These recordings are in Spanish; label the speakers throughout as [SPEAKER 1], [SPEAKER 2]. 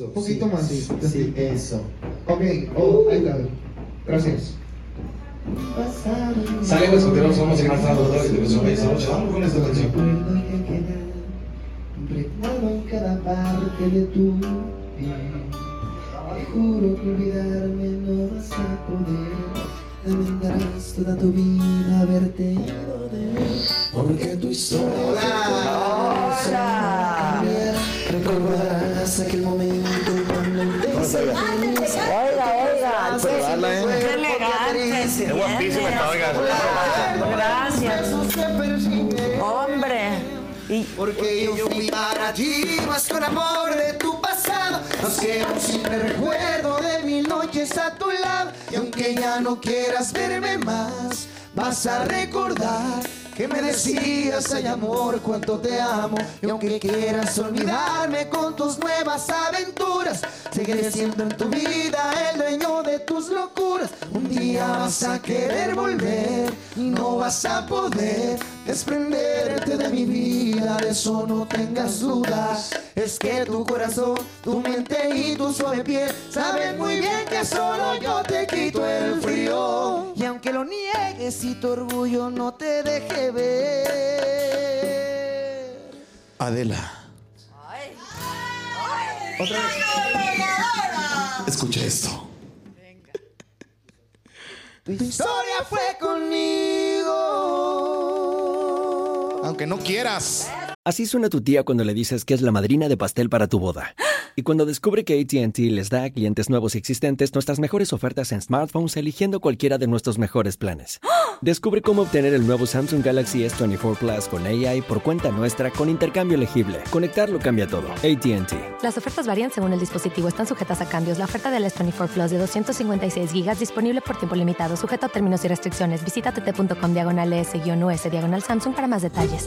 [SPEAKER 1] Un poquito
[SPEAKER 2] Sí,
[SPEAKER 1] más.
[SPEAKER 2] sí,
[SPEAKER 1] así.
[SPEAKER 2] sí, eso.
[SPEAKER 1] Ok, oh, ahí está. Gracias.
[SPEAKER 2] Sale, pues, que tenemos- vamos a llegar a los dos, y nos vamos a ir a los dos. Vamos con esta canción.
[SPEAKER 1] Recuerdo que queda un recuerdo en cada parte de tu piel. Te juro que olvidarme no vas a poder. Lamentarás toda tu vida haberte ido de mí. Porque tu historia fue tan cambiar. Recordarás aquel momento cuando te
[SPEAKER 3] Oiga, oiga, qué elegante.
[SPEAKER 4] Es guapísima esta oiga.
[SPEAKER 3] Gracias,
[SPEAKER 1] se persiguen.
[SPEAKER 3] hombre. Y
[SPEAKER 1] Porque yo fui para ti más con amor de tu pasado. Aunque aún siempre recuerdo de mis noches a tu lado. Y aunque ya no quieras verme más, vas a recordar que me decías, ay amor, cuánto te amo. Y aunque quieras olvidarme con tus nuevas aventuras, seguiré siendo en tu vida el dueño de tus locuras. Un día vas a querer volver y no vas a poder desprenderte de mi vida, de eso no tengas dudas. Es que tu corazón, tu mente y tu suave piel saben muy bien que solo yo te quito el frío. Y aunque lo niegues y tu orgullo no te deje ver.
[SPEAKER 2] Adela,
[SPEAKER 1] Otra vez.
[SPEAKER 2] escucha esto.
[SPEAKER 1] Tu historia fue conmigo.
[SPEAKER 2] Aunque no quieras.
[SPEAKER 5] Así suena tu tía cuando le dices que es la madrina de pastel para tu boda. Y cuando descubre que ATT les da a clientes nuevos y existentes nuestras mejores ofertas en smartphones eligiendo cualquiera de nuestros mejores planes. Descubre cómo obtener el nuevo Samsung Galaxy S24 Plus con AI por cuenta nuestra con intercambio elegible. Conectarlo cambia todo. ATT.
[SPEAKER 6] Las ofertas varían según el dispositivo, están sujetas a cambios. La oferta del S24 Plus de 256 GB disponible por tiempo limitado, sujeto a términos y restricciones. Visita tt.com diagonal e S-US diagonal Samsung para más detalles.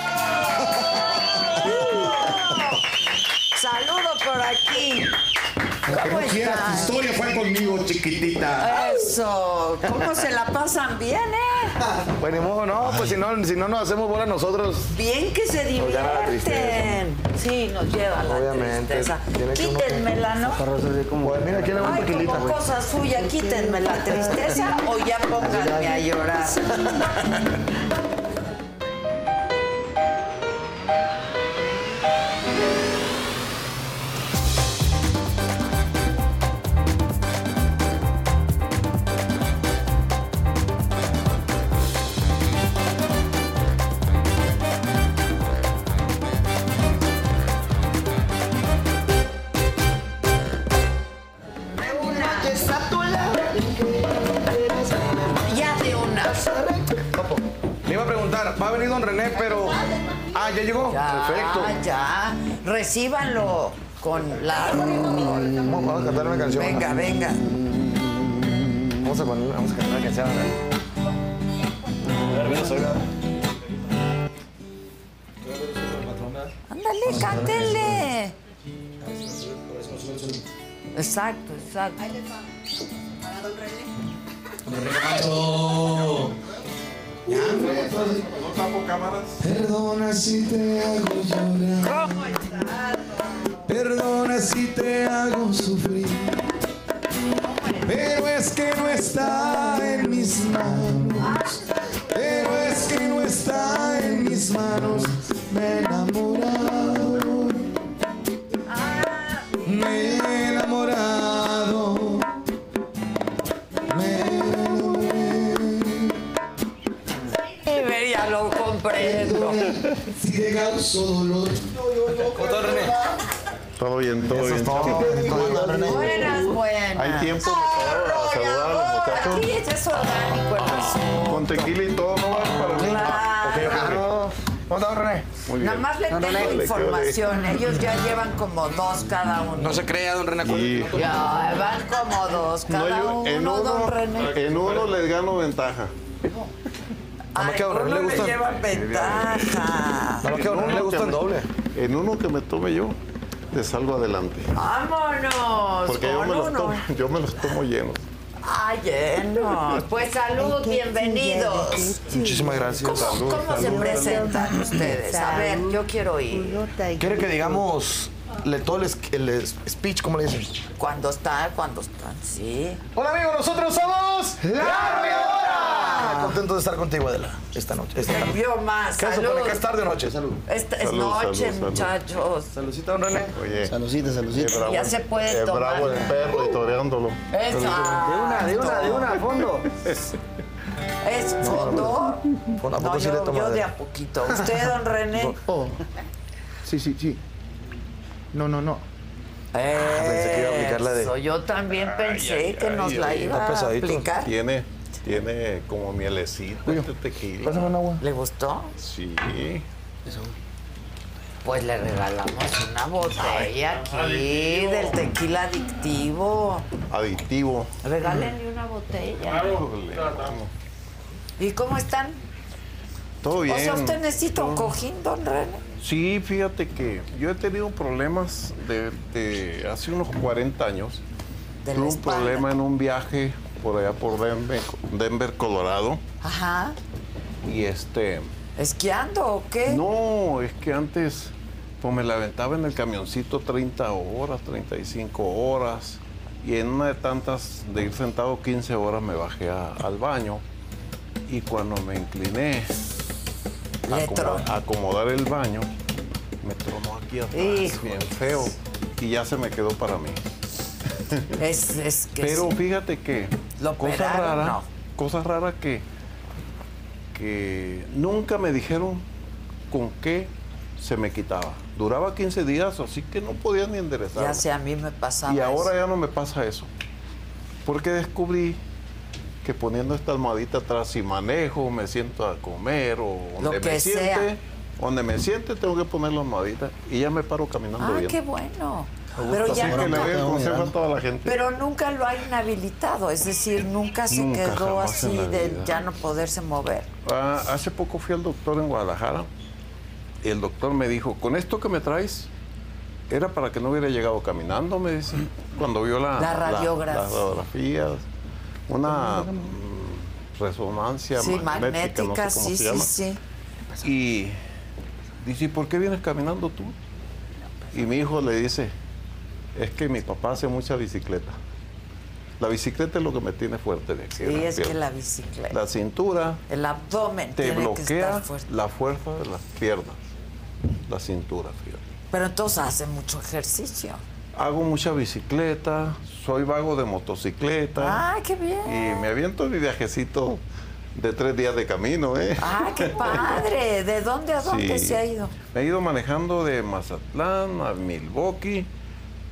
[SPEAKER 3] saludo por aquí.
[SPEAKER 2] Aunque
[SPEAKER 3] ¿Cómo
[SPEAKER 2] no quieras, tu
[SPEAKER 3] están?
[SPEAKER 2] historia fue conmigo, chiquitita.
[SPEAKER 3] Eso, ¿cómo se la pasan bien, eh?
[SPEAKER 4] Bueno, ni modo, no, pues si no, si no nos hacemos bola nosotros.
[SPEAKER 3] Bien que se
[SPEAKER 4] Nos gana la
[SPEAKER 3] divierten. Sí, nos lleva la
[SPEAKER 4] Obviamente,
[SPEAKER 3] tristeza.
[SPEAKER 4] tiene que uno-
[SPEAKER 3] Quítenmela, ¿no?
[SPEAKER 4] Bueno, Pues mira, aquí le voy un
[SPEAKER 3] Ay,
[SPEAKER 4] tequilita,
[SPEAKER 3] como
[SPEAKER 4] güey.
[SPEAKER 3] cosa suya, quítenme la tristeza o ya pónganme a llorar. Ya de una.
[SPEAKER 4] Le iba a preguntar, va a venir don René, pero. Ah, ya llegó.
[SPEAKER 3] Ya,
[SPEAKER 4] Perfecto.
[SPEAKER 3] ya. Recíbanlo con la.
[SPEAKER 4] Vamos a cantar una canción.
[SPEAKER 3] Venga, venga.
[SPEAKER 4] Vamos a, poner- vamos a cantar una canción. A ver, venos, oiga.
[SPEAKER 3] Ándale, cántele. Exacto, exacto.
[SPEAKER 7] Perdona si te hago llorar. Perdona si te hago sufrir. Pero es que no está en mis manos. Pero es que no está en mis manos. Me he enamorado. Me he enamorado. Me enamoré.
[SPEAKER 3] Y ver, ya lo comprendo.
[SPEAKER 7] Si te causo dolor.
[SPEAKER 8] Todo bien, todo bien.
[SPEAKER 3] Buenas, buenas.
[SPEAKER 8] Hay tiempo para saludar a los muchachos. Ah,
[SPEAKER 3] Aquí es orgánico el asunto.
[SPEAKER 8] Con tequila y todo, no va para mí. Ah,
[SPEAKER 3] Claro.
[SPEAKER 8] ¿Cómo estamos, René? Muy bien.
[SPEAKER 3] Nada más le tengo información. Ellos ya llevan como dos cada uno.
[SPEAKER 4] No se crea, don René.
[SPEAKER 8] Y
[SPEAKER 3] Ya, van como dos
[SPEAKER 8] no,
[SPEAKER 3] cada
[SPEAKER 8] yo- en
[SPEAKER 3] uno, don
[SPEAKER 8] uno,
[SPEAKER 3] René.
[SPEAKER 8] en uno les gano ventaja.
[SPEAKER 3] Ay,
[SPEAKER 4] que a don René
[SPEAKER 3] uno
[SPEAKER 4] le gustan.
[SPEAKER 3] lleva ventaja.
[SPEAKER 4] Nada más que a don René le gusta el doble.
[SPEAKER 8] En uno que me tome yo, les salgo adelante.
[SPEAKER 3] Vámonos.
[SPEAKER 8] Porque yo
[SPEAKER 3] con
[SPEAKER 8] me, los
[SPEAKER 3] uno.
[SPEAKER 8] tomo, yo me los tomo llenos.
[SPEAKER 3] Ay, llenos. Pues salud, bienvenidos.
[SPEAKER 4] Muchísimas gracias.
[SPEAKER 3] ¿Cómo, cómo se presentan ustedes? A ver, yo quiero ir.
[SPEAKER 4] ¿Quiere que digamos le- todo el, es- el es- speech, cómo le dicen?
[SPEAKER 3] Cuando están, cuando están, sí.
[SPEAKER 4] Hola, amigos, nosotros somos La Arrolladora. Ah, Contento de estar contigo, Adela, esta noche. Esta
[SPEAKER 3] Te
[SPEAKER 4] tarde.
[SPEAKER 3] vio Ah. más.
[SPEAKER 4] ¿Qué se
[SPEAKER 3] Salud.
[SPEAKER 4] supone que es tarde o noche? Salud.
[SPEAKER 3] Esta es
[SPEAKER 8] Salud,
[SPEAKER 3] noche,
[SPEAKER 8] salud, salud.
[SPEAKER 3] muchachos.
[SPEAKER 4] Saludcita, don René.
[SPEAKER 8] Oye,
[SPEAKER 4] Saludcita,
[SPEAKER 8] qué
[SPEAKER 4] saludcita.
[SPEAKER 8] bravo,
[SPEAKER 3] Ya se puede
[SPEAKER 8] qué
[SPEAKER 3] tomar.
[SPEAKER 8] bravo el perro y toreándolo.
[SPEAKER 3] Exacto.
[SPEAKER 4] a fondo.
[SPEAKER 3] ¿Es foto?
[SPEAKER 4] Con- ¿a poco
[SPEAKER 3] No,
[SPEAKER 4] sí le
[SPEAKER 3] yo,
[SPEAKER 4] toma
[SPEAKER 3] yo
[SPEAKER 4] de-
[SPEAKER 3] de a poquito. ¿Usted, don René?
[SPEAKER 9] oh.
[SPEAKER 10] Sí, sí, sí. No, no, no.
[SPEAKER 4] pensé que iba a aplicar la de-
[SPEAKER 3] Eso, Yo también Eh, pensé
[SPEAKER 8] ay,
[SPEAKER 3] que
[SPEAKER 8] ay,
[SPEAKER 3] nos la
[SPEAKER 8] ay,
[SPEAKER 3] iba a
[SPEAKER 4] pesadito.
[SPEAKER 3] aplicar.
[SPEAKER 8] Tiene, tiene como mielecito este tequila.
[SPEAKER 4] un agua.
[SPEAKER 3] ¿Le gustó?
[SPEAKER 8] Sí.
[SPEAKER 3] Pues le regalamos una botella aquí del tequila adictivo.
[SPEAKER 8] Adictivo.
[SPEAKER 3] Regálenle una botella.
[SPEAKER 8] Híjole, mano.
[SPEAKER 3] ¿Y cómo están?
[SPEAKER 8] Todo bien.
[SPEAKER 3] O sea, usted necesita un cojín, don René.
[SPEAKER 8] Sí, fíjate que yo he tenido problemas de, de hace unos 40 años.
[SPEAKER 3] De la
[SPEAKER 8] Tuve un
[SPEAKER 3] espalda.
[SPEAKER 8] problema en un viaje por allá por Denver, Denver, Colorado.
[SPEAKER 3] Ajá.
[SPEAKER 8] Y este.
[SPEAKER 3] ¿Esquiando o qué?
[SPEAKER 8] No, es que antes pues me la aventaba en el camioncito 30 horas, 35 horas. Y en una de tantas de ir sentado 15 horas me bajé a- al baño. Y cuando me incliné a,
[SPEAKER 3] Le
[SPEAKER 8] acomo-
[SPEAKER 3] tronó.
[SPEAKER 8] a acomodar el baño, me tronó aquí atrás,
[SPEAKER 3] Híjole.
[SPEAKER 8] bien feo. Y ya se me quedó para mí.
[SPEAKER 3] Es, es que
[SPEAKER 8] Pero
[SPEAKER 3] sí.
[SPEAKER 8] fíjate que
[SPEAKER 3] ¿Lo
[SPEAKER 8] cosa
[SPEAKER 3] operaron?
[SPEAKER 8] rara,
[SPEAKER 3] No.
[SPEAKER 8] cosa rara que que nunca me dijeron con qué se me quitaba. Duraba 15 días, así que no podía ni enderezar.
[SPEAKER 3] ya sé, a mí me pasaba
[SPEAKER 8] Y ahora
[SPEAKER 3] eso.
[SPEAKER 8] ya no me pasa eso. Porque descubrí que poniendo esta almohadita atrás, si manejo, me siento a comer o donde
[SPEAKER 3] que
[SPEAKER 8] me
[SPEAKER 3] sea.
[SPEAKER 8] siente, donde me siente tengo que poner la almohadita y ya me paro caminando
[SPEAKER 3] Ah,
[SPEAKER 8] bien.
[SPEAKER 3] qué bueno. Pero
[SPEAKER 8] Así que
[SPEAKER 3] ya
[SPEAKER 8] le doy el
[SPEAKER 3] nunca,
[SPEAKER 8] consejo a toda la gente.
[SPEAKER 3] pero nunca lo ha inhabilitado, es decir, nunca se
[SPEAKER 8] Nunca,
[SPEAKER 3] quedó
[SPEAKER 8] jamás
[SPEAKER 3] así
[SPEAKER 8] en la
[SPEAKER 3] de
[SPEAKER 8] vida.
[SPEAKER 3] ya no poderse mover.
[SPEAKER 8] Ah, hace poco fui al doctor en Guadalajara y el doctor me dijo, con esto que me traes, era para que no hubiera llegado caminando, me dice, cuando vio la,
[SPEAKER 3] La radiografía.
[SPEAKER 8] las radiografías, una mm, resonancia
[SPEAKER 3] sí,
[SPEAKER 8] magnética,
[SPEAKER 3] magnética,
[SPEAKER 8] no sé cómo
[SPEAKER 3] sí,
[SPEAKER 8] se
[SPEAKER 3] sí,
[SPEAKER 8] llama.
[SPEAKER 3] sí.
[SPEAKER 8] Y dice, "¿Y por qué vienes caminando tú? Y mi hijo le dice, es que mi papá hace mucha bicicleta. La bicicleta es lo que me tiene fuerte de aquí.
[SPEAKER 3] Sí,
[SPEAKER 8] de las
[SPEAKER 3] es que la
[SPEAKER 8] piernas.
[SPEAKER 3] bicicleta,
[SPEAKER 8] la cintura,
[SPEAKER 3] el abdomen
[SPEAKER 8] te
[SPEAKER 3] tiene que
[SPEAKER 8] bloquea
[SPEAKER 3] estar fuerte.
[SPEAKER 8] la fuerza de las piernas, la cintura, fíjate.
[SPEAKER 3] Pero entonces hace mucho ejercicio.
[SPEAKER 8] Hago mucha bicicleta, soy vago de motocicleta.
[SPEAKER 3] Ah, qué bien.
[SPEAKER 8] Y me aviento mi viajecito de tres días de camino, ¿eh?
[SPEAKER 3] Ah, qué padre. ¿De dónde a dónde
[SPEAKER 8] Sí.
[SPEAKER 3] se ha ido?
[SPEAKER 8] Me he ido manejando de Mazatlán a Milwaukee,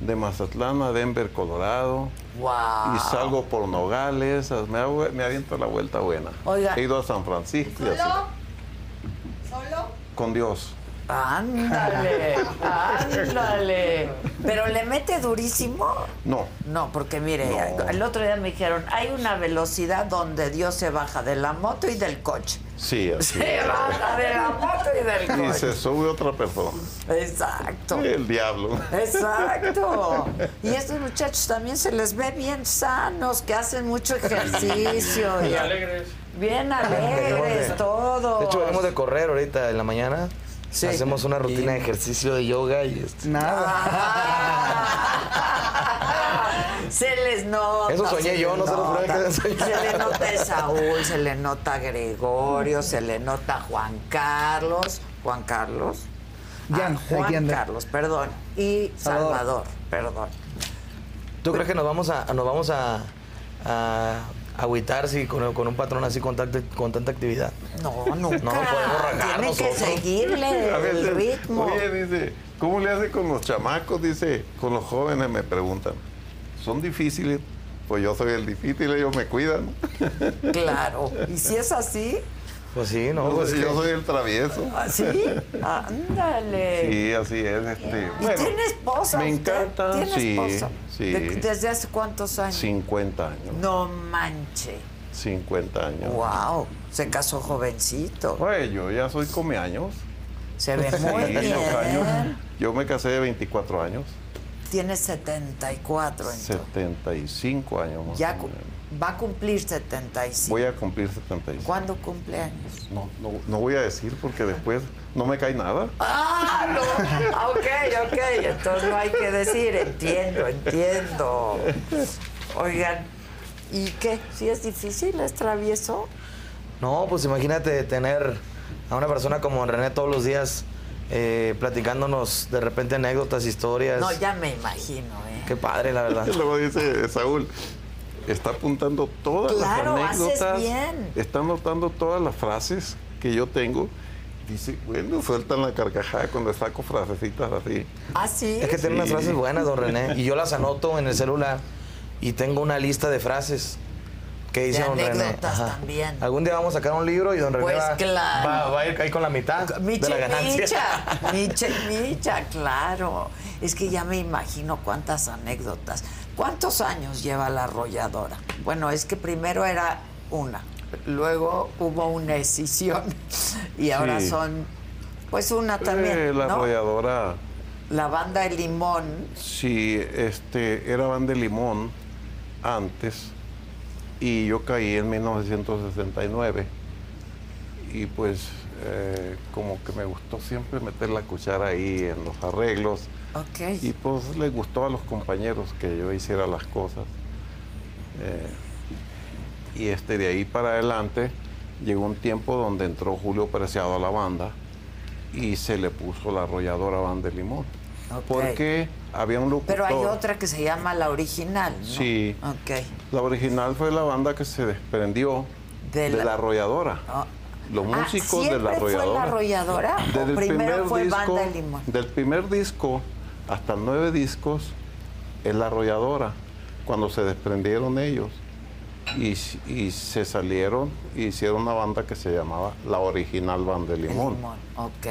[SPEAKER 8] de Mazatlán a Denver, Colorado.
[SPEAKER 3] Wow.
[SPEAKER 8] Y salgo por Nogales, me, hago- me aviento la vuelta buena.
[SPEAKER 3] Oiga.
[SPEAKER 8] He ido a San Francisco. y así.
[SPEAKER 11] ¿Solo?
[SPEAKER 8] Con Dios.
[SPEAKER 3] Ándale, ándale. Pero le mete durísimo.
[SPEAKER 8] No.
[SPEAKER 3] No, porque mire, el otro día me dijeron, hay una velocidad donde Dios se baja de la moto y del coche.
[SPEAKER 8] Sí, así.
[SPEAKER 3] Se baja de la moto y del
[SPEAKER 8] Y
[SPEAKER 3] coche.
[SPEAKER 8] se sube otra persona.
[SPEAKER 3] Exacto.
[SPEAKER 8] El diablo.
[SPEAKER 3] Exacto. Y estos muchachos también se les ve bien sanos, que hacen mucho ejercicio.
[SPEAKER 11] Bien
[SPEAKER 3] y-
[SPEAKER 11] alegres.
[SPEAKER 3] Bien
[SPEAKER 4] Venimos
[SPEAKER 3] alegres,
[SPEAKER 4] de-
[SPEAKER 3] todo.
[SPEAKER 4] De hecho, venimos de correr ahorita en la mañana. Hacemos una rutina de ejercicio de yoga y este, nada.
[SPEAKER 3] Se les nota.
[SPEAKER 4] Eso soñé
[SPEAKER 3] se
[SPEAKER 4] yo,
[SPEAKER 3] les
[SPEAKER 4] no se lo juro que
[SPEAKER 3] nota.
[SPEAKER 4] soñé.
[SPEAKER 3] Se le nota Saúl, se le nota Gregorio, se le nota Juan Carlos. Juan Carlos.
[SPEAKER 4] Ya, aquí
[SPEAKER 3] Juan
[SPEAKER 4] anda.
[SPEAKER 3] Carlos, perdón. Y Salvador, perdón.
[SPEAKER 4] ¿Tú crees que nos vamos a, nos vamos a, a agüitar si con, con un patrón así con, tanta- con tanta actividad?
[SPEAKER 3] No, nunca.
[SPEAKER 4] No podemos rajar
[SPEAKER 3] Tiene que
[SPEAKER 4] nosotros.
[SPEAKER 3] seguirle
[SPEAKER 8] A veces,
[SPEAKER 3] el ritmo.
[SPEAKER 8] Oye, dice, ¿cómo le hace con los chamacos? Dice, con los jóvenes me preguntan. ¿Son difíciles? Pues yo soy el difícil, ellos me cuidan.
[SPEAKER 3] Claro. Y si es así,
[SPEAKER 4] Pues sí, no.
[SPEAKER 8] Yo
[SPEAKER 4] pues
[SPEAKER 8] soy-
[SPEAKER 4] que-
[SPEAKER 8] yo soy el travieso.
[SPEAKER 3] así, Ah, ándale.
[SPEAKER 8] Sí, así es. Este,
[SPEAKER 3] ¿Y
[SPEAKER 8] bueno,
[SPEAKER 3] tiene esposa?
[SPEAKER 8] Me
[SPEAKER 3] usted?
[SPEAKER 8] encanta.
[SPEAKER 3] ¿Tiene
[SPEAKER 8] sí,
[SPEAKER 3] esposa?
[SPEAKER 8] sí.
[SPEAKER 3] ¿De- ¿Desde hace cuántos años?
[SPEAKER 8] 50 años.
[SPEAKER 3] No manche.
[SPEAKER 8] 50 años.
[SPEAKER 3] Wow, se casó jovencito.
[SPEAKER 8] Oye, yo ya soy come años.
[SPEAKER 3] Se ve muy bien.
[SPEAKER 8] Yo me casé de 24 años,
[SPEAKER 3] Tiene 74. entonces.
[SPEAKER 8] 75 años más.
[SPEAKER 3] Ya
[SPEAKER 8] o
[SPEAKER 3] cu-
[SPEAKER 8] menos.
[SPEAKER 3] va a cumplir 75.
[SPEAKER 8] Voy a cumplir 75.
[SPEAKER 3] ¿Cuándo cumpleaños?
[SPEAKER 8] No, no, no voy a decir porque después no me cae nada.
[SPEAKER 3] Ah, no. Ah, Ok, ok. Entonces no hay que decir. Entiendo, entiendo. Oigan, ¿y qué? ¿Sí es difícil? ¿Es travieso?
[SPEAKER 4] No, pues imagínate tener a una persona como René todos los días eh, platicándonos de repente anécdotas, historias.
[SPEAKER 3] No, ya me imagino, ¿eh?
[SPEAKER 4] Qué padre, la verdad.
[SPEAKER 8] Y luego dice Saúl, está apuntando todas
[SPEAKER 3] Claro,
[SPEAKER 8] las
[SPEAKER 3] haces
[SPEAKER 8] anécdotas.
[SPEAKER 3] bien.
[SPEAKER 8] Está anotando todas las frases que yo tengo. Dice, bueno, sueltan la carcajada cuando saco frasecitas así.
[SPEAKER 3] ¿Ah, sí?
[SPEAKER 4] Es que tiene unas
[SPEAKER 8] Sí.
[SPEAKER 4] frases buenas, don René. Y yo las anoto en el celular y tengo una lista de frases que dice
[SPEAKER 3] De
[SPEAKER 4] don René.
[SPEAKER 3] anécdotas también.
[SPEAKER 4] Algún día vamos a sacar un libro y don René
[SPEAKER 3] Pues
[SPEAKER 4] va,
[SPEAKER 3] claro.
[SPEAKER 4] va- va a ir ahí con la mitad de
[SPEAKER 3] Micha,
[SPEAKER 4] la ganancia.
[SPEAKER 3] Micha, Micha, Micha, claro. Es que ya me imagino cuántas anécdotas. ¿Cuántos años lleva la arrolladora? Bueno, es que primero era una, luego hubo una escisión y ahora
[SPEAKER 8] Sí.
[SPEAKER 3] son, pues una también,
[SPEAKER 8] Eh, la
[SPEAKER 3] ¿no?
[SPEAKER 8] arrolladora,
[SPEAKER 3] La banda El Limón,
[SPEAKER 8] sí, este, era Van de Limón antes y yo caí en 1969 y pues eh, como que me gustó siempre meter la cuchara ahí en los arreglos.
[SPEAKER 3] ok.
[SPEAKER 8] Y pues le gustó a los compañeros que yo hiciera las cosas. Eh, y este, de ahí para adelante llegó un tiempo donde entró Julio Preciado a la banda y se le puso la arrolladora Van de Limón.
[SPEAKER 3] Ok.
[SPEAKER 8] Porque había un locutor.
[SPEAKER 3] Pero hay otra que se llama La Original, ¿no?
[SPEAKER 8] Sí.
[SPEAKER 3] Ok.
[SPEAKER 8] La original fue la banda que se desprendió
[SPEAKER 3] De
[SPEAKER 8] de la,
[SPEAKER 3] la-
[SPEAKER 8] arrolladora.
[SPEAKER 3] Ah.
[SPEAKER 8] Los
[SPEAKER 3] Ah,
[SPEAKER 8] músicos de
[SPEAKER 3] ¿siempre
[SPEAKER 8] la arrolladora.
[SPEAKER 3] fue La Arrolladora o
[SPEAKER 8] Desde el
[SPEAKER 3] primero
[SPEAKER 8] primer
[SPEAKER 3] fue
[SPEAKER 8] disco,
[SPEAKER 3] Banda El Limón?
[SPEAKER 8] Del primer disco hasta nueve discos es la arrolladora, cuando se desprendieron ellos y, s- y se salieron y hicieron una banda que se llamaba La Original Banda de
[SPEAKER 3] El
[SPEAKER 8] Limón.
[SPEAKER 3] Limón, ok.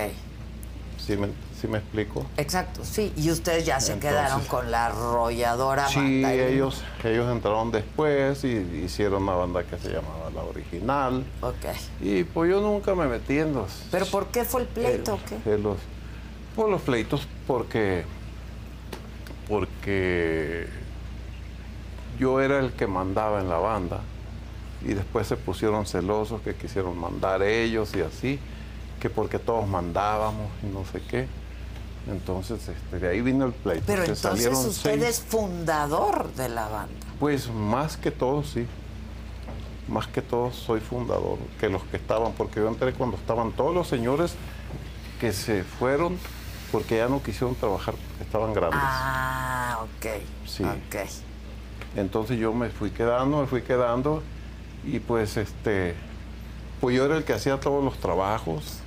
[SPEAKER 8] ¿Sí me, sí me explico?
[SPEAKER 3] Exacto, sí. Y ustedes ya se
[SPEAKER 8] Entonces-
[SPEAKER 3] quedaron con la arrolladora
[SPEAKER 8] Sí,
[SPEAKER 3] Banda El
[SPEAKER 8] ellos, ellos entraron después y hicieron una banda que se llamaba La Original.
[SPEAKER 3] Limón. Ok.
[SPEAKER 8] Y pues yo nunca me metí en los
[SPEAKER 3] ¿Pero por qué fue el pleito o qué?
[SPEAKER 8] de los, por los pleitos porque porque yo era el que mandaba en la banda y después se pusieron celosos que quisieron mandar ellos y así que porque todos mandábamos y no sé qué entonces este, de ahí vino el pleito
[SPEAKER 3] Pero
[SPEAKER 8] Se
[SPEAKER 3] entonces
[SPEAKER 8] salieron
[SPEAKER 3] usted
[SPEAKER 8] seis.
[SPEAKER 3] es fundador de la banda.
[SPEAKER 8] Pues más que todo, sí. Más que todo soy fundador que los que estaban, porque yo entré cuando estaban todos los señores que se fueron porque ya no quisieron trabajar, porque estaban grandes.
[SPEAKER 3] Ah, ok.
[SPEAKER 8] Sí.
[SPEAKER 3] Ok.
[SPEAKER 8] Entonces yo me fui quedando, me fui quedando y pues este, pues yo era el que hacía todos los trabajos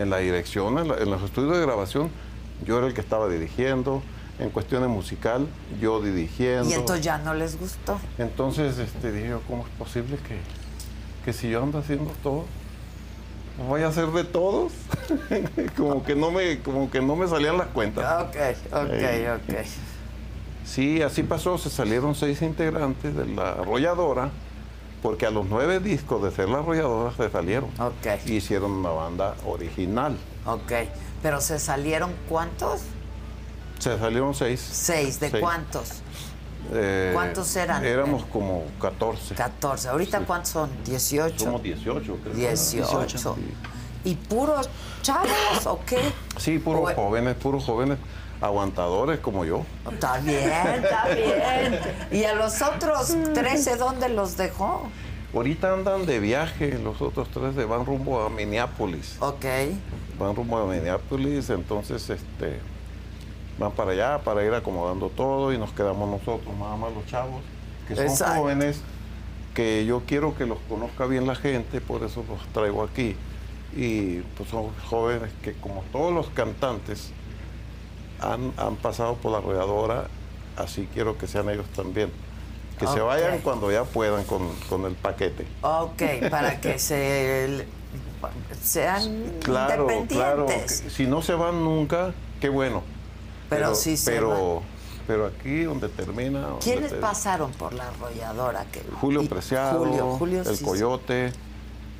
[SPEAKER 8] en la dirección, en, la- en los estudios de grabación, yo era el que estaba dirigiendo, en cuestiones musical, yo dirigiendo.
[SPEAKER 3] Y entonces ya no les gustó.
[SPEAKER 8] Entonces este, dije yo, ¿cómo es posible que, que si yo ando haciendo todo, voy a hacer de todos. como que no me, como que no me salían las cuentas.
[SPEAKER 3] Ah, Ok, ok,
[SPEAKER 8] Eh,
[SPEAKER 3] ok.
[SPEAKER 8] Sí, así pasó, se salieron seis integrantes de la arrolladora, porque a los nueve discos de ser la arrolladora se salieron. Y hicieron una banda original.
[SPEAKER 3] Ok. Pero se salieron cuántos?
[SPEAKER 8] Se salieron seis.
[SPEAKER 3] Seis. ¿De
[SPEAKER 8] Seis.
[SPEAKER 3] cuántos?
[SPEAKER 8] Eh,
[SPEAKER 3] ¿Cuántos eran?
[SPEAKER 8] Éramos como 14.
[SPEAKER 3] 14. ¿Ahorita cuántos son? 18.
[SPEAKER 8] Somos 18, creo.
[SPEAKER 3] 18. ¿Y puros chavos o qué?
[SPEAKER 8] Sí, puros jóvenes, puros jóvenes aguantadores como yo.
[SPEAKER 3] Está bien, está bien. ¿Y a los otros 13 dónde los dejó?
[SPEAKER 8] Ahorita andan de viaje, los otros tres se van rumbo a Minneapolis.
[SPEAKER 3] Ok.
[SPEAKER 8] Van rumbo a Minneapolis, entonces este van para allá para ir acomodando todo y nos quedamos nosotros, nada más los chavos, que son
[SPEAKER 3] Exacto.
[SPEAKER 8] jóvenes, que yo quiero que los conozca bien la gente, por eso los traigo aquí. Y pues son jóvenes que como todos los cantantes han, han pasado por la rodeadora, así quiero que sean ellos también. Que se
[SPEAKER 3] Ok.
[SPEAKER 8] vayan cuando ya puedan con, con el paquete.
[SPEAKER 3] Ok, para que se sean
[SPEAKER 8] Claro, claro. que
[SPEAKER 3] independientes.
[SPEAKER 8] Si no se van nunca, qué bueno.
[SPEAKER 3] Pero sí se
[SPEAKER 8] pero, pero aquí donde termina. donde
[SPEAKER 3] ¿Quiénes
[SPEAKER 8] te-
[SPEAKER 3] pasaron por la arrolladora? Que
[SPEAKER 8] Julio Preciado,
[SPEAKER 3] Julio, Julio
[SPEAKER 8] El
[SPEAKER 3] sí-
[SPEAKER 8] Coyote,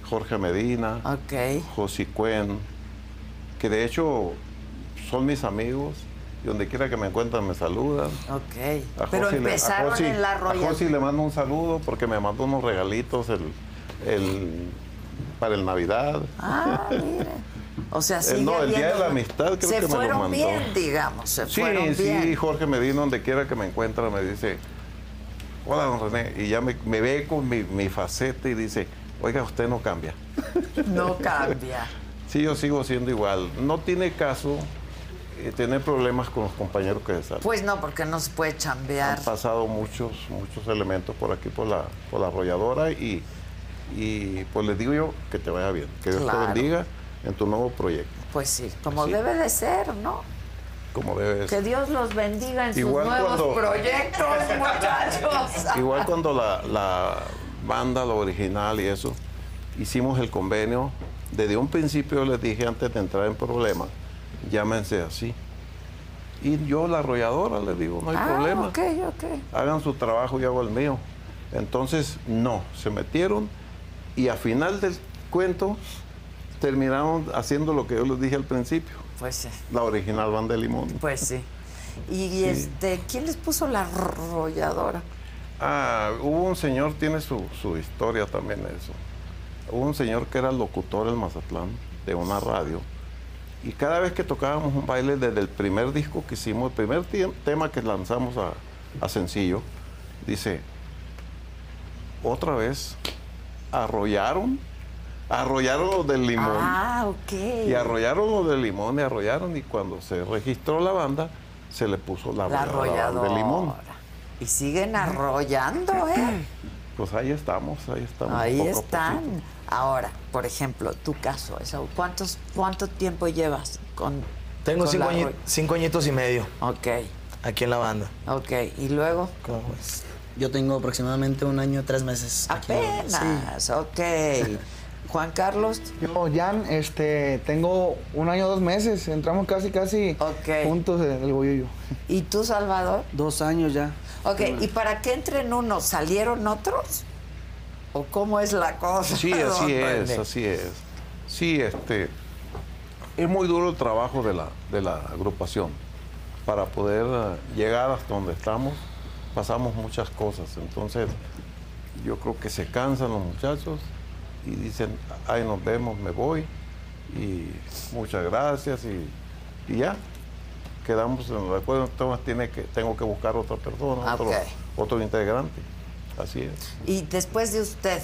[SPEAKER 8] Jorge Medina, José Cuen, que de hecho son mis amigos. Y donde quiera que me encuentran me saludan.
[SPEAKER 3] Ok.
[SPEAKER 8] A
[SPEAKER 3] Pero
[SPEAKER 8] José le- a
[SPEAKER 3] empezaron
[SPEAKER 8] José-
[SPEAKER 3] en la
[SPEAKER 8] A
[SPEAKER 3] arrolladora.
[SPEAKER 8] José le mando un saludo porque me mandó unos regalitos el, el- para el Navidad.
[SPEAKER 3] Ah, mira. O sea,
[SPEAKER 8] El-
[SPEAKER 3] sigue
[SPEAKER 8] Eh, no, el Día de
[SPEAKER 3] habiendo-
[SPEAKER 8] la Amistad creo
[SPEAKER 3] se
[SPEAKER 8] que me lo
[SPEAKER 3] fueron
[SPEAKER 8] mandó.
[SPEAKER 3] bien, digamos, se
[SPEAKER 8] Sí,
[SPEAKER 3] fueron
[SPEAKER 8] sí,
[SPEAKER 3] bien.
[SPEAKER 8] Jorge Medina, donde quiera que me encuentra, me dice, hola, don René. Y ya me, me ve con mi, mi faceta y dice, oiga, usted no cambia.
[SPEAKER 3] No cambia.
[SPEAKER 8] Sí, yo sigo siendo igual. No tiene caso eh, tener problemas con los compañeros que se salen.
[SPEAKER 3] Pues no, porque no se puede chambear.
[SPEAKER 8] Han pasado muchos, muchos elementos por aquí, por la, por la arrolladora y, y pues les digo yo que te vaya bien, que Dios
[SPEAKER 3] Claro.
[SPEAKER 8] te bendiga en tu nuevo proyecto,
[SPEAKER 3] Pues sí, como
[SPEAKER 8] Sí.
[SPEAKER 3] debe de ser, ¿no?
[SPEAKER 8] como debe
[SPEAKER 3] Que
[SPEAKER 8] ser.
[SPEAKER 3] Dios los bendiga en
[SPEAKER 8] Igual
[SPEAKER 3] sus nuevos
[SPEAKER 8] cuando-
[SPEAKER 3] proyectos, muchachos.
[SPEAKER 8] Igual cuando la, la banda, lo original y eso, hicimos el convenio, desde un principio les dije antes de entrar en problemas, llámense así. Y yo la arrolladora les digo, no hay
[SPEAKER 3] ah,
[SPEAKER 8] problema.
[SPEAKER 3] ok, ok.
[SPEAKER 8] hagan su trabajo y hago el mío. Entonces, no, se metieron y a final del cuento terminaron haciendo lo que yo les dije al principio.
[SPEAKER 3] Pues sí.
[SPEAKER 8] La original banda de limón.
[SPEAKER 3] Pues sí. Y este, ¿quién les puso la arrolladora?
[SPEAKER 8] Ah, hubo un señor, tiene su, su historia también eso. Hubo un señor que era locutor en Mazatlán de una radio. Y cada vez que tocábamos un baile, desde el primer disco que hicimos, el primer tie- tema que lanzamos a, a sencillo, dice, otra vez, arrollaron, arrollaron los del limón.
[SPEAKER 3] Ah, ok.
[SPEAKER 8] Y arrollaron los de limón y arrollaron. Y cuando se registró la banda, se le puso la,
[SPEAKER 3] La
[SPEAKER 8] arrolladora de limón.
[SPEAKER 3] Y siguen arrollando, ¿eh?
[SPEAKER 8] Pues ahí estamos, ahí estamos.
[SPEAKER 3] Ahí
[SPEAKER 8] poco a poquito.
[SPEAKER 3] están. Ahora, por ejemplo, tu caso, Esaú, ¿cuántos, ¿cuánto tiempo llevas con
[SPEAKER 4] Tengo
[SPEAKER 3] con
[SPEAKER 4] cinco,
[SPEAKER 3] la
[SPEAKER 4] añi-
[SPEAKER 3] arro-
[SPEAKER 4] cinco añitos y medio.
[SPEAKER 3] Ok,
[SPEAKER 4] Aquí en la banda.
[SPEAKER 3] ok. ¿Y luego?
[SPEAKER 4] ¿Cómo ves?
[SPEAKER 11] Yo tengo aproximadamente un año, tres meses. aquí.
[SPEAKER 3] Apenas, ok. Juan Carlos,
[SPEAKER 9] Yo, Jan, este, tengo un año, dos meses. Entramos casi, casi juntos eh, el goyo y yo.
[SPEAKER 3] ¿y tú, Salvador?
[SPEAKER 11] Dos años ya.
[SPEAKER 3] Ok, ¿y para qué entren unos? ¿Salieron otros? ¿O cómo es la cosa?
[SPEAKER 8] Sí, así
[SPEAKER 3] don
[SPEAKER 8] es,
[SPEAKER 3] René?
[SPEAKER 8] así es. Sí, este. Es muy duro el trabajo de la, de la agrupación. Para poder eh, llegar hasta donde estamos, pasamos muchas cosas. Entonces, yo creo que se cansan los muchachos y dicen, ahí nos vemos, me voy. Y muchas gracias y, y ya. Quedamos en el acuerdo, entonces tiene que, tengo que buscar otra persona, otro,
[SPEAKER 3] Ok.
[SPEAKER 8] otro integrante. Así es.
[SPEAKER 3] Y después de usted,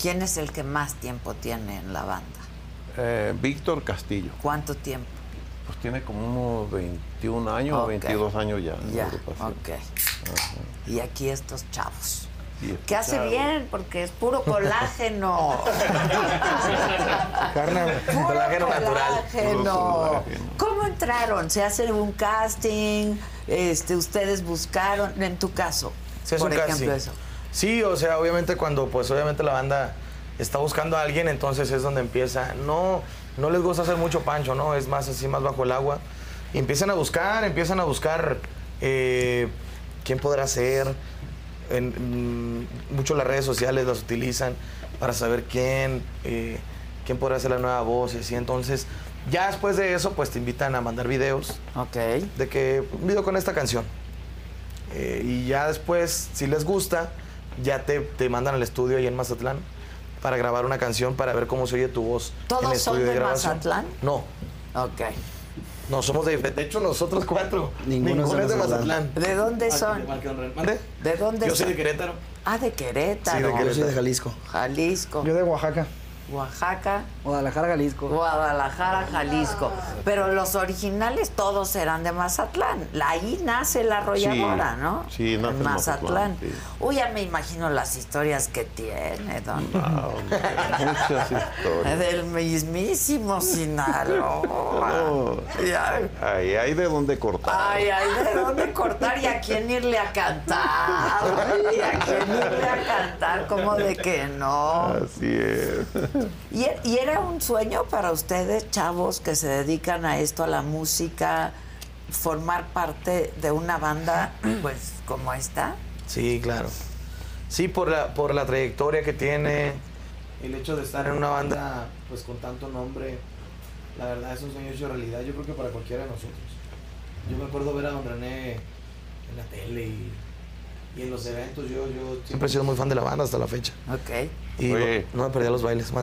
[SPEAKER 3] ¿quién es el que más tiempo tiene en la banda?
[SPEAKER 8] Eh, Víctor Castillo.
[SPEAKER 3] ¿Cuánto tiempo?
[SPEAKER 8] Pues tiene como unos 21 años o
[SPEAKER 3] Ok.
[SPEAKER 8] 22 años ya. en la
[SPEAKER 3] Ya,
[SPEAKER 8] agrupación.
[SPEAKER 3] ok. Y aquí estos chavos.
[SPEAKER 8] Y
[SPEAKER 3] Que hace
[SPEAKER 8] escuchado.
[SPEAKER 3] bien, porque es puro colágeno.
[SPEAKER 4] Carne,
[SPEAKER 3] Puro
[SPEAKER 4] colágeno natural.
[SPEAKER 3] colágeno. ¿Cómo entraron? ¿Se hace un casting? Este, ¿Ustedes buscaron? En tu caso,
[SPEAKER 4] Sí, es
[SPEAKER 3] por
[SPEAKER 4] un
[SPEAKER 3] ejemplo,
[SPEAKER 4] casting.
[SPEAKER 3] eso.
[SPEAKER 4] Sí, o sea, obviamente cuando, pues obviamente la banda está buscando a alguien, entonces es donde empieza. No, no les gusta hacer mucho pancho, ¿no? Es más así, más bajo el agua. Y empiezan a buscar, empiezan a buscar eh, quién podrá ser. En, mm, mucho las redes sociales las utilizan para saber quién, eh, quién podrá ser la nueva voz y así. Entonces, ya después de eso, pues te invitan a mandar videos.
[SPEAKER 3] Ok.
[SPEAKER 4] De que, un video con esta canción. Eh, y ya después, si les gusta, ya te, te mandan al estudio ahí en Mazatlán para grabar una canción para ver cómo se oye tu voz en el
[SPEAKER 3] ¿Todos
[SPEAKER 4] estudio
[SPEAKER 3] son de
[SPEAKER 4] grabación.
[SPEAKER 3] Mazatlán?
[SPEAKER 4] No.
[SPEAKER 3] Ok.
[SPEAKER 4] No, somos de. De hecho, nosotros cuatro. Ninguno, es de Mazatlán.
[SPEAKER 3] ¿De dónde son? ¿De dónde
[SPEAKER 4] Ah, Yo soy
[SPEAKER 3] son?
[SPEAKER 4] de Querétaro.
[SPEAKER 3] Ah, de Querétaro.
[SPEAKER 4] Jalisco.
[SPEAKER 3] Jalisco.
[SPEAKER 9] Yo de Oaxaca.
[SPEAKER 3] Oaxaca.
[SPEAKER 11] Guadalajara, Jalisco.
[SPEAKER 3] Guadalajara, Jalisco. Pero los originales todos eran de Mazatlán. La- Ahí nace la arrolladora,
[SPEAKER 8] Sí,
[SPEAKER 3] ¿no?
[SPEAKER 8] sí, nace
[SPEAKER 3] en
[SPEAKER 8] en
[SPEAKER 3] Mazatlán.
[SPEAKER 8] Mazatlán, sí.
[SPEAKER 3] Uy, ya me imagino las historias que tiene, don.
[SPEAKER 8] Ah, Muchas historias.
[SPEAKER 3] Del mismísimo Sinaloa. Ya.
[SPEAKER 8] Ahí hay de dónde cortar.
[SPEAKER 3] Ay, ay, ¿de dónde cortar y a quién irle a cantar? Ay, ¿a quién irle a cantar? ¿Cómo de que no?
[SPEAKER 8] Así es.
[SPEAKER 3] ¿Y, e- y era un sueño para ustedes, chavos, que se dedican a esto, a la música, formar parte de una banda, pues, como esta?
[SPEAKER 4] Sí, claro. Sí, por la, por la trayectoria que tiene. El hecho de estar en una banda, pues con tanto nombre,
[SPEAKER 12] La verdad es un sueño hecho realidad, yo creo que para cualquiera de nosotros. Yo me acuerdo ver a Don René en la tele y, y en los eventos, yo, yo
[SPEAKER 4] siempre he sido muy fan de la banda hasta la fecha.
[SPEAKER 3] Ok.
[SPEAKER 4] Y no, no me perdía los bailes. man.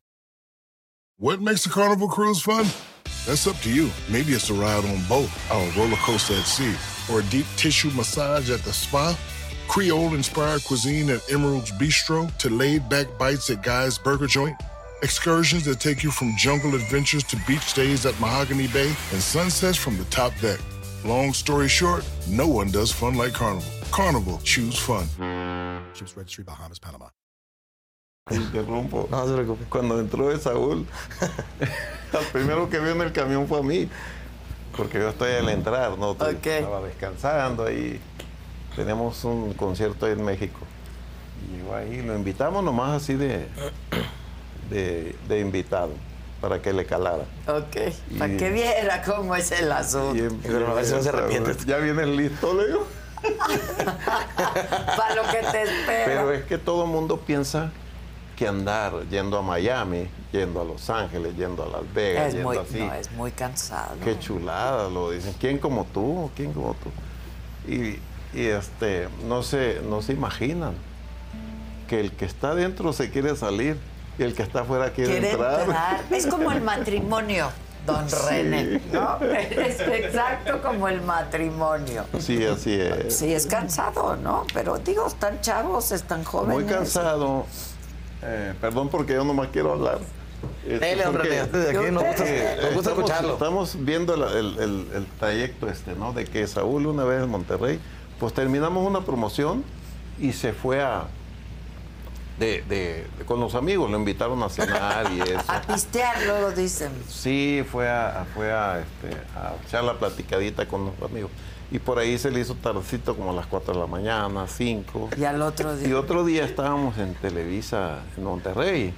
[SPEAKER 13] What makes a carnival cruise fun? That's up to you. Maybe it's a ride on boat, or a roller coaster at sea, or a deep tissue massage at the spa. Creole inspired cuisine at Emerald's Bistro to laid back bites at Guy's Burger Joint. Excursions that take you from jungle adventures to beach stays at Mahogany Bay and sunsets from the top deck. Long story short, no one does fun like Carnival. Carnival, choose fun. Ships Registry, Bahamas, Panama.
[SPEAKER 8] Te Interrumpo. No se preocupe. Cuando entró Saúl, el primero que vio en el camión fue a mí. Porque yo estoy al entrar, ¿no? Estaba descansando ahí. Tenemos un concierto ahí en México. Y llegó ahí, lo invitamos nomás así de, de, de invitado, para que le calara.
[SPEAKER 3] Ok. Para
[SPEAKER 8] Y-
[SPEAKER 3] que viera cómo es el asunto.
[SPEAKER 8] Pero a veces no se arrepiente. Ya vienes listo, le digo.
[SPEAKER 3] Para lo que te espera.
[SPEAKER 8] Pero es que todo el mundo piensa que andar yendo a Miami, yendo a Los Ángeles, yendo a Las Vegas,
[SPEAKER 3] es,
[SPEAKER 8] eh, yendo
[SPEAKER 3] muy,
[SPEAKER 8] así.
[SPEAKER 3] no, es muy cansado.
[SPEAKER 8] Qué chulada, lo dicen. ¿Quién como tú? ¿Quién como tú? Y, y, este, no se, no se imaginan que el que está adentro se quiere salir y el que está afuera quiere,
[SPEAKER 3] Quiere
[SPEAKER 8] entrar.
[SPEAKER 3] entrar. Es como el matrimonio, don
[SPEAKER 8] Sí.
[SPEAKER 3] René. ¿no? Es exacto como el matrimonio.
[SPEAKER 8] Sí, así es.
[SPEAKER 3] Sí, es cansado, ¿no? Pero digo, están chavos, están jóvenes.
[SPEAKER 8] Muy cansado. Eh, perdón porque yo nomás quiero hablar. Este,
[SPEAKER 4] Dele, hombre,
[SPEAKER 8] porque-
[SPEAKER 4] desde aquí nos gusta- nos gusta
[SPEAKER 8] eh, estamos-
[SPEAKER 4] escucharlo.
[SPEAKER 8] Estamos viendo la- el, el- el trayecto este, ¿no? De que Saúl una vez en Monterrey, pues terminamos una promoción y se fue a... De, de- de- con los amigos, lo invitaron a cenar y eso.
[SPEAKER 3] A pistear, luego dicen.
[SPEAKER 8] Sí, fue a, a- fue a, este, a echar la platicadita con los amigos. Y por ahí se le hizo tardecito como a las 4 de la mañana, 5.
[SPEAKER 3] Y al otro día.
[SPEAKER 8] Y otro día estábamos en Televisa, en Monterrey.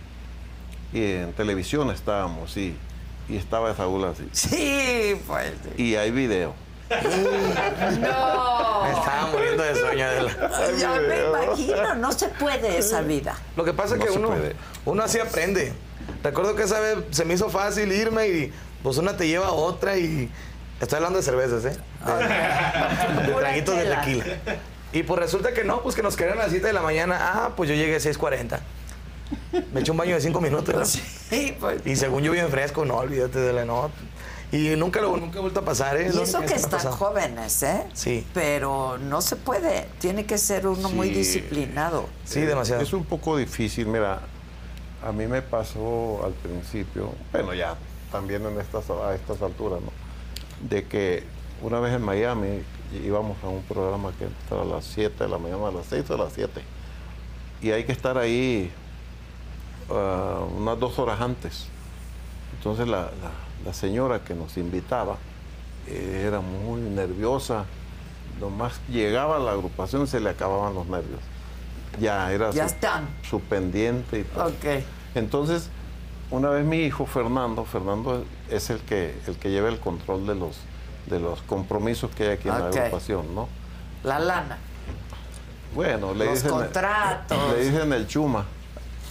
[SPEAKER 8] Y en televisión estábamos, sí. Y estaba Saúl así.
[SPEAKER 3] Sí, pues.
[SPEAKER 8] Y hay video.
[SPEAKER 3] No.
[SPEAKER 4] Estaba muriendo de sueño. Adela.
[SPEAKER 3] Yo me imagino, no se puede esa vida.
[SPEAKER 4] Lo que pasa es
[SPEAKER 3] No
[SPEAKER 4] que
[SPEAKER 3] se
[SPEAKER 4] uno,
[SPEAKER 3] puede.
[SPEAKER 4] uno así aprende. Recuerdo que esa vez se me hizo fácil irme y pues una te lleva a otra y estoy hablando de cervezas, ¿eh? De, de traguitos de tequila. Y pues resulta que no, pues que nos quedaron a las 7 de la mañana. Ah, pues yo llegué a 6.40. Me eché un baño de 5 minutos. ¿no?
[SPEAKER 3] pues.
[SPEAKER 4] Y según yo bien fresco, no, olvídate de la nota. Y nunca lo nunca he vuelto a pasar, ¿eh?
[SPEAKER 3] Y
[SPEAKER 4] Lo
[SPEAKER 3] eso
[SPEAKER 4] único
[SPEAKER 3] que
[SPEAKER 4] se me ha
[SPEAKER 3] están
[SPEAKER 4] pasado.
[SPEAKER 3] jóvenes, ¿eh?
[SPEAKER 4] Sí.
[SPEAKER 3] Pero no se puede. Tiene que ser uno muy
[SPEAKER 8] Sí.
[SPEAKER 3] disciplinado.
[SPEAKER 8] Eh, Sí, demasiado. Es un poco difícil, mira. a mí me pasó al principio, bueno, ya también en estas, a estas alturas, ¿no? De que una vez en Miami íbamos a un programa que entra a las 7 de la mañana, a las 6 o a las 7. Y hay que estar ahí ah, unas dos horas antes. Entonces la, la- la señora que nos invitaba eh, era muy nerviosa. Nomás llegaba la agrupación se le acababan los nervios. Ya era
[SPEAKER 3] Ya
[SPEAKER 8] su-
[SPEAKER 3] están.
[SPEAKER 8] su pendiente y todo. Entonces, una vez mi hijo Fernando, Fernando es el que, el que lleva el control de los, de los compromisos que hay aquí en
[SPEAKER 3] Ok.
[SPEAKER 8] la agrupación, ¿no?
[SPEAKER 3] La lana.
[SPEAKER 8] Bueno, Pues le
[SPEAKER 3] Los
[SPEAKER 8] dicen. eh,
[SPEAKER 3] contratos.
[SPEAKER 8] Le dicen el chuma.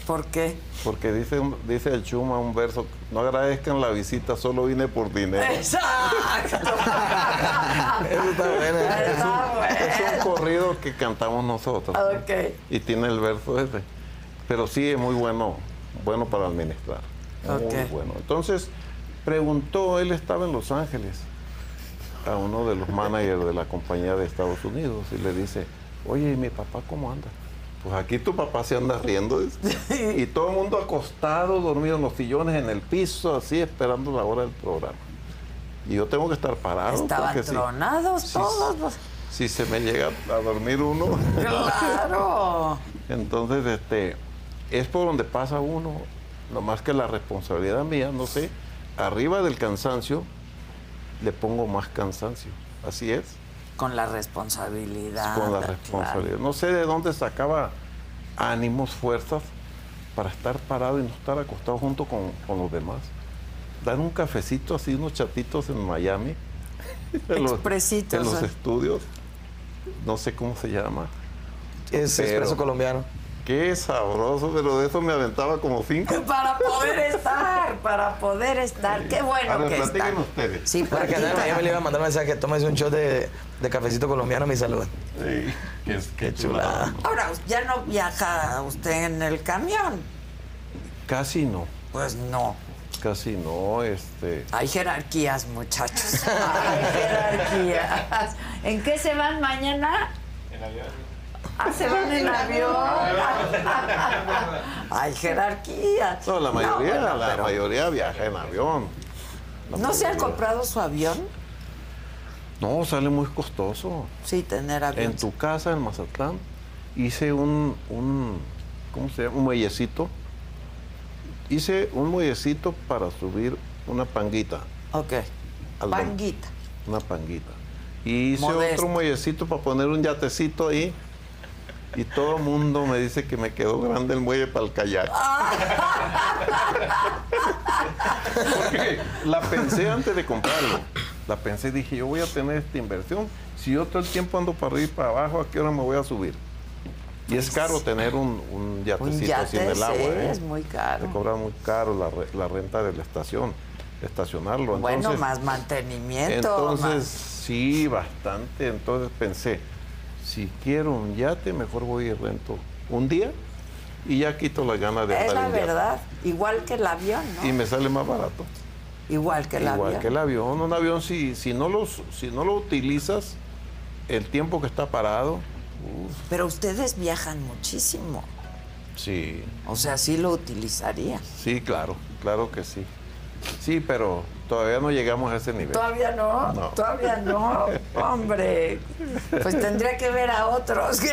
[SPEAKER 3] ¿Por qué?
[SPEAKER 8] Porque dice, dice el chuma un verso, no agradezcan la visita, solo vine por dinero.
[SPEAKER 3] Exacto. Ah,
[SPEAKER 8] Eso está bueno. Es un, es un corrido que cantamos nosotros. ¿no?
[SPEAKER 3] Ah, Ok.
[SPEAKER 8] Y tiene el verso ese. Pero sí es muy bueno, bueno para administrar. Muy
[SPEAKER 3] Ok.
[SPEAKER 8] bueno. Entonces, preguntó, él estaba en Los Ángeles a uno de los managers de la compañía de Estados Unidos y le dice, oye, ¿y mi papá cómo anda? Pues aquí tu papá se anda riendo. dice. Y todo el mundo acostado, dormido en los sillones, en el piso, así, esperando la hora del programa. Y yo tengo que estar parado.
[SPEAKER 3] Estaban
[SPEAKER 8] porque si-
[SPEAKER 3] tronados
[SPEAKER 8] sí,
[SPEAKER 3] todos. pues,
[SPEAKER 8] si se me llega a dormir uno.
[SPEAKER 3] Claro.
[SPEAKER 8] Entonces, este, es por donde pasa uno, nomás que la responsabilidad mía, no sé, arriba del cansancio, le pongo más cansancio. Así es.
[SPEAKER 3] Con la responsabilidad.
[SPEAKER 8] Con la
[SPEAKER 3] claro.
[SPEAKER 8] responsabilidad. No sé de dónde sacaba ánimos, fuerzas para estar parado y no estar acostado junto con, con los demás. Dar un cafecito así, unos chatitos en Miami. En los,
[SPEAKER 3] Expresitos,
[SPEAKER 8] en los
[SPEAKER 3] ah.
[SPEAKER 8] estudios. No sé cómo se llama.
[SPEAKER 4] Es expreso
[SPEAKER 8] colombiano. Qué sabroso, pero de eso me aventaba como cinco.
[SPEAKER 3] Para poder estar, para poder estar. Qué bueno
[SPEAKER 4] Ahora,
[SPEAKER 3] que
[SPEAKER 4] platiquen
[SPEAKER 3] está.
[SPEAKER 8] ustedes.
[SPEAKER 4] Sí, para que andar en Miami le iba a mandar un mensaje, tómese un shot de, de cafecito colombiano, mi salud.
[SPEAKER 8] Sí, qué, chulada.
[SPEAKER 3] Ahora, ya no viaja usted en el camión.
[SPEAKER 8] Casi no.
[SPEAKER 3] Pues no.
[SPEAKER 8] Casi no, este.
[SPEAKER 3] Hay jerarquías, muchachos. Hay jerarquías. ¿En qué se van mañana?
[SPEAKER 2] En avión.
[SPEAKER 3] Ah, se van en avión. Hay jerarquías.
[SPEAKER 8] No, la mayoría,
[SPEAKER 3] No, bueno,
[SPEAKER 8] la
[SPEAKER 3] pero-
[SPEAKER 8] mayoría viaja en avión. La
[SPEAKER 3] ¿No se han
[SPEAKER 8] mayoría.
[SPEAKER 3] comprado su avión?
[SPEAKER 8] No, sale muy costoso.
[SPEAKER 3] Sí, tener avión.
[SPEAKER 8] En tu casa, en Mazatlán, hice un, un ¿cómo se llama? Un muellecito. Hice un muellecito para subir una panguita.
[SPEAKER 3] Ok.
[SPEAKER 8] Pues,
[SPEAKER 3] Panguita.
[SPEAKER 8] Una panguita. Y hice
[SPEAKER 3] Modesto.
[SPEAKER 8] otro muellecito para poner un yatecito ahí. Y todo el mundo me dice que me quedó grande el muelle para el kayak. Porque la pensé antes de comprarlo. La pensé, dije, yo voy a tener esta inversión. Si yo todo el tiempo ando para arriba y para abajo, ¿a qué hora me voy a subir? Y es caro tener un, un
[SPEAKER 3] Pues, Un
[SPEAKER 8] yatecito así
[SPEAKER 3] yate,
[SPEAKER 8] en el agua.
[SPEAKER 3] sí,
[SPEAKER 8] ¿eh?
[SPEAKER 3] es muy
[SPEAKER 8] Te
[SPEAKER 3] caro.
[SPEAKER 8] cobran muy caro la, re- la renta de la estación, estacionarlo.
[SPEAKER 3] Bueno,
[SPEAKER 8] Entonces-
[SPEAKER 3] más mantenimiento.
[SPEAKER 8] entonces,
[SPEAKER 3] más-
[SPEAKER 8] sí, bastante. Entonces pensé, si quiero un yate, mejor voy y rento un día y ya quito las ganas de
[SPEAKER 3] Es
[SPEAKER 8] andar
[SPEAKER 3] la
[SPEAKER 8] en yate.
[SPEAKER 3] verdad. Igual que el avión, ¿no?
[SPEAKER 8] Y me sale más barato.
[SPEAKER 3] Igual que el
[SPEAKER 8] Igual
[SPEAKER 3] avión.
[SPEAKER 8] que el avión. Un avión, si, si, no los, si no lo utilizas, el tiempo que está parado, uf,
[SPEAKER 3] Pero ustedes viajan muchísimo.
[SPEAKER 8] sí.
[SPEAKER 3] O sea, sí lo utilizaría.
[SPEAKER 8] Sí, claro, claro que sí. Sí, pero todavía no llegamos a ese nivel.
[SPEAKER 3] Todavía no,
[SPEAKER 8] No.
[SPEAKER 3] todavía no, hombre. Pues tendría que ver a otros.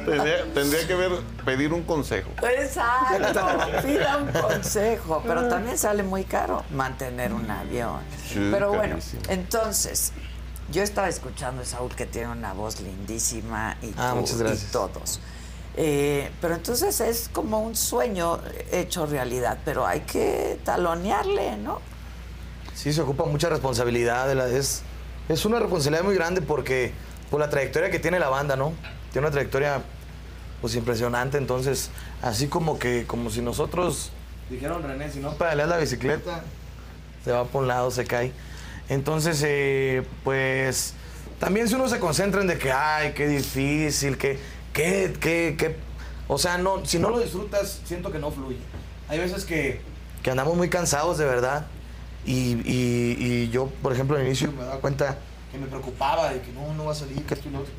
[SPEAKER 8] Tendría, tendría que ver, pedir un consejo.
[SPEAKER 3] Pues, Exacto, pida un consejo, pero también sale muy caro mantener un avión.
[SPEAKER 8] Sí,
[SPEAKER 3] pero bueno,
[SPEAKER 8] carísimo.
[SPEAKER 3] entonces, yo estaba escuchando a Saúl que tiene una voz lindísima y,
[SPEAKER 4] Ah, muchas
[SPEAKER 3] y
[SPEAKER 4] gracias.
[SPEAKER 3] todos. Eh, pero entonces es como un sueño hecho realidad, pero hay que talonearle, ¿no?
[SPEAKER 4] Sí, se ocupa mucha responsabilidad. de la- es, es una responsabilidad muy grande porque por la trayectoria que tiene la banda, ¿no? Tiene una trayectoria pues impresionante, entonces así como que como si nosotros
[SPEAKER 12] Dijeron René, si no
[SPEAKER 4] pedaleas la bicicleta, se va por un lado, se cae. Entonces, eh, pues también si uno se concentra en de que, ay, qué difícil, que, que, que, que, o sea, no, si
[SPEAKER 12] si
[SPEAKER 4] no lo
[SPEAKER 12] disfrutas, siento que no fluye. Hay veces que
[SPEAKER 4] que andamos muy cansados de verdad. Y, y- y yo, por ejemplo, al inicio me daba cuenta,
[SPEAKER 12] que me preocupaba de que no, no va a salir, que esto y lo otro.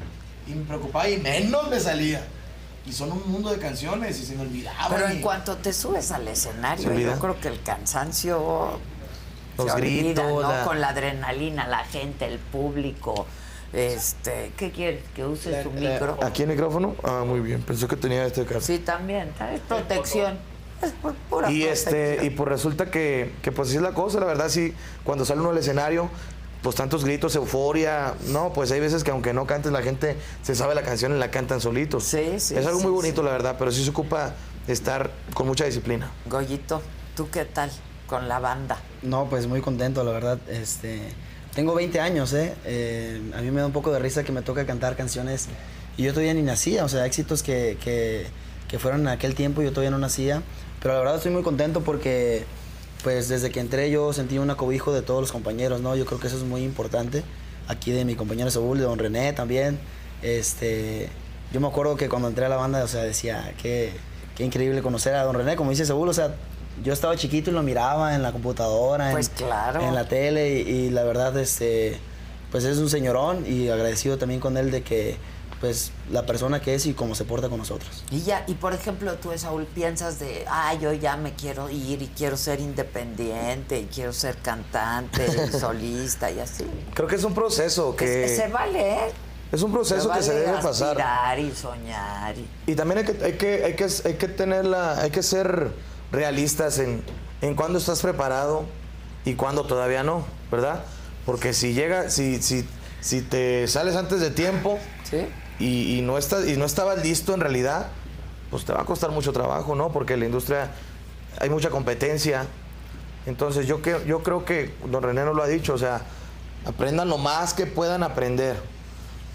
[SPEAKER 12] Y me preocupaba y menos me salía. Y son un mundo de canciones y se me olvidaba.
[SPEAKER 3] Ah, Pero en
[SPEAKER 12] y-
[SPEAKER 3] cuanto te subes al escenario,
[SPEAKER 12] Se
[SPEAKER 3] yo
[SPEAKER 12] olvida.
[SPEAKER 3] creo que el cansancio
[SPEAKER 12] Los
[SPEAKER 3] se olvida,
[SPEAKER 12] gritos,
[SPEAKER 3] ¿no?
[SPEAKER 12] la-
[SPEAKER 3] Con la adrenalina, la gente, el público. Este, ¿qué quieres? Que uses un micro.
[SPEAKER 4] Eh, ¿Aquí el micrófono? Ah, muy bien. Pensé que tenía este caso.
[SPEAKER 3] Sí, también. ¿sabes? Es protección. Es por pura
[SPEAKER 4] Y
[SPEAKER 3] protección.
[SPEAKER 4] este, y pues resulta que, que pues así es la cosa, la verdad, sí, cuando sale uno al escenario, pues tantos gritos, euforia, no, pues hay veces que aunque no cantes la gente se sabe la canción y la cantan solitos. Es algo
[SPEAKER 3] sí,
[SPEAKER 4] muy bonito, la verdad, pero sí se ocupa estar con mucha disciplina.
[SPEAKER 3] Goyito, ¿tú qué tal con la banda?
[SPEAKER 11] No, pues muy contento, la verdad. Este, tengo 20 años, ¿eh? Eh, A mí me da un poco de risa que me toca cantar canciones y yo todavía ni nacía, o sea, éxitos que, que- que fueron en aquel tiempo, yo todavía no nacía. Pero la verdad estoy muy contento porque, pues desde que entré yo sentí un acobijo de todos los compañeros, ¿no? Yo creo que eso es muy importante. Aquí de mi compañero Saúl, de Don René también. Este, yo me acuerdo que cuando entré a la banda, o sea, decía que qué increíble conocer a Don René, como dice Saúl, o sea, yo estaba chiquito y lo miraba en la computadora,
[SPEAKER 3] Pues
[SPEAKER 11] en,
[SPEAKER 3] claro.
[SPEAKER 11] en la tele y, y la verdad, este, pues es un señorón y agradecido también con él de que, pues, la persona que es y cómo se porta con nosotros.
[SPEAKER 3] Y ya, y por ejemplo, tú, Saúl, piensas de, ah, yo ya me quiero ir y quiero ser independiente y quiero ser cantante y solista y así.
[SPEAKER 4] Creo que es un proceso que...
[SPEAKER 3] Se vale, ¿eh?
[SPEAKER 4] Es un proceso
[SPEAKER 3] Se
[SPEAKER 4] que se
[SPEAKER 3] vale
[SPEAKER 4] debe pasar.
[SPEAKER 3] aspirar y soñar. y-
[SPEAKER 4] Y también hay que, hay que, hay que, hay que tenerla, hay que ser realistas en, en cuándo estás preparado y cuándo todavía no, ¿verdad? Porque si llega, si, si, si te sales antes de tiempo y, y no estás, y no estabas listo en realidad, pues te va a costar mucho trabajo, ¿no? Porque la industria hay mucha competencia. Entonces yo, que, yo creo que don René nos lo ha dicho, o sea, aprendan lo más que puedan aprender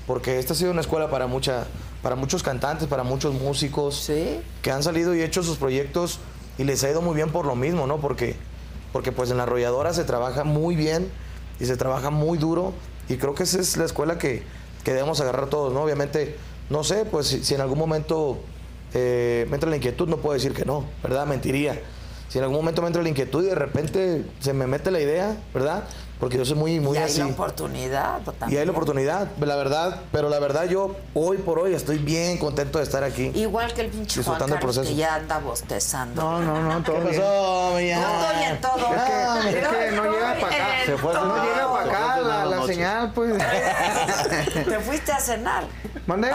[SPEAKER 4] porque esta ha sido una escuela para mucha, para muchos cantantes, para muchos músicos que han salido y hecho sus proyectos y les ha ido muy bien por lo mismo, ¿no? Porque, porque pues en la arrolladora se trabaja muy bien y se trabaja muy duro y creo que esa es la escuela que, que debemos agarrar todos, ¿no? Obviamente, no sé, pues si, si en algún momento eh, me entra la inquietud, no puedo decir que no, ¿verdad? Mentiría. Si en algún momento me entra la inquietud y de repente se me mete la idea, ¿verdad? Porque yo soy muy, muy
[SPEAKER 3] y hay
[SPEAKER 4] así.
[SPEAKER 3] la oportunidad también.
[SPEAKER 4] Y hay la oportunidad, la verdad, pero la verdad yo hoy por hoy estoy bien contento de estar aquí.
[SPEAKER 3] Igual que el pinche Juan
[SPEAKER 4] Disfrutando el
[SPEAKER 3] Carlos,
[SPEAKER 4] proceso.
[SPEAKER 3] que ya anda bostezando.
[SPEAKER 4] No, no, no, todo
[SPEAKER 9] bien.
[SPEAKER 3] Todo bien, todo.
[SPEAKER 9] Es que- es que no llega para acá.
[SPEAKER 4] Se fue a
[SPEAKER 9] No
[SPEAKER 4] cenar,
[SPEAKER 9] llega
[SPEAKER 4] se
[SPEAKER 9] para
[SPEAKER 4] fue a
[SPEAKER 9] acá
[SPEAKER 4] cenar
[SPEAKER 9] la, la
[SPEAKER 4] anoche.
[SPEAKER 9] señal, pues.
[SPEAKER 3] Te fuiste a cenar.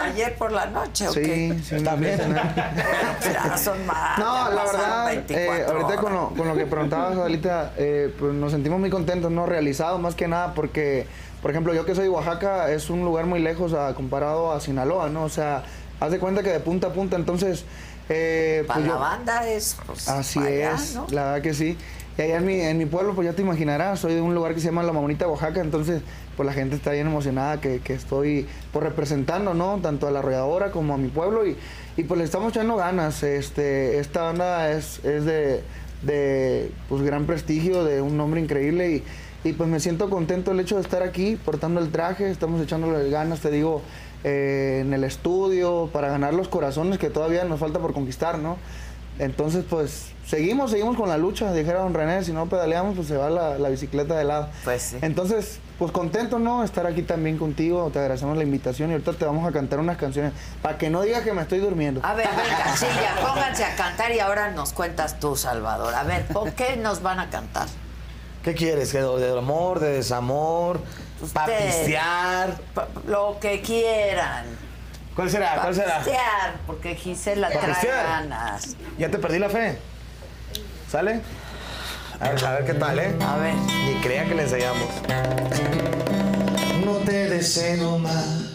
[SPEAKER 3] Ayer por la noche, ¿o qué?
[SPEAKER 9] Sí, sí, también.
[SPEAKER 3] Ya son más.
[SPEAKER 9] No,
[SPEAKER 3] ya
[SPEAKER 9] la
[SPEAKER 3] pasaron
[SPEAKER 9] verdad, eh,
[SPEAKER 3] 24
[SPEAKER 9] ahorita
[SPEAKER 3] horas.
[SPEAKER 9] con lo, con lo que preguntabas, ahorita, pues nos sentimos muy contentos, no realizados más que nada, porque, por ejemplo, yo que soy de Oaxaca, es un lugar muy lejos a- comparado a Sinaloa, ¿no? O sea, haz de cuenta que de punta a punta, entonces. eh,
[SPEAKER 3] Para
[SPEAKER 9] pues
[SPEAKER 3] la
[SPEAKER 9] yo-
[SPEAKER 3] banda es. pues,
[SPEAKER 9] Así
[SPEAKER 3] para allá,
[SPEAKER 9] es,
[SPEAKER 3] ¿no?
[SPEAKER 9] la verdad que sí. Y allá en mi, en mi pueblo, pues ya te imaginarás, soy de un lugar que se llama La Mamonita, Oaxaca, entonces pues la gente está bien emocionada que, que estoy pues, representando, ¿no? Tanto a la arrolladora como a mi pueblo y, y pues le estamos echando ganas. Este, esta banda es, es de, de, pues, gran prestigio, de un nombre increíble y, y, pues me siento contento el hecho de estar aquí portando el traje, estamos echándole ganas, te digo, eh, en el estudio para ganar los corazones que todavía nos falta por conquistar, ¿no? Entonces, pues, seguimos, seguimos con la lucha, dijera don René, si no pedaleamos, pues se va la, la bicicleta de lado.
[SPEAKER 3] Pues sí.
[SPEAKER 9] Entonces, pues contento, ¿no? Estar aquí también contigo, te agradecemos la invitación y ahorita te vamos a cantar unas canciones, para que no digas que me estoy durmiendo.
[SPEAKER 3] A ver, venga, sí, ya, pónganse a cantar y ahora nos cuentas tú, Salvador. A ver, ¿por qué nos van a cantar?
[SPEAKER 4] ¿Qué quieres? ¿Que ¿De de amor, de desamor? ¿Para
[SPEAKER 3] Ustedes.
[SPEAKER 4] pistear?
[SPEAKER 3] Pa- Lo que quieran.
[SPEAKER 4] ¿Cuál será? ¿Cuál será?
[SPEAKER 3] Pistear, porque Gisela
[SPEAKER 4] ¿Pa'
[SPEAKER 3] trae
[SPEAKER 4] pistear?
[SPEAKER 3] ganas.
[SPEAKER 4] ¿Ya te perdí la fe? ¿Sale? A ver, a ver qué tal, ¿eh?
[SPEAKER 3] A ver.
[SPEAKER 4] Ni crea que le enseñamos.
[SPEAKER 7] No te deseo más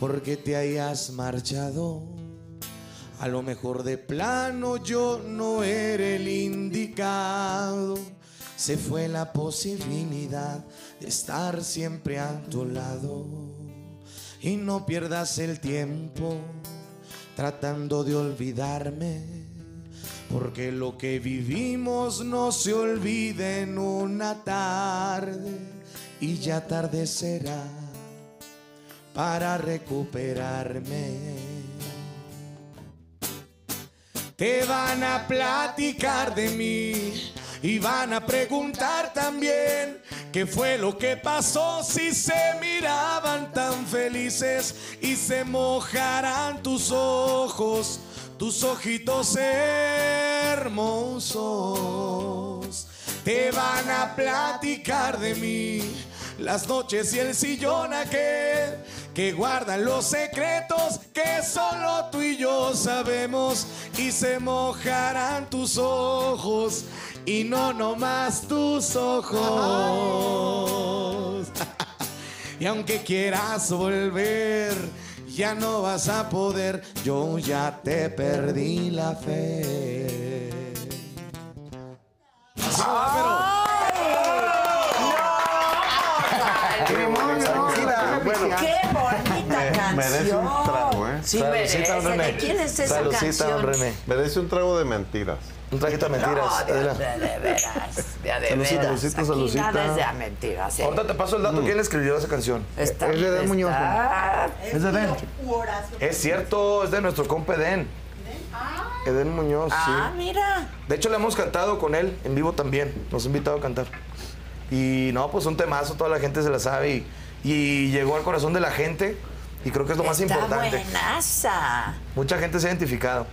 [SPEAKER 7] porque te hayas marchado. A lo mejor de plano yo no era el indicado. Se fue la posibilidad de estar siempre a tu lado. Y no pierdas el tiempo tratando de olvidarme. Porque lo que vivimos no se olvida en una tarde y ya tarde será para recuperarme. Te van a platicar de mí y van a preguntar también
[SPEAKER 2] ¿Qué fue lo que pasó si se miraban tan felices y se mojarán tus ojos, tus ojitos hermosos? Te van a platicar de mí las noches y el sillón aquel que guardan los secretos que solo tú y yo sabemos y se mojarán tus ojos y no nomás tus ojos. y aunque quieras volver, ya no vas a poder, yo ya te perdí la fe. Sí,
[SPEAKER 3] ¡Qué bonita Ah, canción!
[SPEAKER 8] Merece un trago, ¿eh?
[SPEAKER 3] Sí, merece. ¿De quién es esa
[SPEAKER 8] Salucita, don
[SPEAKER 3] canción?
[SPEAKER 8] René. Merece un trago de mentiras.
[SPEAKER 4] Un traguito de mentiras,
[SPEAKER 3] No, de, de- de veras, de, de
[SPEAKER 4] Salucita,
[SPEAKER 3] veras.
[SPEAKER 4] salucita,
[SPEAKER 3] Aquí
[SPEAKER 4] salucita.
[SPEAKER 3] nada es de a mentiras. ¿eh?
[SPEAKER 4] Ahorita te paso el dato. ¿Quién escribió esa canción?
[SPEAKER 3] Está-
[SPEAKER 4] Mm. es de
[SPEAKER 3] está-
[SPEAKER 4] Dan Muñoz. ¿no? Es de Dan. Es cierto, es de nuestro compa Eden. Eden Muñoz,
[SPEAKER 3] Ah,
[SPEAKER 4] sí.
[SPEAKER 3] mira.
[SPEAKER 4] De hecho, le hemos cantado con él en vivo también. Nos ha invitado a cantar. Y no, pues un temazo, toda la gente se la sabe. Y, y llegó al corazón de la gente. Y creo que es lo más
[SPEAKER 3] Está
[SPEAKER 4] importante.
[SPEAKER 3] buenaza.
[SPEAKER 4] Mucha gente se ha identificado.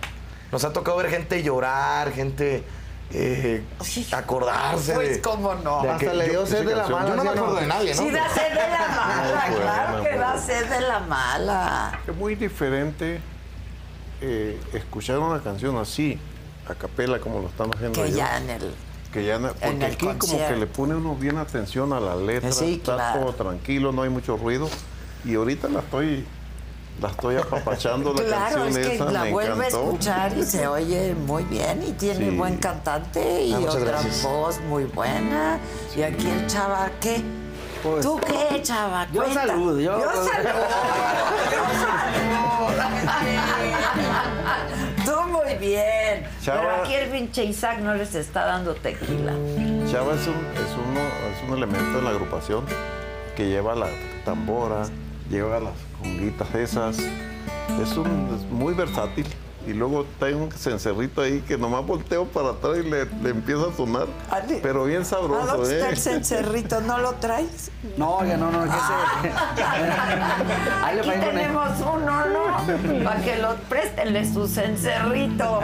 [SPEAKER 4] Nos ha tocado ver gente llorar, gente eh, acordarse.
[SPEAKER 3] Pues,
[SPEAKER 4] de-
[SPEAKER 3] cómo no.
[SPEAKER 4] de
[SPEAKER 3] Hasta
[SPEAKER 4] aquel-
[SPEAKER 3] le dio
[SPEAKER 4] yo-
[SPEAKER 3] sed
[SPEAKER 4] esa
[SPEAKER 3] de la
[SPEAKER 4] canción.
[SPEAKER 3] mala,
[SPEAKER 4] Yo no me
[SPEAKER 3] ¿sí o no?
[SPEAKER 4] acuerdo de nadie, ¿no?
[SPEAKER 3] Sí, da sed de la mala,
[SPEAKER 8] Muy
[SPEAKER 3] claro
[SPEAKER 8] buena,
[SPEAKER 3] que da
[SPEAKER 8] buena.
[SPEAKER 3] sed de la mala.
[SPEAKER 8] Es muy diferente eh, escuchar una canción así, a capela, como lo están haciendo.
[SPEAKER 3] Que
[SPEAKER 8] ellos,
[SPEAKER 3] ya en el...
[SPEAKER 8] Que ya no- porque
[SPEAKER 3] en el
[SPEAKER 8] aquí como
[SPEAKER 3] concierto.
[SPEAKER 8] que le pone uno bien atención a la letra,
[SPEAKER 3] Sí,
[SPEAKER 8] está
[SPEAKER 3] claro.
[SPEAKER 8] todo tranquilo, no hay mucho ruido. Y ahorita la estoy, la estoy apapachando la
[SPEAKER 3] Claro,
[SPEAKER 8] canción
[SPEAKER 3] es que
[SPEAKER 8] esa,
[SPEAKER 3] la
[SPEAKER 8] me
[SPEAKER 3] vuelve a
[SPEAKER 8] encantó.
[SPEAKER 3] escuchar y se oye muy bien y tiene
[SPEAKER 8] Sí.
[SPEAKER 3] buen cantante y
[SPEAKER 8] Ah, muchas
[SPEAKER 3] otra
[SPEAKER 8] gracias.
[SPEAKER 3] voz muy buena. Y aquí el chava, ¿qué? ¿Tú qué, chava?
[SPEAKER 11] Yo
[SPEAKER 3] Cuenta.
[SPEAKER 11] saludo, yo-
[SPEAKER 3] Yo saludo. Tú muy bien.
[SPEAKER 8] Chava.
[SPEAKER 3] Pero aquí el pinche Isaac no les está dando tequila.
[SPEAKER 8] Chava es un, es uno, es un elemento de la agrupación que lleva la tambora, lleva las conguitas esas. Es, un, es muy versátil. Y luego trae un cencerrito ahí que nomás volteo para atrás y le, le empieza a sonar. Pero bien
[SPEAKER 3] ¿A
[SPEAKER 8] sabroso,
[SPEAKER 3] dónde Ah, está
[SPEAKER 8] ¿eh?
[SPEAKER 3] el cencerrito? ¿No lo traes?
[SPEAKER 11] No, ya no, no, que Ahí le
[SPEAKER 3] Aquí
[SPEAKER 11] ponen con él.
[SPEAKER 3] tenemos uno, ¿no? Para que los prestenle su cencerrito.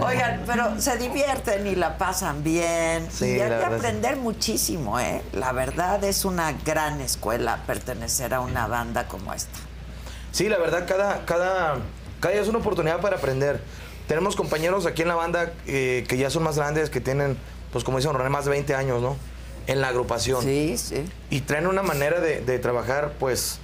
[SPEAKER 3] Oigan, pero se divierten y la pasan bien.
[SPEAKER 4] Sí,
[SPEAKER 3] y hay
[SPEAKER 4] la
[SPEAKER 3] que
[SPEAKER 4] verdad, sí.
[SPEAKER 3] aprender muchísimo, ¿eh? La verdad es una gran escuela pertenecer a una banda como esta.
[SPEAKER 4] Sí, la verdad, cada, cada, cada día es una oportunidad para aprender. Tenemos compañeros aquí en la banda eh, que ya son más grandes, que tienen, pues como dicen, René, más de 20 años, ¿no? En la agrupación.
[SPEAKER 3] Sí, sí.
[SPEAKER 4] Y traen una manera de, de trabajar, pues,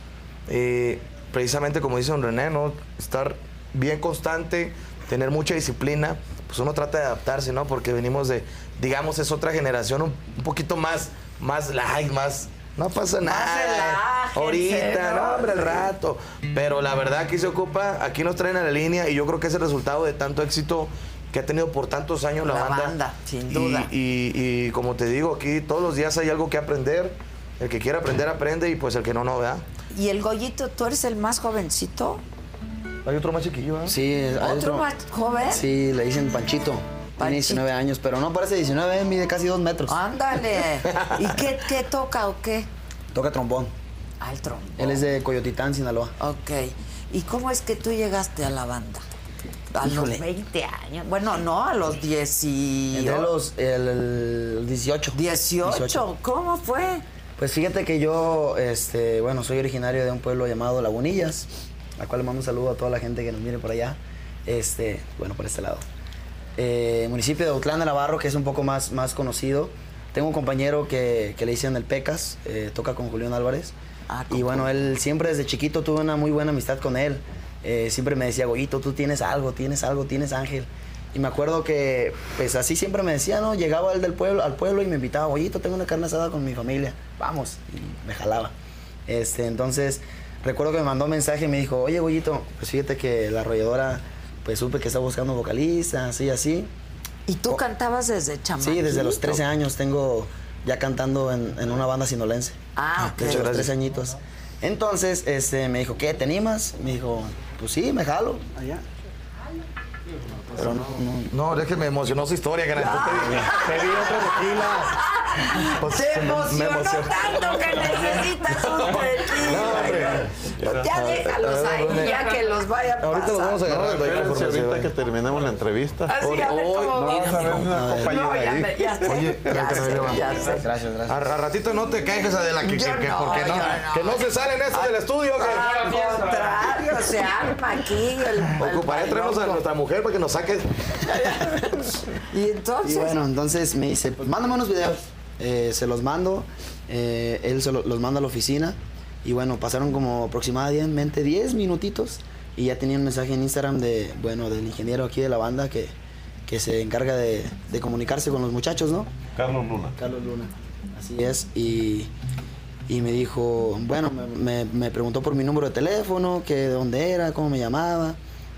[SPEAKER 4] eh, precisamente como dice don René, ¿no? Estar bien constante, tener mucha disciplina. Pues uno trata de adaptarse, ¿no? Porque venimos de, digamos, es otra generación un, un poquito más, más light, más... No pasa nada.
[SPEAKER 3] relájense,
[SPEAKER 4] Ahorita,
[SPEAKER 3] ¿no?
[SPEAKER 4] no, hombre, el
[SPEAKER 3] Sí.
[SPEAKER 4] rato. Pero la verdad aquí se ocupa, aquí nos traen a la línea y yo creo que es el resultado de tanto éxito que ha tenido por tantos años la,
[SPEAKER 3] La
[SPEAKER 4] banda.
[SPEAKER 3] banda, sin
[SPEAKER 4] Y-
[SPEAKER 3] duda.
[SPEAKER 4] Y, y como te digo, aquí todos los días hay algo que aprender. El que quiera aprender, aprende y pues el que no, no, ¿verdad?
[SPEAKER 3] Y el Goyito, ¿tú eres el más jovencito?
[SPEAKER 4] Hay otro más chiquillo, ¿eh? ¿verdad?
[SPEAKER 11] Sí, es-
[SPEAKER 3] ¿Otro
[SPEAKER 11] es como-
[SPEAKER 3] más joven?
[SPEAKER 11] Sí, le dicen Panchito. Tiene 19 años, pero no parece 19, mide casi 2 metros.
[SPEAKER 3] Ándale. ¿Y qué, qué toca o qué?
[SPEAKER 11] Toca trombón.
[SPEAKER 3] Al trombón.
[SPEAKER 11] Él es de Coyotitán, Sinaloa.
[SPEAKER 3] Ok. ¿Y cómo es que tú llegaste a la banda? A los
[SPEAKER 11] Híjole.
[SPEAKER 3] 20 años. Bueno, no, a los 10 y...
[SPEAKER 11] Entre los el, el 18.
[SPEAKER 3] 18.
[SPEAKER 11] 18.
[SPEAKER 3] ¿Cómo fue?
[SPEAKER 11] Pues fíjate que yo, este, bueno, soy originario de un pueblo llamado Lagunillas, a cual le mando un saludo a toda la gente que nos mire por allá, este, bueno, por este lado. Eh, municipio de Autlán de Navarro, que es un poco más, más conocido. Tengo un compañero que, que le dicen el Pecas, eh, toca con Julián Álvarez.
[SPEAKER 3] Ah,
[SPEAKER 11] y bueno, él siempre desde chiquito tuve una muy buena amistad con él. Eh, siempre me decía, Goyito, tú tienes algo, tienes algo, tienes ángel. Y me acuerdo que, pues así siempre me decía, ¿no? Llegaba él del pueblo, al pueblo y me invitaba, Goyito, tengo una carne asada con mi familia, vamos. Y me jalaba. Este, entonces, recuerdo que me mandó un mensaje y me dijo, oye, Goyito, pues fíjate que la arrolladora, pues supe que está buscando vocalista, así, así.
[SPEAKER 3] ¿Y tú cantabas desde chamaquito?
[SPEAKER 11] Oh. Sí, desde los 13 años tengo ya cantando en, en una banda sinolense.
[SPEAKER 3] Ah, ok.
[SPEAKER 11] Desde los 13 añitos. Entonces, este, me dijo, ¿qué? ¿Te animas? Me dijo, pues sí, me jalo. Allá.
[SPEAKER 4] Pero no, no, no, es que me emocionó su historia, que te, te vi otro tequila.
[SPEAKER 3] Te emocionó tanto que necesitas un
[SPEAKER 8] Ya
[SPEAKER 3] tequila. Ya
[SPEAKER 8] está.
[SPEAKER 3] déjalos ahí, ya que los vaya a
[SPEAKER 8] Ahorita
[SPEAKER 3] pasar.
[SPEAKER 8] los vamos a agarrar.
[SPEAKER 4] No,
[SPEAKER 8] espérense,
[SPEAKER 4] información.
[SPEAKER 8] ahorita que terminemos la entrevista.
[SPEAKER 3] Así, a ver
[SPEAKER 8] Hoy-
[SPEAKER 3] cómo
[SPEAKER 8] no,
[SPEAKER 3] mira,
[SPEAKER 8] vas a ver
[SPEAKER 3] cómo-
[SPEAKER 8] una
[SPEAKER 4] Oh,
[SPEAKER 8] compañera
[SPEAKER 3] No, Ah, ya
[SPEAKER 8] ahí.
[SPEAKER 3] me- ya sé,
[SPEAKER 8] Oye, creo
[SPEAKER 3] ya
[SPEAKER 8] que
[SPEAKER 3] sé,
[SPEAKER 8] no le va.
[SPEAKER 3] ya sé.
[SPEAKER 4] Gracias, gracias. A, a ratito no te quejes, Adela, que, que,
[SPEAKER 3] Yo
[SPEAKER 4] que
[SPEAKER 3] no,
[SPEAKER 4] porque no,
[SPEAKER 3] yo
[SPEAKER 4] que no se salen estos del estudio.
[SPEAKER 3] Al
[SPEAKER 4] Que...
[SPEAKER 3] contrario, se arma aquí el, el
[SPEAKER 4] Ocuparé traernos a nuestra mujer para que nos saque.
[SPEAKER 3] Y entonces.
[SPEAKER 11] Y bueno, entonces me dice, pues mándame unos videos. Eh, se los mando, eh, él se lo- los manda a la oficina. Y bueno, pasaron como aproximadamente 10 minutitos y ya tenía un mensaje en Instagram de, bueno, del ingeniero aquí de la banda que, que se encarga de, de comunicarse con los muchachos, ¿no?
[SPEAKER 8] Carlos Luna.
[SPEAKER 11] Carlos Luna. Así es, y, y me dijo, bueno, me, me preguntó por mi número de teléfono, que de dónde era, cómo me llamaba,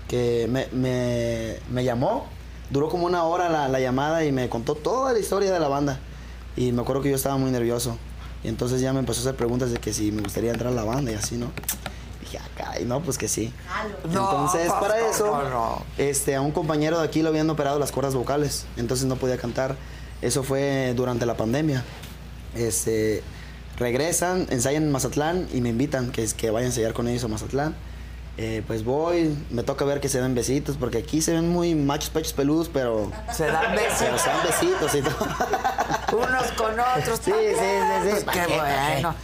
[SPEAKER 11] que me, me- me llamó, duró como una hora la, la llamada y me contó toda la historia de la banda. Y me acuerdo que yo estaba muy nervioso. Y entonces ya me empezó a hacer preguntas de que si me gustaría entrar a la banda y así, ¿no? Y dije, "Ah, caray, no, pues que sí. Entonces,
[SPEAKER 3] No,
[SPEAKER 11] para
[SPEAKER 3] no,
[SPEAKER 11] eso,
[SPEAKER 3] no, no.
[SPEAKER 11] Este, a un compañero de aquí lo habían operado las cuerdas vocales, entonces no podía cantar. Eso fue durante la pandemia. Este, regresan, ensayan en Mazatlán y me invitan que, es- que vaya a ensayar con ellos a Mazatlán. Eh, pues voy, me toca ver que se den besitos, porque aquí se ven muy machos pechos peludos, pero...
[SPEAKER 3] Se dan besitos.
[SPEAKER 11] Pero se dan besitos y todo.
[SPEAKER 3] unos con otros. Sí, sí, sí, sí.
[SPEAKER 11] ¿pa'
[SPEAKER 3] qué
[SPEAKER 11] qué, pa' qué?
[SPEAKER 3] bueno.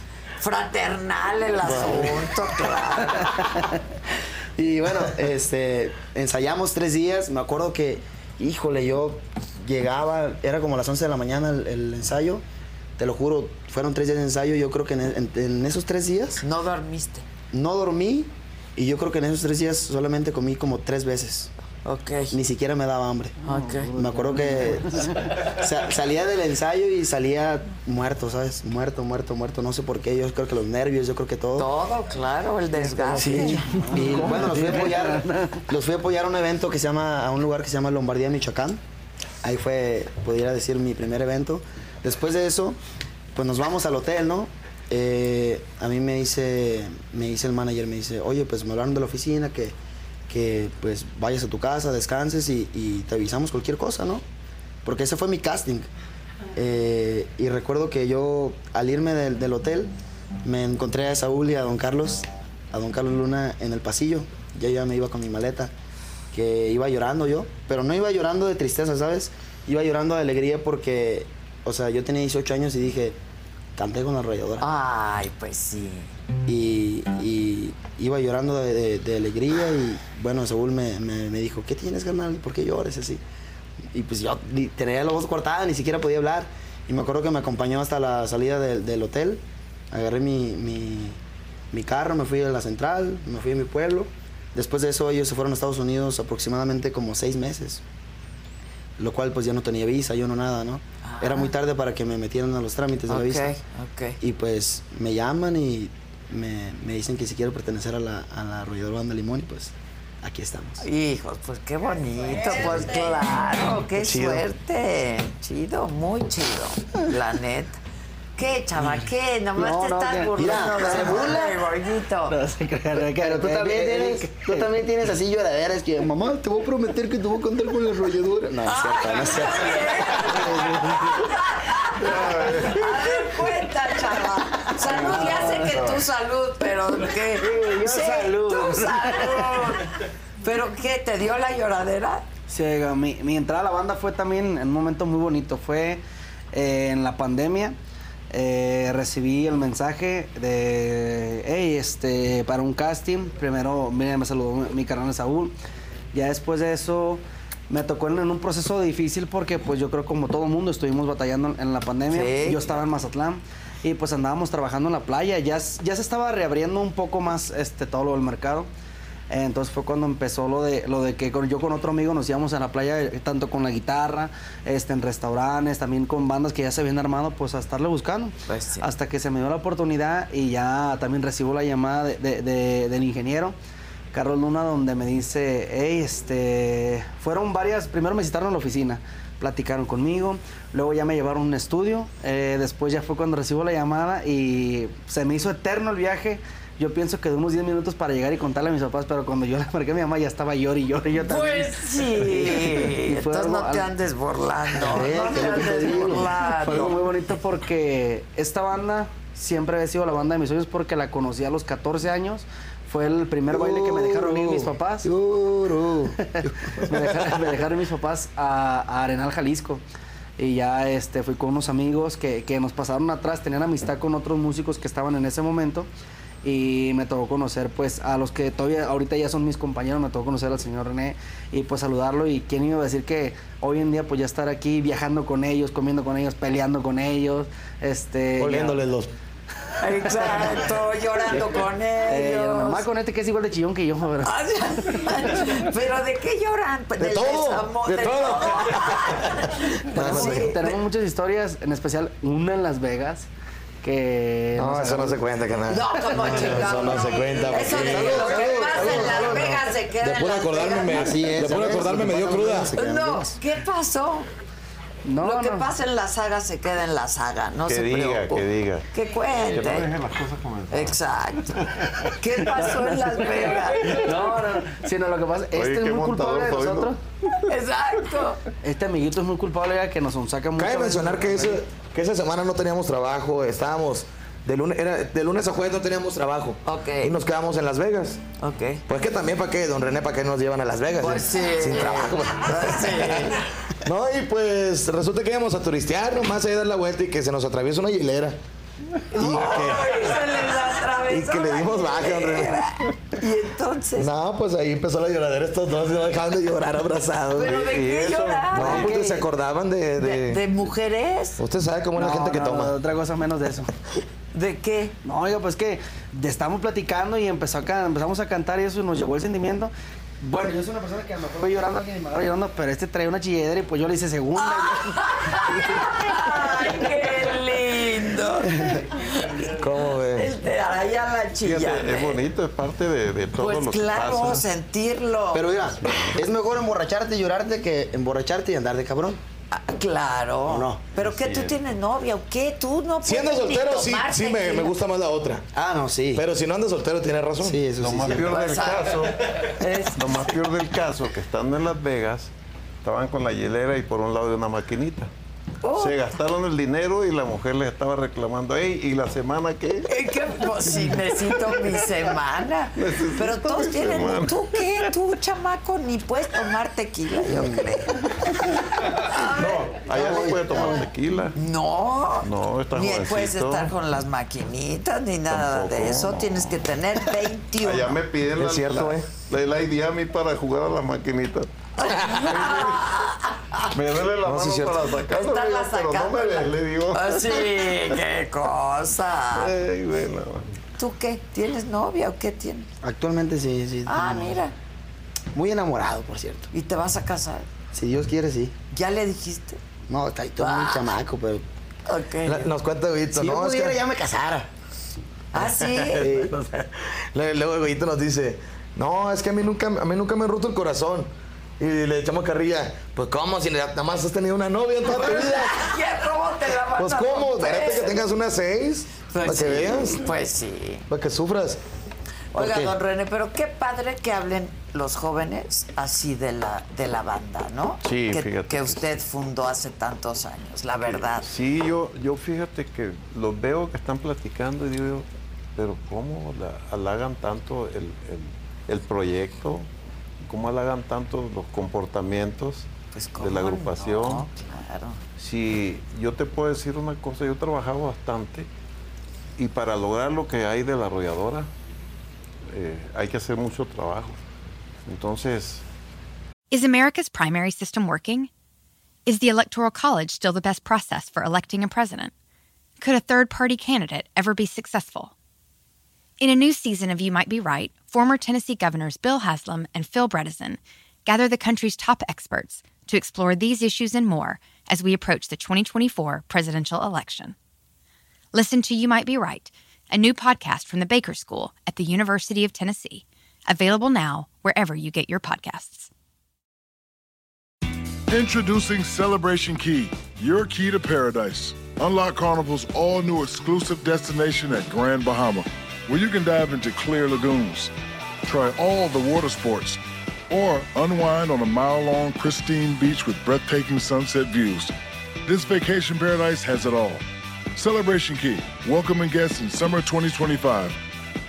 [SPEAKER 3] Fraternal el asunto, claro.
[SPEAKER 11] Y bueno, este, ensayamos tres días. Me acuerdo que, híjole, yo llegaba, era como las 11 de la mañana el, el ensayo. Te lo juro, fueron tres días de ensayo. Yo creo que en, en- en esos tres días.
[SPEAKER 3] No dormiste.
[SPEAKER 11] No dormí. Y yo creo que en esos tres días solamente comí como tres veces.
[SPEAKER 3] Ok.
[SPEAKER 11] Ni siquiera me daba hambre.
[SPEAKER 3] Ok.
[SPEAKER 11] Me acuerdo que sa- salía del ensayo y salía muerto, ¿sabes? Muerto, muerto, muerto. No sé por qué. Yo creo que los nervios, yo creo que todo.
[SPEAKER 3] Todo, claro, el desgaste.
[SPEAKER 11] Sí. Y
[SPEAKER 3] ¿Cómo?
[SPEAKER 11] bueno, los fui, a apoyar, los fui a apoyar a un evento que se llama, a un lugar que se llama Lombardía, Michoacán. Ahí fue, pudiera decir, mi primer evento. Después de eso, pues nos vamos al hotel, ¿no? Eh, a mí me dice, me dice el manager, me dice, oye, pues me hablaron de la oficina que, que pues vayas a tu casa, descanses y, y te avisamos cualquier cosa, ¿no? Porque ese fue mi casting. Eh, y recuerdo que yo, al irme del, del hotel, me encontré a Saúl y a don Carlos, a don Carlos Luna en el pasillo. Ya yo ya me iba con mi maleta, que iba llorando yo, pero no iba llorando de tristeza, ¿sabes? Iba llorando de alegría porque, o sea, yo tenía 18 años y dije, canté con la arrolladora.
[SPEAKER 3] Ay, pues sí.
[SPEAKER 11] Y, y iba llorando de, de- de alegría y, bueno, Saúl me, me- me dijo, ¿qué tienes, carnal? ¿Por qué llores así? y pues yo ni- tenía la voz cortada, ni siquiera podía hablar. Y me acuerdo que me acompañó hasta la salida del, del hotel. Agarré mi, mi- mi carro, me fui a la central, me fui a mi pueblo. Después de eso ellos se fueron a Estados Unidos aproximadamente como seis meses. Lo cual pues ya no tenía visa, yo no nada, ¿no? Era muy tarde para que me metieran a los trámites de
[SPEAKER 3] Ok,
[SPEAKER 11] la visa.
[SPEAKER 3] ok.
[SPEAKER 11] Y pues me llaman y me, me dicen que si quiero pertenecer a la, a la arrolladora Banda Limón y pues aquí estamos.
[SPEAKER 3] Hijos, pues qué bonito, pues claro, qué
[SPEAKER 11] Chido.
[SPEAKER 3] suerte. Chido, muy chido, la neta. ¿Qué, chava? ¿Qué?
[SPEAKER 11] Mm.
[SPEAKER 3] Nomás
[SPEAKER 11] No,
[SPEAKER 3] te
[SPEAKER 11] no,
[SPEAKER 3] estás
[SPEAKER 11] que-
[SPEAKER 3] burlando
[SPEAKER 11] Mira,
[SPEAKER 3] de
[SPEAKER 11] se
[SPEAKER 3] mí,
[SPEAKER 11] burla.
[SPEAKER 3] Goyito.
[SPEAKER 11] Pero tú
[SPEAKER 3] Eh,
[SPEAKER 11] también, tienes, tú también tienes así lloraderas que, mamá, te voy a prometer que te voy a contar con la arrolladora. No, es cierto, no es cierto.
[SPEAKER 3] A ver, cuenta, chava. Salud, ya sé que tu salud, pero ¿qué?
[SPEAKER 14] yo salud.
[SPEAKER 3] tu salud. ¿Pero qué? ¿Te dio la lloradera?
[SPEAKER 14] Sí, oiga, mi, mi entrada a la banda fue también en un momento muy bonito. Fue eh, en la pandemia. eh, recibí el mensaje de, hey, este, para un casting. Primero, mira, me saludó mi, mi carnal Saúl. Ya después de eso, me tocó en, en un proceso difícil porque, pues, yo creo como todo mundo estuvimos batallando en, en la pandemia.
[SPEAKER 3] Sí.
[SPEAKER 14] Yo estaba en Mazatlán y, pues, andábamos trabajando en la playa. Ya, s- ya se estaba reabriendo un poco más este, todo lo del mercado. Eh, Entonces fue cuando empezó lo de, lo de que con- yo con otro amigo nos íbamos a la playa, eh, tanto con la guitarra, este, en restaurantes, también con bandas que ya se habían armado, pues a estarle buscando. Hasta que se me dio la oportunidad y ya también recibo la llamada de- de- de- del ingeniero. Carlos Luna, donde me dice, hey, este, fueron varias, primero me citaron a la oficina, platicaron conmigo, luego ya me llevaron a un estudio, eh, después ya fue cuando recibo la llamada y se me hizo eterno el viaje yo pienso que de unos 10 minutos para llegar y contarle a mis papás, pero cuando yo le marqué a mi mamá ya estaba llorando y llorando. Yo también.
[SPEAKER 3] Pues sí.
[SPEAKER 14] Y fue
[SPEAKER 3] Entonces
[SPEAKER 14] algo-
[SPEAKER 3] no te
[SPEAKER 14] algo-
[SPEAKER 3] andes burlando.
[SPEAKER 14] Sí,
[SPEAKER 3] No
[SPEAKER 14] ¿Eh? es
[SPEAKER 3] te
[SPEAKER 14] lo que te
[SPEAKER 3] andes
[SPEAKER 14] digo. Fue algo muy
[SPEAKER 3] burlando.
[SPEAKER 14] bonito porque esta banda siempre había sido la banda de mis sueños porque la conocí a los 14 años. Fue el primer baile que me dejaron ir mis papás. me, dejaron, me dejaron mis papás a, a Arenal, Jalisco. Y ya este, fui con unos amigos que, que nos pasaron atrás, tenían amistad con otros músicos que estaban en ese momento. Y me tocó conocer pues a los que todavía ahorita ya son mis compañeros, me tocó conocer al señor René y pues saludarlo. Y quién iba a decir que hoy en día pues ya estar aquí viajando con ellos, comiendo con ellos, peleando con ellos, este...
[SPEAKER 4] Oliéndoles
[SPEAKER 14] ya-
[SPEAKER 4] los.
[SPEAKER 3] Exacto, llorando con
[SPEAKER 14] Eh, yo,
[SPEAKER 3] ellos.
[SPEAKER 14] nomás con este que es igual de chillón que yo, ¿verdad?
[SPEAKER 3] Pero ¿de qué lloran? Pues,
[SPEAKER 14] De
[SPEAKER 3] del
[SPEAKER 14] todo,
[SPEAKER 3] desamor,
[SPEAKER 14] de
[SPEAKER 3] del
[SPEAKER 14] todo.
[SPEAKER 3] Pues,
[SPEAKER 14] tenemos,
[SPEAKER 3] sí.
[SPEAKER 14] tenemos muchas historias, en especial una en Las Vegas que...
[SPEAKER 4] No,
[SPEAKER 14] nos
[SPEAKER 4] eso no
[SPEAKER 14] agarró-
[SPEAKER 4] se cuenta, carnal.
[SPEAKER 3] No, como
[SPEAKER 4] Eso
[SPEAKER 3] chingado,
[SPEAKER 4] no se cuenta.
[SPEAKER 3] Eso de
[SPEAKER 4] porque-
[SPEAKER 3] que lo que pasa en Las Vegas se queda
[SPEAKER 4] De
[SPEAKER 3] en
[SPEAKER 4] puro
[SPEAKER 3] Las
[SPEAKER 4] acordarme me-
[SPEAKER 3] Vegas.
[SPEAKER 4] Así es, de puro ¿sabes? acordarme me dio Lo que pasa en Las Vegas se cruda. queda en
[SPEAKER 3] No,
[SPEAKER 4] Vegas.
[SPEAKER 3] ¿qué pasó?
[SPEAKER 14] No,
[SPEAKER 3] lo que
[SPEAKER 14] no.
[SPEAKER 3] pasa en la saga se queda en la saga, no
[SPEAKER 4] Que
[SPEAKER 3] se
[SPEAKER 4] diga,
[SPEAKER 3] preocupe.
[SPEAKER 4] que diga.
[SPEAKER 3] Que cuente.
[SPEAKER 4] Que no deje
[SPEAKER 14] las cosas como
[SPEAKER 3] Exacto. ¿Qué pasó en Las Vegas?
[SPEAKER 14] No, no, no, sino lo que pasa, este es muy culpable de nosotros.
[SPEAKER 3] Exacto.
[SPEAKER 14] Este amiguito es muy culpable ya que nos saca mucho.
[SPEAKER 4] Cabe mencionar que, ese- que esa semana no teníamos trabajo, estábamos. De lunes, era, de lunes a jueves no teníamos trabajo. Y nos quedamos en Las Vegas.
[SPEAKER 3] Ok.
[SPEAKER 4] Pues que también, ¿para qué? Don René, ¿para qué nos llevan a Las Vegas?
[SPEAKER 3] Pues
[SPEAKER 4] Sin-
[SPEAKER 3] sí.
[SPEAKER 4] Sin trabajo.
[SPEAKER 3] Sí.
[SPEAKER 4] No, y pues resulta que íbamos a turistear nomás ahí dar la vuelta y que se nos atraviesa una hielera.
[SPEAKER 3] Ay, se les
[SPEAKER 4] Y
[SPEAKER 3] atravesó
[SPEAKER 4] que le
[SPEAKER 3] la
[SPEAKER 4] dimos baja, hombre.
[SPEAKER 3] hilera. Y entonces.
[SPEAKER 4] No, pues ahí empezó la lloradera estos dos y no dejaban de llorar abrazados.
[SPEAKER 3] ¿Pero de
[SPEAKER 4] Y
[SPEAKER 3] qué lloraban?
[SPEAKER 4] No, pues se acordaban de. de-
[SPEAKER 3] ¿De mujeres?
[SPEAKER 4] Usted sabe cómo es la
[SPEAKER 14] No,
[SPEAKER 4] gente que
[SPEAKER 14] no,
[SPEAKER 4] toma.
[SPEAKER 14] no, otra cosa menos de eso.
[SPEAKER 3] ¿De qué?
[SPEAKER 14] No, oiga, pues que de- estamos platicando y empezó a can- empezamos a cantar y eso y nos llegó el sentimiento. Bueno, yo soy una persona que a lo mejor voy llorando, alguien me agarra llorando, pero este trae una chilladera y pues yo le hice segunda.
[SPEAKER 3] ¡Ay, qué lindo!
[SPEAKER 4] ¿Cómo ve?
[SPEAKER 3] Este, ahora ya la
[SPEAKER 8] Fíjate, es
[SPEAKER 3] chillada.
[SPEAKER 8] bonito, es parte de, de todo
[SPEAKER 3] Pues
[SPEAKER 8] lo que
[SPEAKER 3] claro,
[SPEAKER 8] pasa.
[SPEAKER 3] sentirlo.
[SPEAKER 11] Pero mira, es mejor emborracharte y llorarte que emborracharte y andar de cabrón.
[SPEAKER 3] Ah, claro.
[SPEAKER 11] ¿O no?
[SPEAKER 3] ¿Pero qué? ¿Tú tienes novia o qué? ¿Tú no puedes
[SPEAKER 4] Siendo
[SPEAKER 3] ni
[SPEAKER 4] soltero, sí,
[SPEAKER 3] tomar
[SPEAKER 4] sí me, me
[SPEAKER 3] tequila?
[SPEAKER 4] gusta más la otra.
[SPEAKER 11] Ah, no, sí.
[SPEAKER 4] Pero si no anda soltero, tiene razón.
[SPEAKER 11] Sí, eso
[SPEAKER 8] Lo
[SPEAKER 11] sí.
[SPEAKER 8] más
[SPEAKER 11] sí.
[SPEAKER 8] peor del
[SPEAKER 11] Pasa.
[SPEAKER 8] caso, lo más peor del caso, que estando en Las Vegas, estaban con la hielera y por un lado de una maquinita.
[SPEAKER 3] Oh.
[SPEAKER 8] Se gastaron el dinero y la mujer les estaba reclamando, "Ey, ¿y la semana qué?
[SPEAKER 3] Es que pues, sí, necesito mi semana. Pero todos
[SPEAKER 8] mi
[SPEAKER 3] tienen.
[SPEAKER 8] semana.
[SPEAKER 3] ¿Tú qué? Tú, chamaco, ni puedes tomar tequila, yo creo.
[SPEAKER 8] Allá no puede tomar tequila.
[SPEAKER 3] No.
[SPEAKER 8] No, está
[SPEAKER 3] Ni
[SPEAKER 8] jovencito.
[SPEAKER 3] puedes estar con las maquinitas ni nada de
[SPEAKER 8] Tampoco,
[SPEAKER 3] eso.
[SPEAKER 8] no.
[SPEAKER 3] Tienes que tener
[SPEAKER 4] Ah,
[SPEAKER 3] 21.
[SPEAKER 8] Allá me piden la, la,
[SPEAKER 4] ¿eh?
[SPEAKER 8] la- el ID a mí para jugar a la maquinita. me duele la
[SPEAKER 4] No, sí
[SPEAKER 8] mano
[SPEAKER 4] es cierto.
[SPEAKER 8] para sacarlo,
[SPEAKER 3] Estarla
[SPEAKER 8] digo, pero no
[SPEAKER 3] sacando.
[SPEAKER 8] me des", le digo.
[SPEAKER 3] Ah, sí, qué cosa.
[SPEAKER 4] Eh.
[SPEAKER 8] Ey, bueno.
[SPEAKER 3] ¿Tú qué? ¿Tienes novia o qué tienes?
[SPEAKER 11] Actualmente sí, sí.
[SPEAKER 3] Ah,
[SPEAKER 11] tengo-
[SPEAKER 3] mira.
[SPEAKER 11] Muy enamorado, por cierto.
[SPEAKER 3] ¿Y te vas a casar?
[SPEAKER 11] Si Dios quiere, sí.
[SPEAKER 3] ¿Ya le dijiste? Ah.
[SPEAKER 11] No, está ahí todo muy chamaco, pero.
[SPEAKER 3] Ok.
[SPEAKER 4] La- nos cuenta Vito,
[SPEAKER 11] Si
[SPEAKER 4] ¿no?
[SPEAKER 11] yo
[SPEAKER 4] Es que-
[SPEAKER 11] pudiera, ya me casara.
[SPEAKER 3] ¿Ah, sí?
[SPEAKER 4] Sí. Le- Luego Goyito nos dice, no, es que a mí nunca, a mí nunca me han roto el corazón. Y le echamos carrilla, pues cómo, si nada más has tenido una novia en toda tu vida.
[SPEAKER 3] ¿Ya cómo te la vas
[SPEAKER 4] Pues
[SPEAKER 3] a
[SPEAKER 4] cómo,
[SPEAKER 3] romper?
[SPEAKER 4] espérate que tengas una seis,
[SPEAKER 3] Pues
[SPEAKER 4] para
[SPEAKER 3] sí,
[SPEAKER 4] que veas.
[SPEAKER 3] Pues sí.
[SPEAKER 4] Para que sufras. ¿Por
[SPEAKER 3] Oiga,
[SPEAKER 4] qué?
[SPEAKER 3] don René, pero qué padre que hablen los jóvenes así de la, de la banda, ¿no?
[SPEAKER 8] Sí,
[SPEAKER 3] que,
[SPEAKER 8] fíjate
[SPEAKER 3] Que
[SPEAKER 8] que
[SPEAKER 3] usted fundó hace tantos años, la verdad.
[SPEAKER 8] Sí, yo, yo fíjate que los veo que están platicando y digo, pero ¿cómo la, halagan tanto el, el- el proyecto? ¿Cómo halagan tanto los comportamientos de la agrupación?
[SPEAKER 3] Pues, No, claro.
[SPEAKER 8] Si yo te puedo decir una cosa, yo he trabajado bastante y para lograr lo que hay de la arrolladora eh, hay que hacer mucho trabajo. Entonces,
[SPEAKER 15] Is America's primary system working? Is the Electoral College still the best process for electing a president? Could a third party candidate ever be successful? In a new season of You Might Be Right, former Tennessee governors Bill Haslam and Phil Bredesen gather the country's top experts to explore these issues and more as we approach the 2024 presidential election. Listen to You Might Be Right, a new podcast from the Baker School at the University of Tennessee, available now wherever you get your podcasts.
[SPEAKER 13] Introducing Celebration Key, your key to paradise. Unlock Carnival's all new exclusive destination at Grand Bahama, where you can dive into clear lagoons, try all the water sports, or unwind on a mile long pristine beach with breathtaking sunset views. This vacation paradise has it all. Celebration Key, welcoming guests in summer 2025.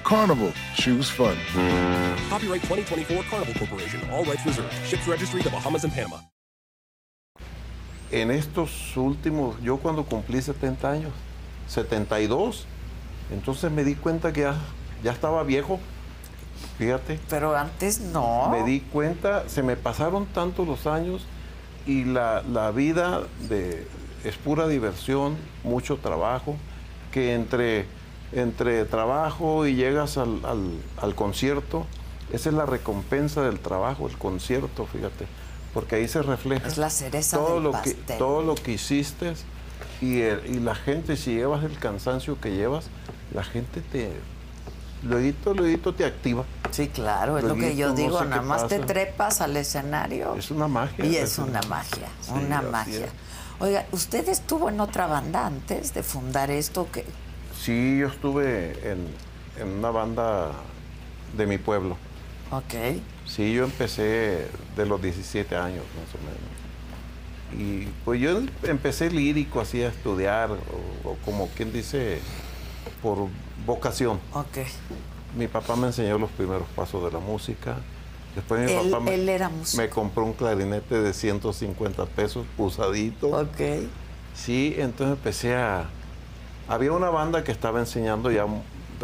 [SPEAKER 13] Carnival, choose fun.
[SPEAKER 16] Copyright 2024 Carnival Corporation. All rights reserved. Ships registry the Bahamas and Panama.
[SPEAKER 8] en estos últimos, yo cuando cumplí 70 años, 72, entonces me di cuenta que ya, ya estaba viejo. Fíjate.
[SPEAKER 3] Pero antes no.
[SPEAKER 8] Me di cuenta, se me pasaron tantos los años y la, la vida de, es pura diversión, mucho trabajo, que entre, entre trabajo y llegas al, al, al concierto, esa es la recompensa del trabajo, el concierto, fíjate, porque ahí se refleja
[SPEAKER 3] Es la cereza
[SPEAKER 8] todo
[SPEAKER 3] del
[SPEAKER 8] lo
[SPEAKER 3] pastel.
[SPEAKER 8] que todo lo que hiciste y, el- y la gente si llevas el cansancio que llevas la gente te luego luego te activa
[SPEAKER 3] sí claro es Pues lo que yo digo, nada más te trepas al escenario.
[SPEAKER 8] Es una magia.
[SPEAKER 3] Y es una magia,
[SPEAKER 8] Sí,
[SPEAKER 3] una
[SPEAKER 8] así
[SPEAKER 3] magia.
[SPEAKER 8] es.
[SPEAKER 3] Oiga, ¿usted estuvo en otra banda antes de fundar esto? que
[SPEAKER 8] sí yo estuve en, en una banda de mi pueblo
[SPEAKER 3] Ok.
[SPEAKER 8] sí yo empecé de los 17 años más o menos y pues yo empecé lírico así a estudiar o- o como quien dice por vocación
[SPEAKER 3] Ok.
[SPEAKER 8] Mi papá me enseñó los primeros pasos de la música. Después mi
[SPEAKER 3] Él,
[SPEAKER 8] papá me,
[SPEAKER 3] él era músico.
[SPEAKER 8] me compró un clarinete de 150 pesos, usadito.
[SPEAKER 3] Ok.
[SPEAKER 8] Sí, entonces empecé a... Había una banda que estaba enseñando ya,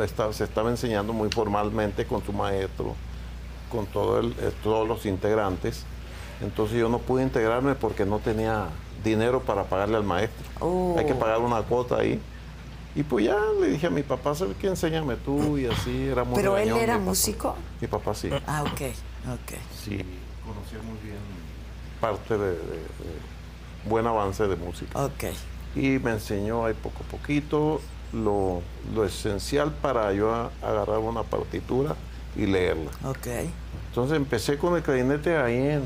[SPEAKER 8] estaba- se estaba enseñando muy formalmente con tu maestro, con todo el- eh, todos los integrantes. Entonces yo no pude integrarme porque no tenía dinero para pagarle al maestro. Hay que
[SPEAKER 3] Oh.
[SPEAKER 8] pagar una cuota ahí. Y pues ya le dije a mi papá, ¿sabes qué? Enséñame tú y así. Era muy
[SPEAKER 3] ¿Pero él
[SPEAKER 8] regañón mi
[SPEAKER 3] era
[SPEAKER 8] papá.
[SPEAKER 3] músico?
[SPEAKER 8] Mi papá sí.
[SPEAKER 3] Ah, ok, ok.
[SPEAKER 8] Sí, conocía muy bien parte de, de- de buen avance de música.
[SPEAKER 3] Ok.
[SPEAKER 8] Y me enseñó ahí poco a poquito lo, lo esencial para yo a- agarrar una partitura y leerla.
[SPEAKER 3] Ok.
[SPEAKER 8] Entonces empecé con el clarinete ahí en,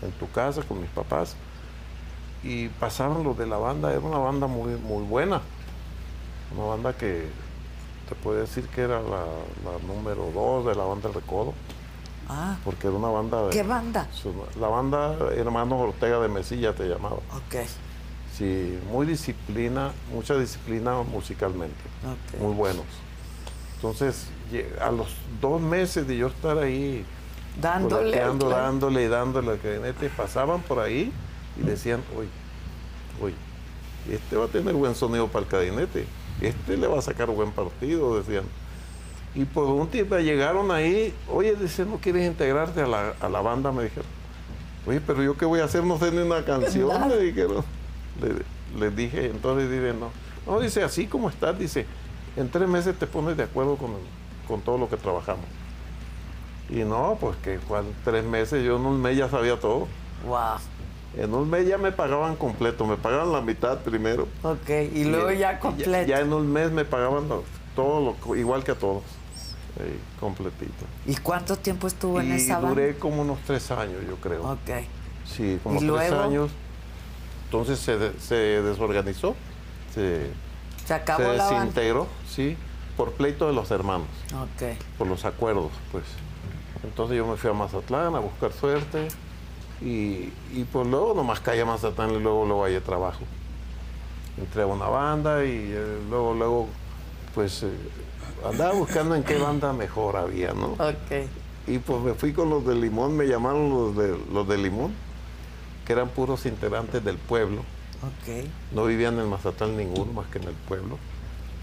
[SPEAKER 8] en tu casa con mis papás y pasaron los de la banda, era una banda muy, muy buena, una banda que te puedo decir que era la, la número dos de la banda El Recodo,
[SPEAKER 3] Ah,
[SPEAKER 8] porque era una banda de...
[SPEAKER 3] ¿Qué banda?
[SPEAKER 8] su- La banda Hermanos Ortega de Mesilla te llamaba.
[SPEAKER 3] ok.
[SPEAKER 8] Sí, muy disciplina, mucha disciplina musicalmente.
[SPEAKER 3] Ok.
[SPEAKER 8] Muy buenos. Entonces, lle- a los dos meses de yo estar ahí,
[SPEAKER 3] Dándole,
[SPEAKER 8] correteando,
[SPEAKER 3] claro.
[SPEAKER 8] dándole y dándole al clarinete, pasaban por ahí y decían, oye, oye, este va a tener buen sonido para el clarinete, este le va a sacar buen partido, decían. Y por un tiempo llegaron ahí, oye, dice, ¿no quieres integrarte a la, a la banda? Me dijeron. Oye, pero yo qué voy a hacer, no sé ni una canción,
[SPEAKER 3] Nada.
[SPEAKER 8] me dijeron. Le- les dije, entonces dije, no. No, dice, así como estás, dice, en tres meses te pones de acuerdo con, con todo lo que trabajamos. Y no, pues que cual, tres meses, yo en un mes ya sabía todo.
[SPEAKER 3] Wow.
[SPEAKER 8] En un mes ya me pagaban completo, me pagaban la mitad primero.
[SPEAKER 3] Ok, y luego ya completo.
[SPEAKER 8] Ya, en un mes me pagaban lo- todo, lo, igual que a todos, eh, completito.
[SPEAKER 3] ¿Y cuánto tiempo estuvo en
[SPEAKER 8] Y
[SPEAKER 3] esa banda?
[SPEAKER 8] duré como unos tres años, yo creo.
[SPEAKER 3] Ok.
[SPEAKER 8] Sí, como
[SPEAKER 3] ¿Y
[SPEAKER 8] tres
[SPEAKER 3] luego?
[SPEAKER 8] años. Entonces se, de- se desorganizó, se,
[SPEAKER 3] Se acabó
[SPEAKER 8] se
[SPEAKER 3] la banda.
[SPEAKER 8] desintegró, sí, por pleito de los hermanos,
[SPEAKER 3] Ok.
[SPEAKER 8] por los acuerdos, pues. Entonces yo me fui a Mazatlán a buscar suerte y, y pues luego nomás caí a Mazatlán y luego, luego hallé trabajo. Entré a una banda y eh, luego, luego, pues eh, andaba buscando en qué banda mejor había, ¿no?
[SPEAKER 3] Ok.
[SPEAKER 8] Y pues me fui con los de Limón, me llamaron los de, los de Limón, que eran puros integrantes del pueblo.
[SPEAKER 3] Ok.
[SPEAKER 8] No vivían en Mazatlán ninguno más que en el pueblo.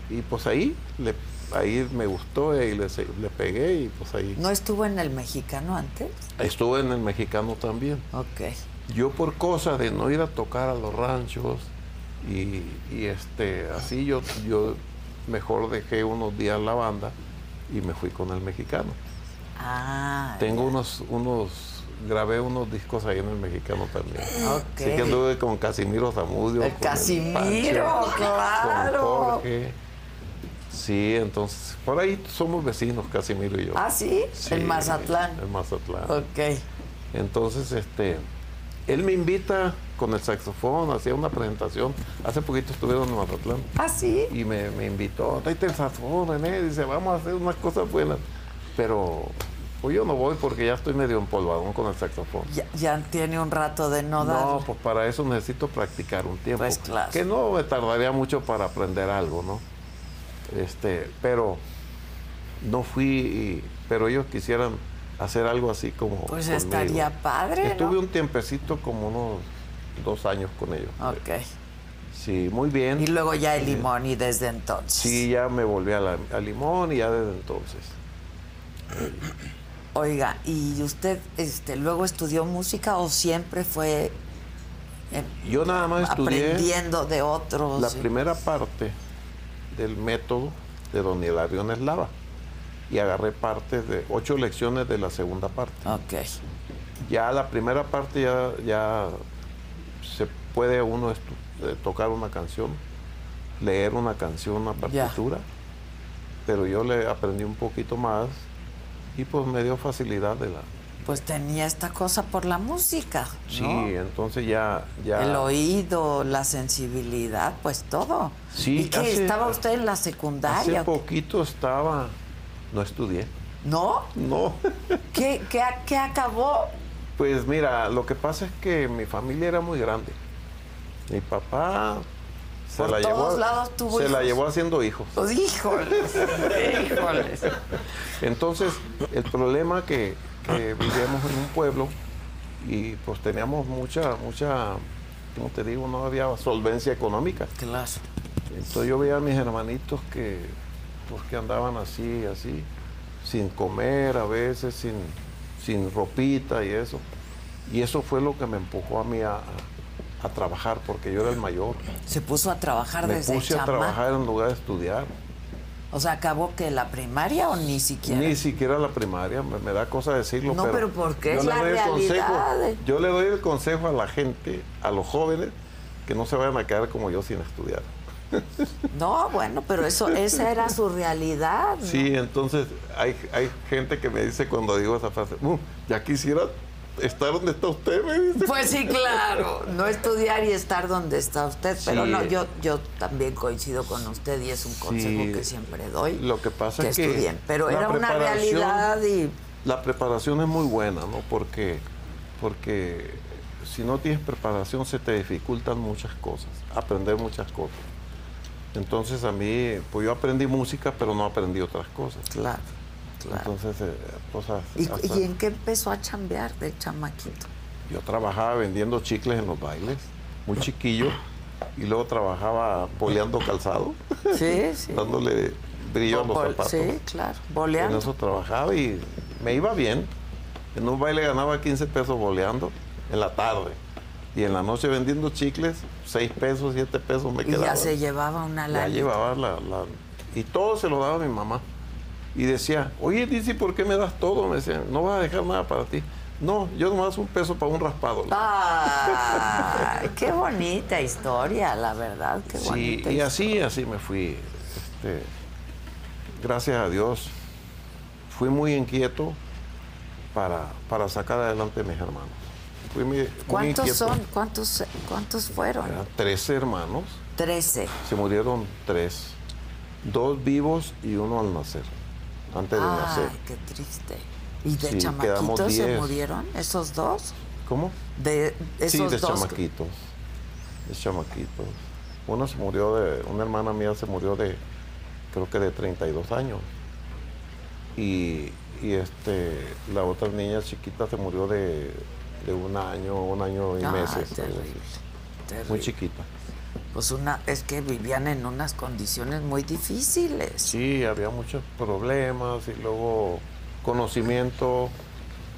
[SPEAKER 8] Y pues ahí, le- ahí me gustó y le, se- le pegué y pues ahí.
[SPEAKER 3] ¿No estuvo en el mexicano antes?
[SPEAKER 8] Estuve en el mexicano también.
[SPEAKER 3] Ok.
[SPEAKER 8] Yo por cosa de no ir a tocar a los ranchos y, y, este, así yo, yo mejor dejé unos días la banda y me fui con el mexicano.
[SPEAKER 3] Ah.
[SPEAKER 8] Tengo unos, unos, grabé unos discos ahí en el mexicano también.
[SPEAKER 3] Ok.
[SPEAKER 8] Así que anduve con Casimiro Zamudio.
[SPEAKER 3] El
[SPEAKER 8] con
[SPEAKER 3] Casimiro,
[SPEAKER 8] Pancho,
[SPEAKER 3] claro.
[SPEAKER 8] Con Jorge. Sí, entonces, por ahí somos vecinos, Casimiro y yo.
[SPEAKER 3] ¿Ah, sí? En Mazatlán.
[SPEAKER 8] En Mazatlán.
[SPEAKER 3] Ok.
[SPEAKER 8] Entonces, este, él me invita con el saxofón, hacía una presentación. Hace poquito estuvieron en Mazatlán.
[SPEAKER 3] ¿Ah, sí?
[SPEAKER 8] Y me, me invitó, tráete el saxofón, René. Dice, vamos a hacer unas cosas buenas. Pero pues yo no voy porque ya estoy medio empolvadón con el saxofón.
[SPEAKER 3] Ya, ya tiene un rato de no dar.
[SPEAKER 8] No, pues para eso necesito practicar un tiempo.
[SPEAKER 3] Pues claro.
[SPEAKER 8] Que no me tardaría mucho para aprender algo, ¿no? Este, pero no fui, y- pero ellos quisieran hacer algo así como.
[SPEAKER 3] Pues
[SPEAKER 8] conmigo.
[SPEAKER 3] estaría padre, ¿no?
[SPEAKER 8] Estuve un tiempecito, como unos dos años con ellos.
[SPEAKER 3] Ok.
[SPEAKER 8] Sí, muy bien.
[SPEAKER 3] Y luego ya el limón y desde entonces.
[SPEAKER 8] Sí, ya me volví a, la- a limón y ya desde entonces.
[SPEAKER 3] Oiga, ¿y usted este, luego estudió música o siempre fue eh,
[SPEAKER 8] Yo nada más estudié.
[SPEAKER 3] aprendiendo de otros?
[SPEAKER 8] la
[SPEAKER 3] Sí.
[SPEAKER 8] primera parte del método de don Hilarión Eslava y agarré partes de ocho lecciones de la segunda parte.
[SPEAKER 3] Ok.
[SPEAKER 8] Ya la primera parte ya, ya se puede uno estu- eh, tocar una canción, leer una canción, una
[SPEAKER 3] Ya.
[SPEAKER 8] partitura, pero yo le aprendí un poquito más y pues me dio facilidad de la...
[SPEAKER 3] Pues tenía esta cosa por la música. ¿no?
[SPEAKER 8] Sí, entonces ya... ya
[SPEAKER 3] El oído, la sensibilidad, pues todo.
[SPEAKER 8] Sí,
[SPEAKER 3] ¿Y qué?
[SPEAKER 8] hace-
[SPEAKER 3] ¿Estaba usted en la
[SPEAKER 8] Hace
[SPEAKER 3] secundaria?
[SPEAKER 8] poquito estaba... No estudié.
[SPEAKER 3] ¿No?
[SPEAKER 8] No.
[SPEAKER 3] ¿Qué, qué, qué acabó?
[SPEAKER 8] Pues mira, lo que pasa es que mi familia era muy grande. Mi papá se
[SPEAKER 3] Por
[SPEAKER 8] la llevó
[SPEAKER 3] todos
[SPEAKER 8] a-
[SPEAKER 3] lados tuvo
[SPEAKER 8] se la
[SPEAKER 3] hijos.
[SPEAKER 8] llevó haciendo hijos.
[SPEAKER 3] Pues, híjoles, híjoles.
[SPEAKER 8] Entonces, el problema que, que vivíamos en un pueblo y pues teníamos mucha, mucha, como te digo, no había solvencia económica.
[SPEAKER 3] Claro.
[SPEAKER 8] Entonces yo veía a mis hermanitos que, pues, que andaban así, así, sin comer a veces, sin, sin ropita y eso. Y eso fue lo que me empujó a mí a, a- a trabajar, porque yo era el mayor.
[SPEAKER 3] Se puso a trabajar
[SPEAKER 8] me
[SPEAKER 3] desde
[SPEAKER 8] puse a
[SPEAKER 3] chamaco.
[SPEAKER 8] trabajar en lugar de estudiar.
[SPEAKER 3] O sea, acabó que la primaria o ni siquiera.
[SPEAKER 8] Ni siquiera la primaria, me, me da cosa decirlo.
[SPEAKER 3] No, pero ¿por qué?
[SPEAKER 8] yo
[SPEAKER 3] Es
[SPEAKER 8] le
[SPEAKER 3] la
[SPEAKER 8] doy el
[SPEAKER 3] realidad.
[SPEAKER 8] consejo- yo le doy el consejo a la gente, a los jóvenes, que no se vayan a quedar como yo sin estudiar.
[SPEAKER 3] No, bueno, pero eso, esa era su realidad. ¿no?
[SPEAKER 8] Sí, entonces hay, hay gente que me dice cuando digo esa frase, "Uh, ya quisiera estar donde está usted, me dice.
[SPEAKER 3] Pues sí, claro. No estudiar y estar donde está usted. Pero
[SPEAKER 8] Sí.
[SPEAKER 3] no, yo, yo también coincido con usted y es un consejo
[SPEAKER 8] Sí.
[SPEAKER 3] que siempre doy.
[SPEAKER 8] Lo que pasa
[SPEAKER 3] que
[SPEAKER 8] es que
[SPEAKER 3] estudien. Pero
[SPEAKER 8] la
[SPEAKER 3] era una
[SPEAKER 8] preparación-
[SPEAKER 3] realidad y
[SPEAKER 8] La preparación es muy buena, ¿no? Porque, porque si no tienes preparación se te dificultan muchas cosas, aprender muchas cosas. Entonces a mí, pues yo aprendí música, pero no aprendí otras cosas.
[SPEAKER 3] Claro,
[SPEAKER 8] Entonces, eh, pues, hasta-
[SPEAKER 3] ¿Y,
[SPEAKER 8] hasta-
[SPEAKER 3] y en qué empezó a chambear de chamaquito?
[SPEAKER 8] Yo trabajaba vendiendo chicles en los bailes, muy chiquillo, y luego trabajaba boleando calzado.
[SPEAKER 3] Sí, sí.
[SPEAKER 8] Dándole brillo a los
[SPEAKER 3] Bol-
[SPEAKER 8] zapatos.
[SPEAKER 3] Sí, claro.
[SPEAKER 8] En
[SPEAKER 3] Boleando.
[SPEAKER 8] eso trabajaba y me iba bien. En un baile ganaba 15 pesos boleando en la tarde. Y en la noche vendiendo chicles, 6 pesos, 7 pesos me
[SPEAKER 3] Y
[SPEAKER 8] quedaban.
[SPEAKER 3] ya se llevaba una
[SPEAKER 8] Ya
[SPEAKER 3] lana.
[SPEAKER 8] llevaba la, la- Y todo se lo daba a mi mamá. Y decía, oye, dice, ¿por qué me das todo? Me decía, no vas a dejar nada para ti. No, yo nomás un peso para un raspado.
[SPEAKER 3] Ay, qué bonita historia, la verdad, qué
[SPEAKER 8] Sí,
[SPEAKER 3] bonita.
[SPEAKER 8] y
[SPEAKER 3] historia.
[SPEAKER 8] así, así me fui. este, gracias a Dios, fui muy inquieto para, para sacar adelante a mis hermanos. Fui muy, muy
[SPEAKER 3] ¿Cuántos
[SPEAKER 8] inquieto.
[SPEAKER 3] son? ¿Cuántos, cuántos fueron?
[SPEAKER 8] Eran 13 hermanos.
[SPEAKER 3] Trece.
[SPEAKER 8] Se murieron tres. Dos vivos y uno al nacer. Antes de nacer.
[SPEAKER 3] Ay, qué triste. ¿Y de
[SPEAKER 8] Sí, quedamos
[SPEAKER 3] chamaquitos se
[SPEAKER 8] diez.
[SPEAKER 3] murieron esos dos?
[SPEAKER 8] ¿Cómo?
[SPEAKER 3] De esos
[SPEAKER 8] sí, de
[SPEAKER 3] dos.
[SPEAKER 8] chamaquitos. De chamaquitos. Uno se murió de. Una hermana mía se murió de. Creo que de 32 años. Y, y este. La otra niña chiquita se murió de. De un año, un año y
[SPEAKER 3] Ay,
[SPEAKER 8] meses.
[SPEAKER 3] Ah, terrible,
[SPEAKER 8] algo así. Muy
[SPEAKER 3] terrible.
[SPEAKER 8] chiquita.
[SPEAKER 3] Pues una, es que vivían en unas condiciones muy difíciles.
[SPEAKER 8] Sí, había muchos problemas y luego conocimiento,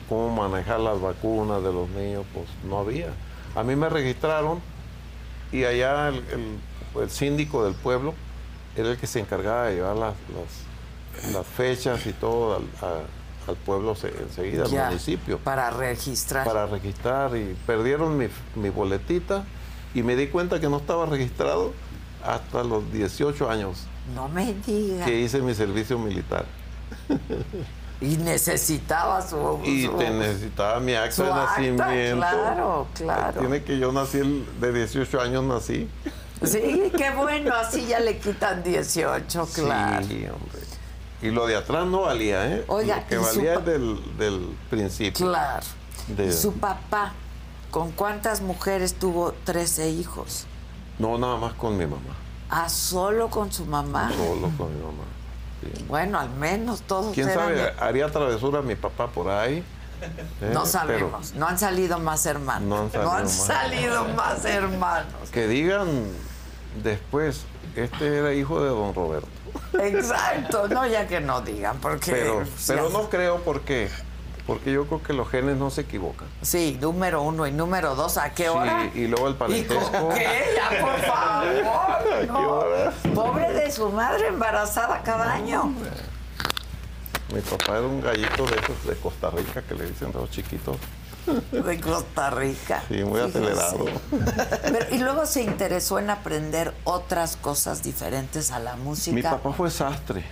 [SPEAKER 8] cómo manejar las vacunas de los niños, pues no había. A mí me registraron y allá el, el- el síndico del pueblo era el que se encargaba de llevar las, las- las fechas y todo al, a- al pueblo se- enseguida,
[SPEAKER 3] Ya,
[SPEAKER 8] al municipio.
[SPEAKER 3] Para registrar.
[SPEAKER 8] Para registrar y perdieron mi, mi boletita y me di cuenta que no estaba registrado hasta los 18 años
[SPEAKER 3] No me diga.
[SPEAKER 8] que hice mi servicio militar.
[SPEAKER 3] Y necesitaba su.
[SPEAKER 8] Y
[SPEAKER 3] su-
[SPEAKER 8] te necesitaba mi acta
[SPEAKER 3] Pues su
[SPEAKER 8] de
[SPEAKER 3] acta,
[SPEAKER 8] nacimiento.
[SPEAKER 3] claro, claro.
[SPEAKER 8] Tiene que yo nací, el- de 18 años nací.
[SPEAKER 3] Sí, qué bueno, así ya le quitan 18, claro.
[SPEAKER 8] Sí, hombre. Y lo de atrás no valía, ¿eh?
[SPEAKER 3] Oiga,
[SPEAKER 8] lo que
[SPEAKER 3] y su
[SPEAKER 8] valía
[SPEAKER 3] pa-
[SPEAKER 8] es del, del principio.
[SPEAKER 3] Claro.
[SPEAKER 8] De-
[SPEAKER 3] Y su papá, ¿con cuántas mujeres tuvo 13 hijos?
[SPEAKER 8] No, nada más con mi mamá.
[SPEAKER 3] Ah, solo con su mamá.
[SPEAKER 8] Solo con mi mamá.
[SPEAKER 3] Bueno, al menos todos
[SPEAKER 8] ¿Quién
[SPEAKER 3] eran
[SPEAKER 8] sabe?
[SPEAKER 3] de-
[SPEAKER 8] Haría travesura mi papá por ahí. ¿eh?
[SPEAKER 3] No
[SPEAKER 8] Pero
[SPEAKER 3] sabemos, no han salido más hermanos.
[SPEAKER 8] No han salido más.
[SPEAKER 3] salido más hermanos.
[SPEAKER 8] que digan después, este era hijo de don Roberto.
[SPEAKER 3] Exacto, no, ya que no digan, porque.
[SPEAKER 8] Pero,
[SPEAKER 3] si
[SPEAKER 8] pero
[SPEAKER 3] hace-
[SPEAKER 8] no creo por qué. Porque yo creo que los genes no se equivocan.
[SPEAKER 3] Sí, número uno y número dos, ¿a qué hora?
[SPEAKER 8] Y, y luego el parentesco.
[SPEAKER 3] ¿Qué? Ya, por favor. no. Pobre de su madre embarazada cada año.
[SPEAKER 8] Mi papá era un gallito de esos de Costa Rica que le dicen a los chiquitos.
[SPEAKER 3] De Costa Rica.
[SPEAKER 8] Sí, muy
[SPEAKER 3] Fíjese.
[SPEAKER 8] acelerado.
[SPEAKER 3] Pero, y luego se interesó en aprender otras cosas diferentes a la música.
[SPEAKER 8] Mi papá fue sastre,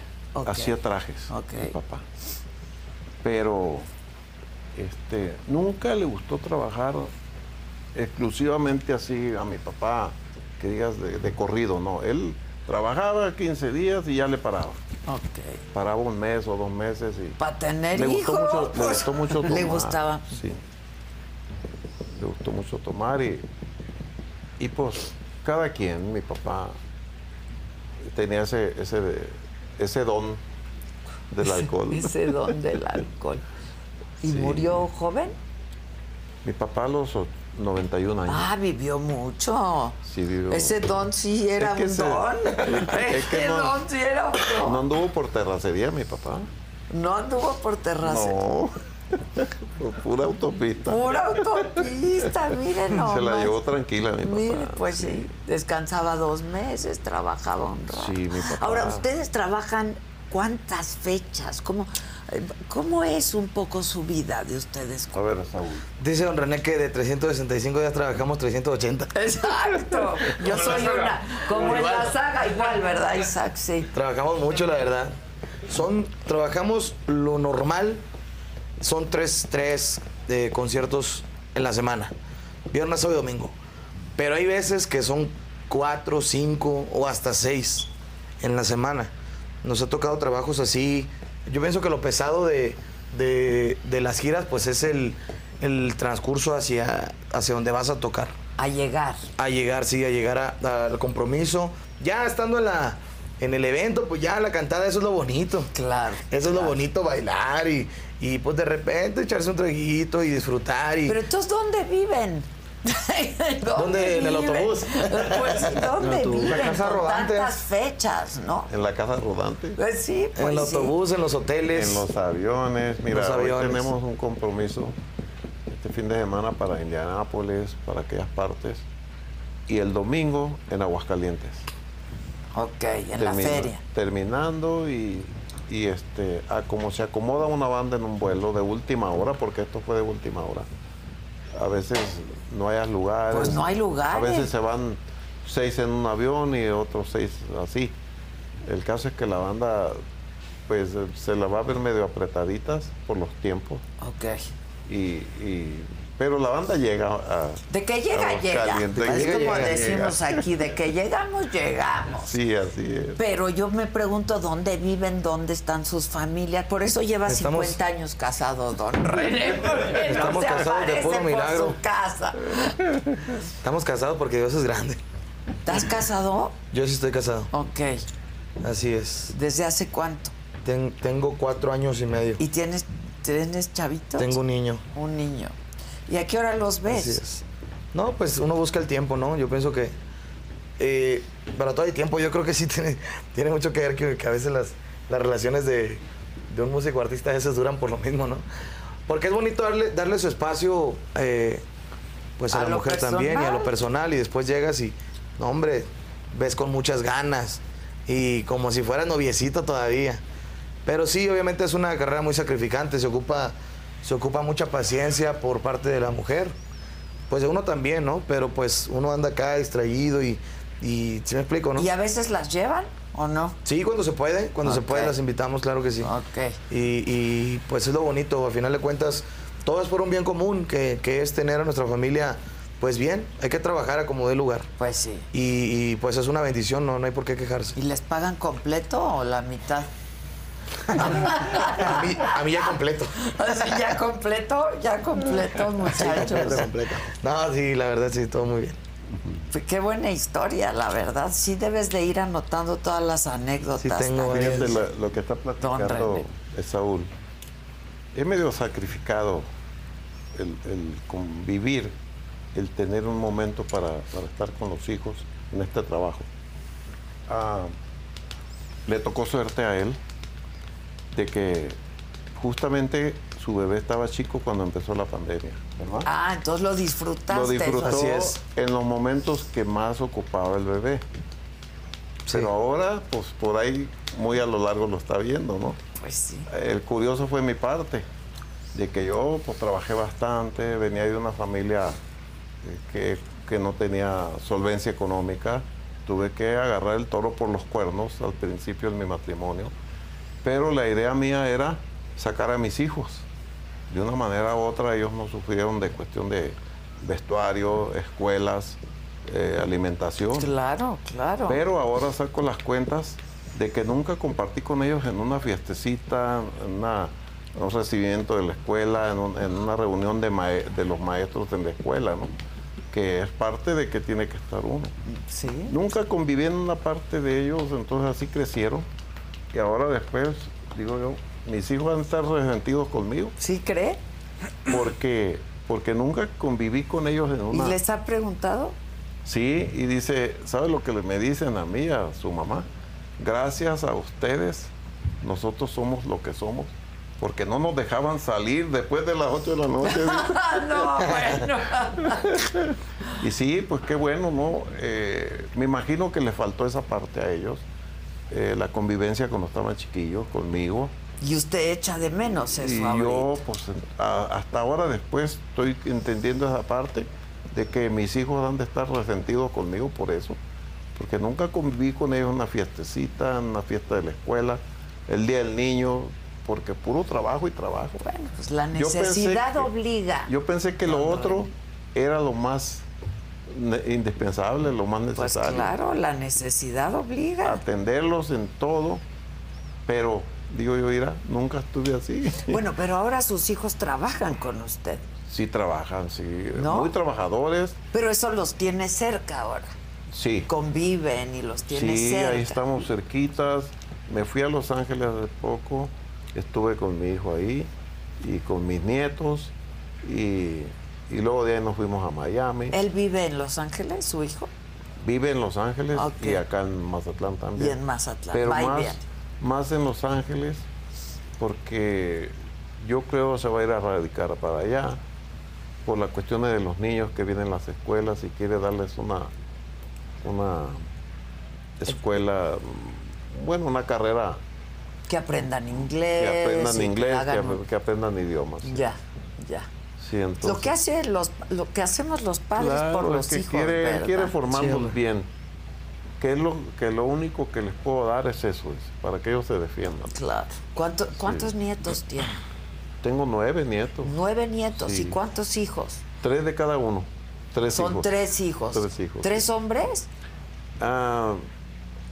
[SPEAKER 8] hacía trajes. Mi papá. Pero este, nunca le gustó trabajar exclusivamente así a mi papá, que digas de, de corrido, no. Él trabajaba 15 días y ya le paraba. Paraba un mes o dos meses y.
[SPEAKER 3] Para tener
[SPEAKER 8] le gustó
[SPEAKER 3] hijos,
[SPEAKER 8] mucho- le
[SPEAKER 3] pues,
[SPEAKER 8] gustó mucho
[SPEAKER 3] le
[SPEAKER 8] tomar.
[SPEAKER 3] gustaba.
[SPEAKER 8] Sí. Le gustó mucho tomar y. Y pues, cada quien, mi papá tenía ese, ese, ese don del alcohol.
[SPEAKER 3] Ese don del alcohol. ¿Y
[SPEAKER 8] Sí.
[SPEAKER 3] murió joven?
[SPEAKER 8] Mi papá a los o- 91 años.
[SPEAKER 3] Ah, vivió mucho.
[SPEAKER 8] Sí, vivió.
[SPEAKER 3] Ah, Ese don sí era
[SPEAKER 8] Es que
[SPEAKER 3] un
[SPEAKER 8] se-
[SPEAKER 3] don.
[SPEAKER 8] es que
[SPEAKER 3] Ese
[SPEAKER 8] no-
[SPEAKER 3] don sí era un don.
[SPEAKER 8] No anduvo por terracería mi papá.
[SPEAKER 3] No anduvo por terraza.
[SPEAKER 8] No. Por pura autopista.
[SPEAKER 3] Pura autopista, miren
[SPEAKER 8] Se la
[SPEAKER 3] nomás.
[SPEAKER 8] llevó tranquila mi papá.
[SPEAKER 3] Mire, pues sí. descansaba dos meses, trabajaba un rato.
[SPEAKER 8] Sí, mi papá.
[SPEAKER 3] Ahora, ustedes trabajan cuántas fechas, ¿Cómo, eh, cómo es un poco su vida de ustedes?
[SPEAKER 8] A ver, Saúl.
[SPEAKER 4] Dice don René que de 365 días trabajamos 380.
[SPEAKER 3] Exacto. Yo
[SPEAKER 4] Como
[SPEAKER 3] soy
[SPEAKER 4] la saga.
[SPEAKER 3] una, como en la saga, igual, ¿verdad, Isaac? Sí.
[SPEAKER 4] Trabajamos mucho, la verdad. Son, trabajamos lo normal. Son tres, tres eh, conciertos en la semana. Viernes, sábado y domingo. Pero hay veces que son cuatro, cinco o hasta seis en la semana. Nos ha tocado trabajos así. Yo pienso que lo pesado de, de- de las giras, pues es el, el transcurso hacia, hacia donde vas a tocar.
[SPEAKER 3] A llegar.
[SPEAKER 4] A llegar, sí, a llegar a- al compromiso. Ya estando en la. En el evento, pues ya la cantada, eso es lo bonito.
[SPEAKER 3] Claro.
[SPEAKER 4] Eso es lo bonito, bailar y, y pues de repente echarse un traguito y disfrutar. Y,
[SPEAKER 3] Pero entonces, ¿dónde viven?
[SPEAKER 4] ¿Dónde? ¿En el
[SPEAKER 3] viven?
[SPEAKER 4] autobús?
[SPEAKER 3] Pues,
[SPEAKER 4] En el
[SPEAKER 3] ¿dónde
[SPEAKER 4] autobús. La
[SPEAKER 3] viven?
[SPEAKER 4] casa
[SPEAKER 3] con
[SPEAKER 4] rodante.
[SPEAKER 3] tantas fechas, ¿no?
[SPEAKER 8] En la casa rodante.
[SPEAKER 3] Pues sí, pues
[SPEAKER 4] en el
[SPEAKER 3] sí.
[SPEAKER 4] autobús, en los hoteles.
[SPEAKER 8] En los aviones. Mira,
[SPEAKER 4] Los aviones.
[SPEAKER 8] hoy tenemos un compromiso este fin de semana para Indianápolis, para aquellas partes. Y el domingo en Aguascalientes.
[SPEAKER 3] Ok, en la feria.
[SPEAKER 8] Terminando y, y, este, a como se acomoda una banda en un vuelo de última hora, porque esto fue de última hora. A veces no hay lugares.
[SPEAKER 3] Pues no hay lugares.
[SPEAKER 8] A veces se van seis en un avión y otros seis así. El caso es que la banda, pues eh, se la va a ver medio apretaditas por los tiempos.
[SPEAKER 3] Ok.
[SPEAKER 8] Y, y- pero la banda llega a.
[SPEAKER 3] De que llega,
[SPEAKER 8] a
[SPEAKER 3] llega.
[SPEAKER 8] Aguascalientes.
[SPEAKER 3] es
[SPEAKER 8] Llega,
[SPEAKER 3] como
[SPEAKER 8] llega,
[SPEAKER 3] decimos
[SPEAKER 8] llega.
[SPEAKER 3] aquí, de que llegamos, llegamos.
[SPEAKER 8] Sí, así es.
[SPEAKER 3] Pero yo me pregunto dónde viven, dónde están sus familias. Por eso lleva
[SPEAKER 4] Estamos-
[SPEAKER 3] 50 años casado, don René. porque no
[SPEAKER 4] Estamos
[SPEAKER 3] se
[SPEAKER 4] casados de
[SPEAKER 3] aparece
[SPEAKER 4] puro
[SPEAKER 3] por
[SPEAKER 4] milagro.
[SPEAKER 3] su casa.
[SPEAKER 4] Estamos casados porque Dios es grande.
[SPEAKER 3] ¿Estás casado?
[SPEAKER 4] Yo sí estoy casado.
[SPEAKER 3] Ok.
[SPEAKER 4] Así es.
[SPEAKER 3] ¿Desde hace cuánto?
[SPEAKER 4] tengo cuatro años y medio.
[SPEAKER 3] ¿Y tienes, tienes chavitos?
[SPEAKER 4] Tengo un niño.
[SPEAKER 3] Un niño. ¿Y a qué hora los ves?
[SPEAKER 4] Así es. No, pues uno busca el tiempo, ¿no? Yo pienso que eh, para todo el tiempo yo creo que sí tiene, tiene mucho que ver que, que a veces las, las relaciones de, de un músico artista a veces duran por lo mismo, ¿no? Porque es bonito darle, darle su espacio eh, pues a,
[SPEAKER 3] A
[SPEAKER 4] la
[SPEAKER 3] lo
[SPEAKER 4] mujer también y a lo
[SPEAKER 3] personal.
[SPEAKER 4] personal y después llegas y, no, hombre, ves con muchas ganas y como si fuera noviecito todavía. Pero sí, obviamente es una carrera muy sacrificante, se ocupa, se ocupa mucha paciencia por parte de la mujer. Pues de uno también, ¿no? Pero pues uno anda acá distraído y, y ¿sí me explico, no?
[SPEAKER 3] ¿Y a veces las llevan? ¿O no?
[SPEAKER 4] Sí, cuando se puede, cuando se puede
[SPEAKER 3] Ok.
[SPEAKER 4] las invitamos, claro que sí. Y, y, pues es lo bonito, al final de cuentas, todo es por un bien común, que, que es tener a nuestra familia pues bien, hay que trabajar a como dé lugar.
[SPEAKER 3] Pues sí.
[SPEAKER 4] Y, y, pues es una bendición, no, no hay por qué quejarse.
[SPEAKER 3] ¿Y les pagan completo o la mitad?
[SPEAKER 4] a, mí, a mí ya completo.
[SPEAKER 3] Así ya completo, ya completo,
[SPEAKER 4] Completo,
[SPEAKER 3] muchachos.
[SPEAKER 4] completo. No, sí, la verdad sí, todo muy bien.
[SPEAKER 3] Pues Qué buena historia, la verdad. Sí debes de ir anotando todas las anécdotas. también.
[SPEAKER 8] Fíjate lo, lo que está platicando
[SPEAKER 3] René.
[SPEAKER 8] es Saúl. Es medio sacrificado el, el convivir, el tener un momento para, para estar con los hijos en este trabajo. Ah, le tocó suerte a él de que justamente su bebé estaba chico cuando empezó la pandemia, ¿verdad?
[SPEAKER 3] Ah, entonces lo disfrutaste.
[SPEAKER 8] Lo disfrutó
[SPEAKER 3] Así
[SPEAKER 8] en los momentos que más ocupaba el bebé. Pero ahora, pues por ahí muy a lo largo lo está viendo, ¿no?
[SPEAKER 3] Pues sí.
[SPEAKER 8] El curioso fue mi parte, de que yo pues trabajé bastante, venía de una familia eh, que, que no tenía solvencia económica, tuve que agarrar el toro por los cuernos al principio de mi matrimonio, pero la idea mía era sacar a mis hijos de una manera u otra ellos no sufrieron de cuestión de vestuario, escuelas, eh, alimentación.
[SPEAKER 3] Claro, claro.
[SPEAKER 8] Pero ahora saco las cuentas de que nunca compartí con ellos en una fiestecita, en, una- en un recibimiento de la escuela, en, un- en una reunión de, mae- de los maestros en la escuela, ¿no? que es parte de que tiene que estar uno. Nunca conviví en una parte de ellos, entonces así crecieron. Y ahora después, digo yo, mis hijos van a estar resentidos conmigo.
[SPEAKER 3] ¿Sí cree?
[SPEAKER 8] Porque, porque nunca conviví con ellos en
[SPEAKER 3] ¿Y
[SPEAKER 8] una...
[SPEAKER 3] les ha preguntado?
[SPEAKER 8] Sí, y dice, ¿sabe lo que le- me dicen a mí, a su mamá? Gracias a ustedes, nosotros somos lo que somos, porque no nos dejaban salir después de las 8 de la noche. dice.
[SPEAKER 3] no,
[SPEAKER 8] pues.
[SPEAKER 3] bueno.
[SPEAKER 8] Y sí, pues qué bueno, ¿no? Eh, me imagino que les faltó esa parte a ellos, eh, la convivencia cuando estaban chiquillos conmigo.
[SPEAKER 3] Y usted echa de menos eso
[SPEAKER 8] Y
[SPEAKER 3] ahorita.
[SPEAKER 8] yo, pues a- hasta ahora después estoy entendiendo esa parte de que mis hijos han de estar resentidos conmigo por eso, porque nunca conviví con ellos en una fiestecita, en una fiesta de la escuela, el día del niño, porque puro trabajo y trabajo.
[SPEAKER 3] Pues la
[SPEAKER 8] Yo pensé
[SPEAKER 3] necesidad
[SPEAKER 8] que-
[SPEAKER 3] obliga.
[SPEAKER 8] Yo pensé que lo otro era lo más ne- indispensable, lo más
[SPEAKER 3] Pues
[SPEAKER 8] necesario.
[SPEAKER 3] claro, la necesidad
[SPEAKER 8] Ah,
[SPEAKER 3] obliga.
[SPEAKER 8] Atenderlos en todo, pero digo yo, mira, nunca estuve así.
[SPEAKER 3] Bueno, pero ahora sus hijos trabajan con usted.
[SPEAKER 8] Sí trabajan, sí.
[SPEAKER 3] ¿No?
[SPEAKER 8] Muy trabajadores,
[SPEAKER 3] Pero eso los tiene cerca ahora.
[SPEAKER 8] sí.
[SPEAKER 3] Conviven y los tiene
[SPEAKER 8] Sí,
[SPEAKER 3] cerca.
[SPEAKER 8] ahí estamos cerquitas. Me fui a Los Ángeles hace poco, estuve con mi hijo ahí y con mis nietos y, y luego de ahí nos fuimos a Miami.
[SPEAKER 3] ¿Él vive en Los Ángeles, su hijo?
[SPEAKER 8] Vive en Los Ángeles y acá en Mazatlán también.
[SPEAKER 3] Y en Mazatlán.
[SPEAKER 8] Pero
[SPEAKER 3] Va y
[SPEAKER 8] más,
[SPEAKER 3] viene.
[SPEAKER 8] más en Los Ángeles porque yo creo se va a ir a radicar para allá por las cuestiones de los niños que vienen a las escuelas y quiere darles una, una escuela, mm, bueno, una carrera
[SPEAKER 3] Que aprendan inglés.
[SPEAKER 8] que aprendan
[SPEAKER 3] y Eh, que
[SPEAKER 8] inglés, que,
[SPEAKER 3] hagan-
[SPEAKER 8] ap- que aprendan idiomas.
[SPEAKER 3] Ya, ya.
[SPEAKER 8] Sí, entonces,
[SPEAKER 3] lo que hace los lo que hacemos los padres
[SPEAKER 8] claro,
[SPEAKER 3] por los
[SPEAKER 8] es que
[SPEAKER 3] hijos.
[SPEAKER 8] quiere,
[SPEAKER 3] ¿verdad?
[SPEAKER 8] quiere formarlos
[SPEAKER 3] Sí,
[SPEAKER 8] bien. Que es lo, que lo único que les puedo dar es eso, es para que ellos se defiendan.
[SPEAKER 3] Claro. ¿Cuánto- ¿Cuántos nietos tiene?
[SPEAKER 8] Tengo nueve nietos.
[SPEAKER 3] Nueve nietos.
[SPEAKER 8] Sí.
[SPEAKER 3] ¿Y cuántos hijos?
[SPEAKER 8] Tres de cada uno. Tres
[SPEAKER 3] Son
[SPEAKER 8] hijos.
[SPEAKER 3] tres hijos.
[SPEAKER 8] Tres hijos.
[SPEAKER 3] ¿Tres hombres?
[SPEAKER 8] Ah,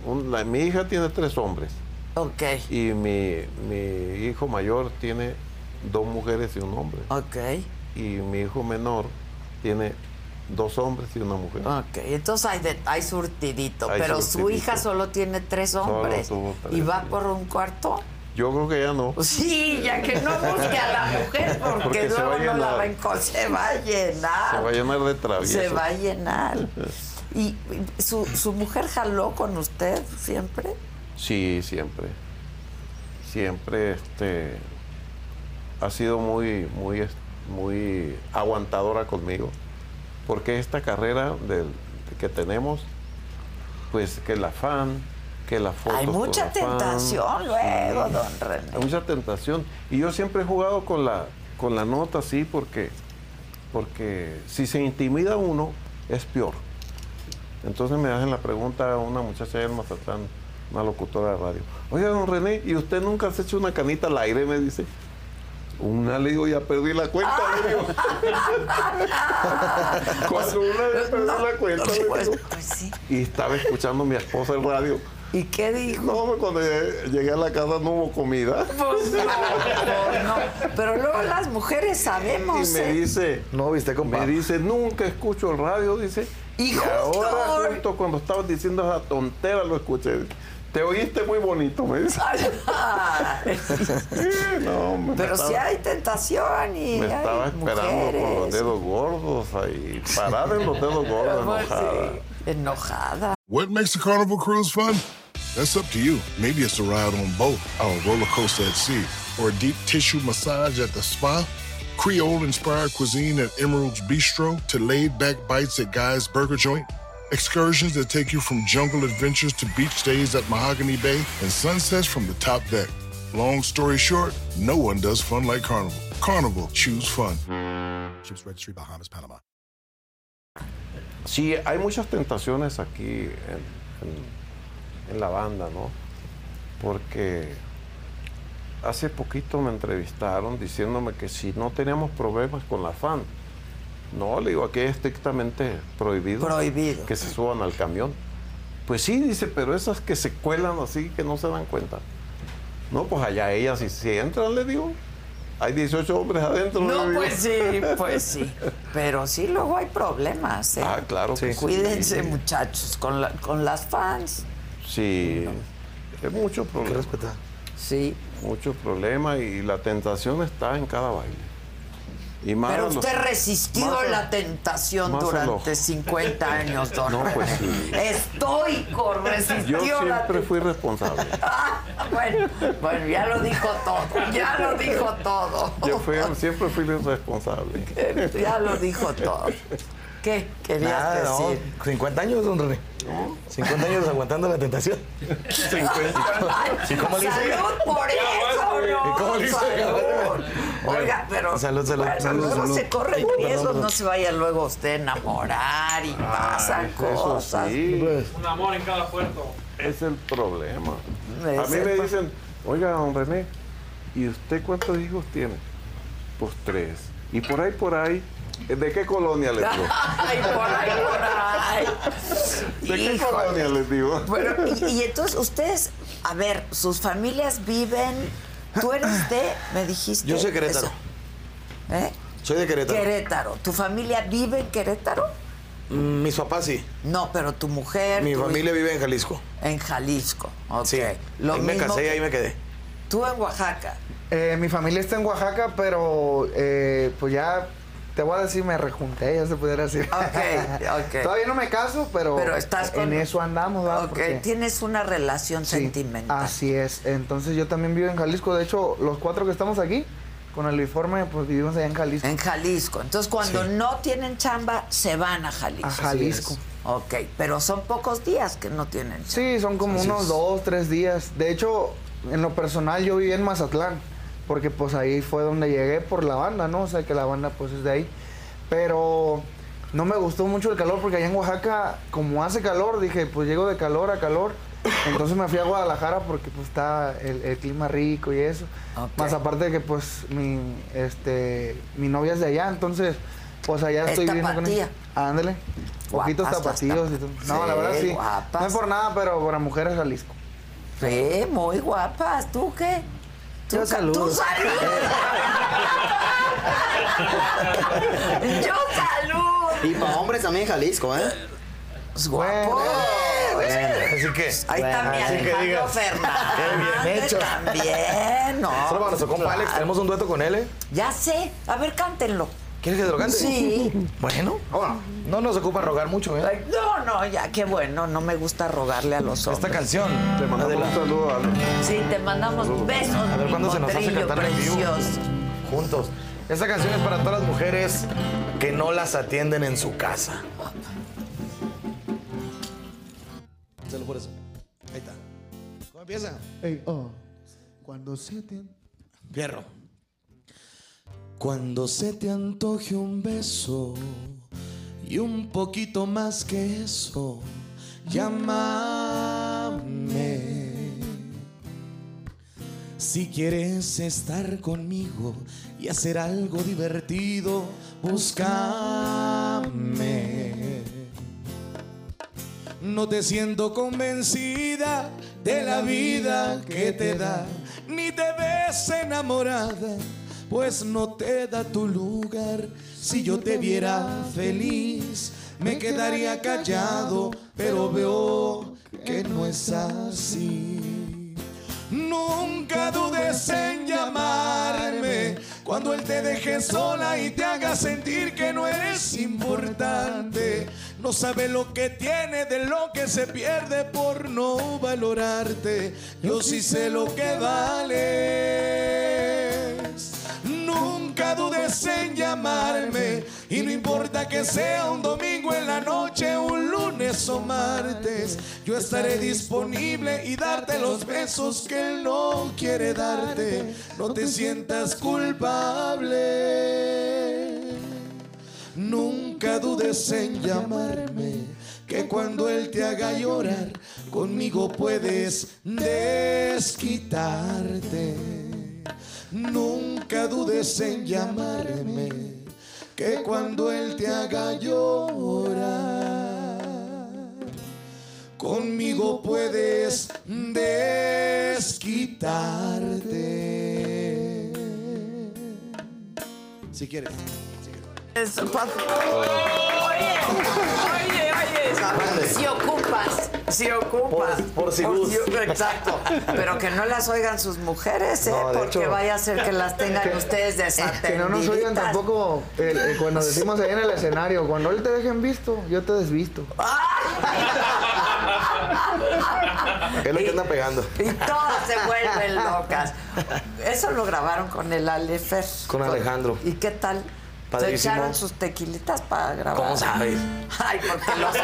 [SPEAKER 8] un- la- mi hija tiene tres hombres.
[SPEAKER 3] Ok.
[SPEAKER 8] Y mi, mi hijo mayor tiene dos mujeres y un hombre.
[SPEAKER 3] Ok.
[SPEAKER 8] Y mi hijo menor tiene dos hombres y una mujer.
[SPEAKER 3] Ok, entonces hay, de- hay surtidito,
[SPEAKER 8] Hay
[SPEAKER 3] pero su
[SPEAKER 8] surtidito.
[SPEAKER 3] hija solo tiene tres
[SPEAKER 8] Solo
[SPEAKER 3] hombres.
[SPEAKER 8] tuvo tres,
[SPEAKER 3] ¿Y va
[SPEAKER 8] sí.
[SPEAKER 3] por un cuarto?
[SPEAKER 8] Yo creo que ya no.
[SPEAKER 3] Sí, ya que no busque a la mujer porque,
[SPEAKER 8] Porque se
[SPEAKER 3] luego
[SPEAKER 8] va a
[SPEAKER 3] no la
[SPEAKER 8] llenar.
[SPEAKER 3] va a encontrar. Se va a llenar.
[SPEAKER 8] Se va a llenar de traviesos.
[SPEAKER 3] Se va a llenar. ¿Y y su, su mujer jaló con usted siempre?
[SPEAKER 8] Sí, siempre. Siempre este ha sido muy muy es- muy aguantadora conmigo, porque esta carrera del- que tenemos pues que el afán, que la foto
[SPEAKER 3] Hay mucha tentación luego, don René.
[SPEAKER 8] Hay mucha tentación y yo siempre he jugado con la con la nota sí porque porque si se intimida uno es peor. Entonces me hacen la pregunta a una muchacha allá en Mazatlán, una locutora de radio. Oiga, don René, ¿y usted nunca se ha hecho una canita al aire? Me dice. Una le digo, ya perdí la cuenta. le digo. Cuando una le
[SPEAKER 3] Pues,
[SPEAKER 8] perdí la cuenta. le digo. Y estaba escuchando a mi esposa en radio.
[SPEAKER 3] ¿Y qué dijo?
[SPEAKER 8] No, cuando llegué llegué a la casa no hubo comida.
[SPEAKER 3] Pues no, Pues no, no. Pero luego las mujeres sabemos.
[SPEAKER 8] Y me
[SPEAKER 3] ¿eh?
[SPEAKER 8] dice, no viste Me dice, nunca escucho el radio, dice.
[SPEAKER 3] Y
[SPEAKER 8] ahora justo cuando estabas diciendo esa tontera lo escuché. Te oíste muy bonito, me dice. No, me
[SPEAKER 3] Pero
[SPEAKER 8] estaba-
[SPEAKER 3] si hay tentación y
[SPEAKER 8] Me
[SPEAKER 3] hay
[SPEAKER 8] estaba esperando con los
[SPEAKER 3] mujeres.
[SPEAKER 8] dedos gordos ahí. Parada en los dedos gordos,
[SPEAKER 3] Pues sí.
[SPEAKER 8] enojada.
[SPEAKER 3] Enojada.
[SPEAKER 13] What makes a carnival cruise fun? That's up to you. Maybe it's a ride on boat, our roller coaster at sea, or a deep tissue massage at the spa, Creole inspired cuisine at Emerald's Bistro to laid back bites at Guy's Burger Joint, excursions that take you from jungle adventures to beach days at Mahogany Bay, and sunsets from the top deck. Long story short, no one does fun like Carnival. Carnival, choose fun.
[SPEAKER 16] Ships Registry, Bahamas, Panama.
[SPEAKER 8] Sí, hay muchas tentaciones aquí en, en- en la banda, ¿no? Porque hace poquito me entrevistaron diciéndome que si no teníamos problemas con la fan, no, le digo, aquí es estrictamente prohibido,
[SPEAKER 3] Prohibido.
[SPEAKER 8] que se suban al camión. Pues sí, dice, pero esas que se cuelan así, que no se dan cuenta. No, pues allá ellas, si, si entran, le digo, hay 18 hombres adentro. le
[SPEAKER 3] No,
[SPEAKER 8] digo.
[SPEAKER 3] pues sí, pues sí. Pero sí, luego hay problemas. ¿eh?
[SPEAKER 8] Ah, claro que sí.
[SPEAKER 3] Cuídense, muchachos, con, la- con las fans.
[SPEAKER 8] Sí, es mucho problema.
[SPEAKER 3] Sí.
[SPEAKER 8] Mucho problema y la tentación está en cada baile. Y más
[SPEAKER 3] Pero
[SPEAKER 8] a los-
[SPEAKER 3] usted resistió
[SPEAKER 8] más a-
[SPEAKER 3] la tentación
[SPEAKER 8] más a
[SPEAKER 3] durante
[SPEAKER 8] los-
[SPEAKER 3] 50 años, don
[SPEAKER 8] No, pues
[SPEAKER 3] René.
[SPEAKER 8] sí.
[SPEAKER 3] Estoico, resistió
[SPEAKER 8] Yo
[SPEAKER 3] la
[SPEAKER 8] siempre fui responsable.
[SPEAKER 3] Bueno, bueno, ya lo dijo todo, ya lo dijo todo.
[SPEAKER 8] Yo fui- siempre fui responsable.
[SPEAKER 3] Oh,
[SPEAKER 8] Ah,
[SPEAKER 3] Ya lo dijo todo. ¿Qué querías
[SPEAKER 4] Nada, no.
[SPEAKER 3] decir?
[SPEAKER 4] 50 años, don René. 50 años aguantando la tentación. ¿Y
[SPEAKER 3] 50.
[SPEAKER 4] pues. cómo le hice?
[SPEAKER 3] Salud por eso, ¿no?
[SPEAKER 4] ¿Y cómo le hice?
[SPEAKER 3] Salud. Oiga, pero
[SPEAKER 4] Salud, salud,
[SPEAKER 3] bueno,
[SPEAKER 4] salud,
[SPEAKER 3] luego
[SPEAKER 4] salud.
[SPEAKER 3] se corren
[SPEAKER 4] Perdón,
[SPEAKER 3] riesgos,
[SPEAKER 4] perdón.
[SPEAKER 3] no se vaya luego usted a enamorar y pasan cosas.
[SPEAKER 8] Un amor en cada puerto. Es el problema.
[SPEAKER 3] Me
[SPEAKER 8] A mí
[SPEAKER 3] dice-
[SPEAKER 8] me dicen, oiga, don René, ¿y usted cuántos hijos tiene? Pues tres. Y por ahí, por ahí, ¿de qué colonia les digo?
[SPEAKER 3] Ay, por ahí, por ahí.
[SPEAKER 8] ¿De qué
[SPEAKER 3] Híjole.
[SPEAKER 8] colonia les digo?
[SPEAKER 3] Bueno, y, y entonces ustedes, a ver, sus familias viven. Tú eres de, me dijiste.
[SPEAKER 4] Yo soy Querétaro.
[SPEAKER 3] eso, ¿Eh?
[SPEAKER 4] Soy de Querétaro.
[SPEAKER 3] Querétaro. ¿Tu familia vive en Querétaro?
[SPEAKER 4] Mm, Mis papás sí.
[SPEAKER 3] No, pero tu mujer.
[SPEAKER 4] Mi
[SPEAKER 3] tu
[SPEAKER 4] familia
[SPEAKER 3] hijo-
[SPEAKER 4] vive en Jalisco.
[SPEAKER 3] En Jalisco. Ok.
[SPEAKER 4] Sí.
[SPEAKER 3] Lo
[SPEAKER 4] ahí me
[SPEAKER 3] mismo
[SPEAKER 4] casé y
[SPEAKER 3] que-
[SPEAKER 4] ahí me quedé.
[SPEAKER 3] Tú en Oaxaca.
[SPEAKER 9] Eh, mi familia está en Oaxaca, pero eh, pues ya te voy a decir, me rejunté, ya se pudiera decir.
[SPEAKER 3] ok.
[SPEAKER 9] Todavía no me caso, pero,
[SPEAKER 3] Pero estás con-
[SPEAKER 9] en eso andamos, ¿verdad?
[SPEAKER 3] Que
[SPEAKER 9] Porque-
[SPEAKER 3] tienes una relación
[SPEAKER 9] Sí,
[SPEAKER 3] sentimental.
[SPEAKER 9] Así es. Entonces yo también vivo en Jalisco. De hecho, los cuatro que estamos aquí, con el uniforme, pues vivimos allá en Jalisco.
[SPEAKER 3] En Jalisco. Entonces, cuando no tienen chamba, se van a Jalisco.
[SPEAKER 9] A Jalisco. Así
[SPEAKER 3] Ok, pero son pocos días que no tienen chamba.
[SPEAKER 9] Sí, son como
[SPEAKER 3] Así
[SPEAKER 9] unos
[SPEAKER 3] es.
[SPEAKER 9] dos, tres días. De hecho, en lo personal yo viví en Mazatlán, porque pues ahí fue donde llegué por la banda, ¿no? O sea que la banda pues es de ahí. Pero no me gustó mucho el calor, porque allá en Oaxaca, como hace calor, dije, pues llego de calor a calor. Entonces me fui a Guadalajara porque pues está el, el clima rico y eso. Más aparte de que pues mi, este, mi novia es de allá, entonces pues allá
[SPEAKER 3] Es
[SPEAKER 9] estoy viviendo con ella. Ándale. Poquitos
[SPEAKER 3] Guapas las
[SPEAKER 9] tapatíos y todo. No, la
[SPEAKER 3] Sí,
[SPEAKER 9] verdad sí.
[SPEAKER 3] guapas.
[SPEAKER 9] No es por nada, pero para mujeres Jalisco.
[SPEAKER 3] Sí, muy guapas. ¿Tú qué? ¿Tú, ca- tú salud. Yo salud.
[SPEAKER 17] Y para hombres también Jalisco, ¿eh?
[SPEAKER 3] Pues Guapo.
[SPEAKER 4] Así que.
[SPEAKER 3] Ahí
[SPEAKER 17] Bueno,
[SPEAKER 3] también
[SPEAKER 17] así que
[SPEAKER 3] Alejandro
[SPEAKER 17] digas,
[SPEAKER 3] Fernández.
[SPEAKER 4] bien hecho.
[SPEAKER 3] Ah, También, no.
[SPEAKER 4] Solo para nuestro compa
[SPEAKER 3] claro.
[SPEAKER 4] Alex, tenemos un dueto con él, ¿eh?
[SPEAKER 3] Ya sé. A ver, cántenlo.
[SPEAKER 4] ¿Quieres que te lo cante?
[SPEAKER 3] Sí.
[SPEAKER 4] Bueno, bueno, no nos ocupa rogar mucho, ¿eh?
[SPEAKER 3] No, no, ya, qué bueno. No me gusta rogarle a los hombres.
[SPEAKER 4] Esta canción.
[SPEAKER 8] Te mandamos un saludo a
[SPEAKER 3] Sí, te mandamos besos.
[SPEAKER 4] A ver cuándo se nos hace
[SPEAKER 3] potrillo
[SPEAKER 4] cantar en vivo.
[SPEAKER 3] precioso.
[SPEAKER 4] Juntos. Esta canción es para todas las mujeres que no las atienden en su casa.
[SPEAKER 12] Se lo juro eso. Ahí está. ¿Cómo empieza?
[SPEAKER 1] Ey, oh. Cuando se te...
[SPEAKER 12] Fierro. Cuando se te antoje un beso y un poquito más que eso, llámame.
[SPEAKER 2] Si quieres estar conmigo y hacer algo divertido, búscame. No te siento convencida de la vida que te da, ni te ves enamorada, pues no te da tu lugar. Si yo te viera feliz, me quedaría callado, pero veo que no es así. Nunca dudes en llamarme cuando él te deje sola y te haga sentir que no eres importante. No sabe lo que tiene de lo que se pierde por no valorarte. Yo sí sé lo que vales. Nunca dudes en llamarme y no importa que sea un domingo en la noche, un lunes o martes, yo estaré disponible y darte los besos que él no quiere darte. No te sientas culpable. Nunca dudes en llamarme, que cuando él te haga llorar, conmigo puedes desquitarte. Nunca dudes en llamarme, que cuando él te haga llorar, conmigo puedes desquitarte. Si quieres.
[SPEAKER 3] Eso, pa- Oye, oye, oye. Si ocupas, si ocupas.
[SPEAKER 4] Por- por si gust.
[SPEAKER 3] Exacto. Pero que no las oigan sus mujeres, ¿eh?
[SPEAKER 9] No, de
[SPEAKER 3] Porque
[SPEAKER 9] hecho,
[SPEAKER 3] vaya a ser que las tengan
[SPEAKER 9] que-
[SPEAKER 3] ustedes desatendidas.
[SPEAKER 9] Que no nos oigan tampoco el- el- cuando decimos ahí en el escenario, cuando él te dejen visto, yo te desvisto.
[SPEAKER 4] Es lo que anda pegando.
[SPEAKER 3] Y todas se vuelven locas. Eso lo grabaron con el Alefer.
[SPEAKER 4] Con Alejandro.
[SPEAKER 3] ¿Y qué tal? Se
[SPEAKER 4] Padrísimo.
[SPEAKER 3] echaron sus tequilitas para grabar.
[SPEAKER 4] ¿Cómo sabes?
[SPEAKER 3] Ay, porque los,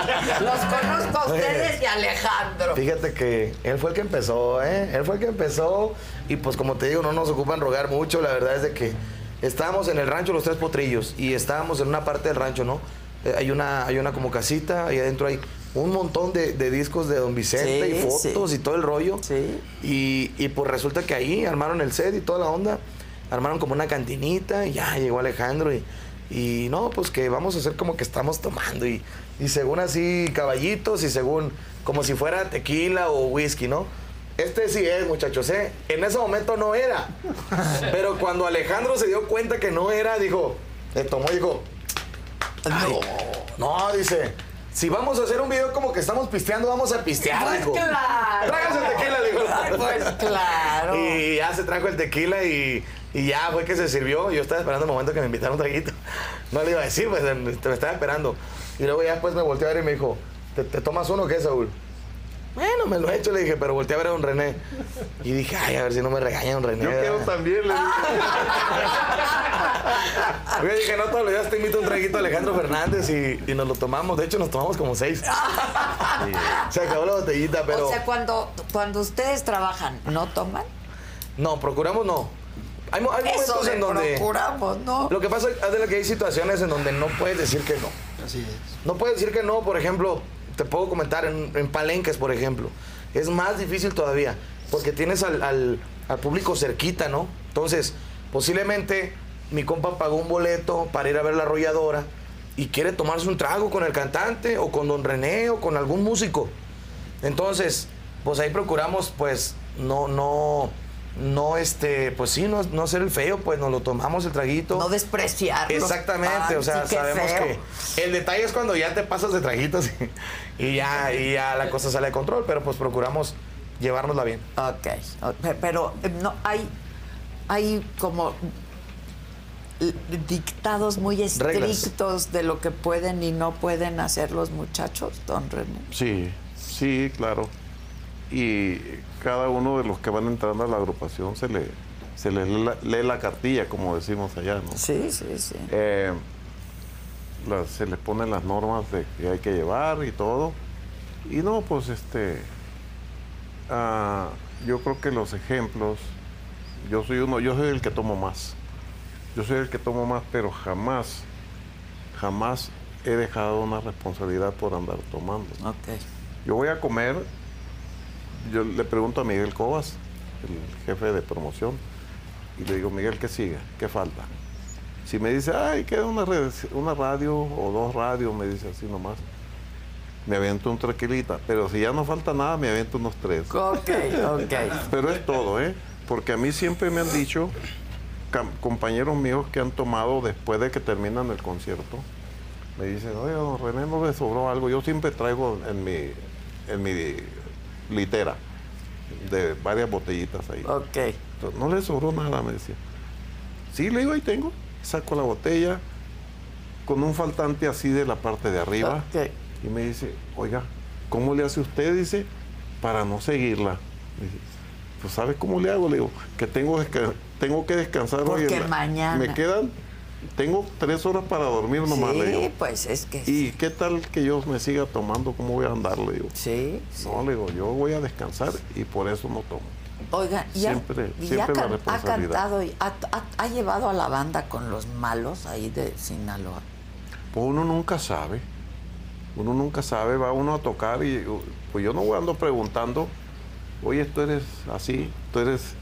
[SPEAKER 3] los conozco a ustedes y a Alejandro.
[SPEAKER 4] Fíjate que él fue el que empezó, ¿eh? Él fue el que empezó y pues como te digo, no nos ocupan rogar mucho, la verdad es de que estábamos en el rancho Los Tres Potrillos y estábamos en una parte del rancho, ¿no? Eh, hay, una, hay una como casita, ahí adentro hay un montón de, de discos de Don Vicente
[SPEAKER 3] Sí,
[SPEAKER 4] y fotos
[SPEAKER 3] sí.
[SPEAKER 4] y todo el rollo. Sí. Y, y pues resulta que ahí armaron el set y toda la onda, armaron como una cantinita y ya llegó Alejandro y... Y no, pues que vamos a hacer como que estamos tomando. Y, y según así, caballitos y según como si fuera tequila o whisky, ¿no? Este sí es, muchachos, ¿eh? En ese momento no era. Pero cuando Alejandro se dio cuenta que no era, dijo, le tomó y dijo, "Ay, no, dice, si vamos a hacer un video como que estamos pisteando, vamos a pistear,
[SPEAKER 3] Pues
[SPEAKER 4] dijo.
[SPEAKER 3] claro.
[SPEAKER 4] Tráigase el tequila, dijo.
[SPEAKER 3] Ay, pues claro.
[SPEAKER 4] Y ya se trajo el tequila y, y ya fue que se sirvió. Yo estaba esperando el momento que me invitaron un traguito. No le iba a decir, pues me me estaba esperando. Y luego ya después me volteó a ver y me dijo, ¿te, te tomas uno o qué, Saúl? Bueno, me lo he hecho, le dije, pero volteé a ver a don René. Y dije, ay, a ver si no me regaña don René.
[SPEAKER 8] Yo quiero también, le
[SPEAKER 4] Yo dije, no, todos los días te invito un traguito a Alejandro Fernández y, y nos lo tomamos. De hecho, nos tomamos como seis. Se acabó la botellita, pero...
[SPEAKER 3] O sea, cuando, cuando ustedes trabajan, ¿no toman?
[SPEAKER 4] No, procuramos no. Hay, mo- hay
[SPEAKER 3] Eso
[SPEAKER 4] momentos
[SPEAKER 3] de
[SPEAKER 4] en donde.
[SPEAKER 3] procuramos, ¿no?
[SPEAKER 4] Lo que pasa es de lo que hay situaciones en donde no puedes decir que no.
[SPEAKER 11] Así es.
[SPEAKER 4] No puedes decir que no, por ejemplo, te puedo comentar en, en palenques, por ejemplo. Es más difícil todavía, porque tienes al, al- al público cerquita, ¿no? Entonces, posiblemente mi compa pagó un boleto para ir a ver la arrolladora y quiere tomarse un trago con el cantante o con don René o con algún músico. Entonces, pues ahí procuramos, pues, no, no, no, este, pues sí, no, no ser el feo, pues nos lo tomamos el traguito. No
[SPEAKER 3] despreciarlo.
[SPEAKER 4] Exactamente,
[SPEAKER 3] Ay,
[SPEAKER 4] o sea,
[SPEAKER 3] sí, qué
[SPEAKER 4] sabemos
[SPEAKER 3] feo.
[SPEAKER 4] que el detalle es cuando ya te pasas de traguitos y, y ya, y ya la cosa sale de control, pero pues procuramos llevárnosla bien.
[SPEAKER 3] Ok, o- pe- pero eh, no hay, hay como l- dictados muy estrictos de lo que pueden y no pueden hacer los muchachos, don René.
[SPEAKER 8] Sí, sí, claro. Y cada uno de los que van entrando a la agrupación se le se les lee la, lee la cartilla, como decimos allá, ¿no?
[SPEAKER 3] Sí, sí, sí.
[SPEAKER 8] Eh, la- se les ponen las normas de que hay que llevar y todo. Y no, pues este, ah, yo creo que los ejemplos, yo soy uno, yo soy el que tomo más. Yo soy el que tomo más, pero jamás, jamás he dejado una responsabilidad por andar tomando. Yo voy a comer, yo le pregunto a Miguel Cobas, el jefe de promoción, y le digo, Miguel, ¿qué sigue? ¿Qué falta? Si me dice, ay, queda una, re- una radio o dos radios, me dice así nomás, me avento un tranquilita. Pero si ya no falta nada, me avento unos tres.
[SPEAKER 3] Ok, ok.
[SPEAKER 8] Pero es todo, ¿eh? Porque a mí siempre me han dicho cam- compañeros míos que han tomado después de que terminan el concierto, me dicen, oye, don René, ¿no le sobró algo? Yo siempre traigo en mi, en mi litera de varias botellitas ahí.
[SPEAKER 3] Ok.
[SPEAKER 8] no le sobró nada, me decía. Sí, le digo, ahí tengo. Saco la botella con un faltante así de la parte de arriba. Y me dice, oiga, ¿cómo le hace usted? Dice, para no seguirla. Dice, pues ¿sabes cómo le hago? Le digo, que tengo, desca- tengo que descansar hoy. en
[SPEAKER 3] Porque
[SPEAKER 8] la-
[SPEAKER 3] mañana.
[SPEAKER 8] Me quedan, tengo tres horas para dormir nomás. le digo.
[SPEAKER 3] Sí, pues es que
[SPEAKER 8] ¿Y qué tal que yo me siga tomando? ¿Cómo voy a andar? Le digo.
[SPEAKER 3] Sí.
[SPEAKER 8] No, le digo, yo voy a descansar y por eso no tomo.
[SPEAKER 3] Oiga, y ha-
[SPEAKER 8] Siempre-
[SPEAKER 3] y
[SPEAKER 8] siempre
[SPEAKER 3] ha,
[SPEAKER 8] la
[SPEAKER 3] can- ha
[SPEAKER 8] responsabilidad.
[SPEAKER 3] cantado, y ha, ha- ha llevado a la banda con los malos ahí de Sinaloa.
[SPEAKER 8] Pues uno nunca sabe. Uno nunca sabe, va uno a tocar y uh, pues yo no voy ando preguntando, oye, tú eres así, tú eres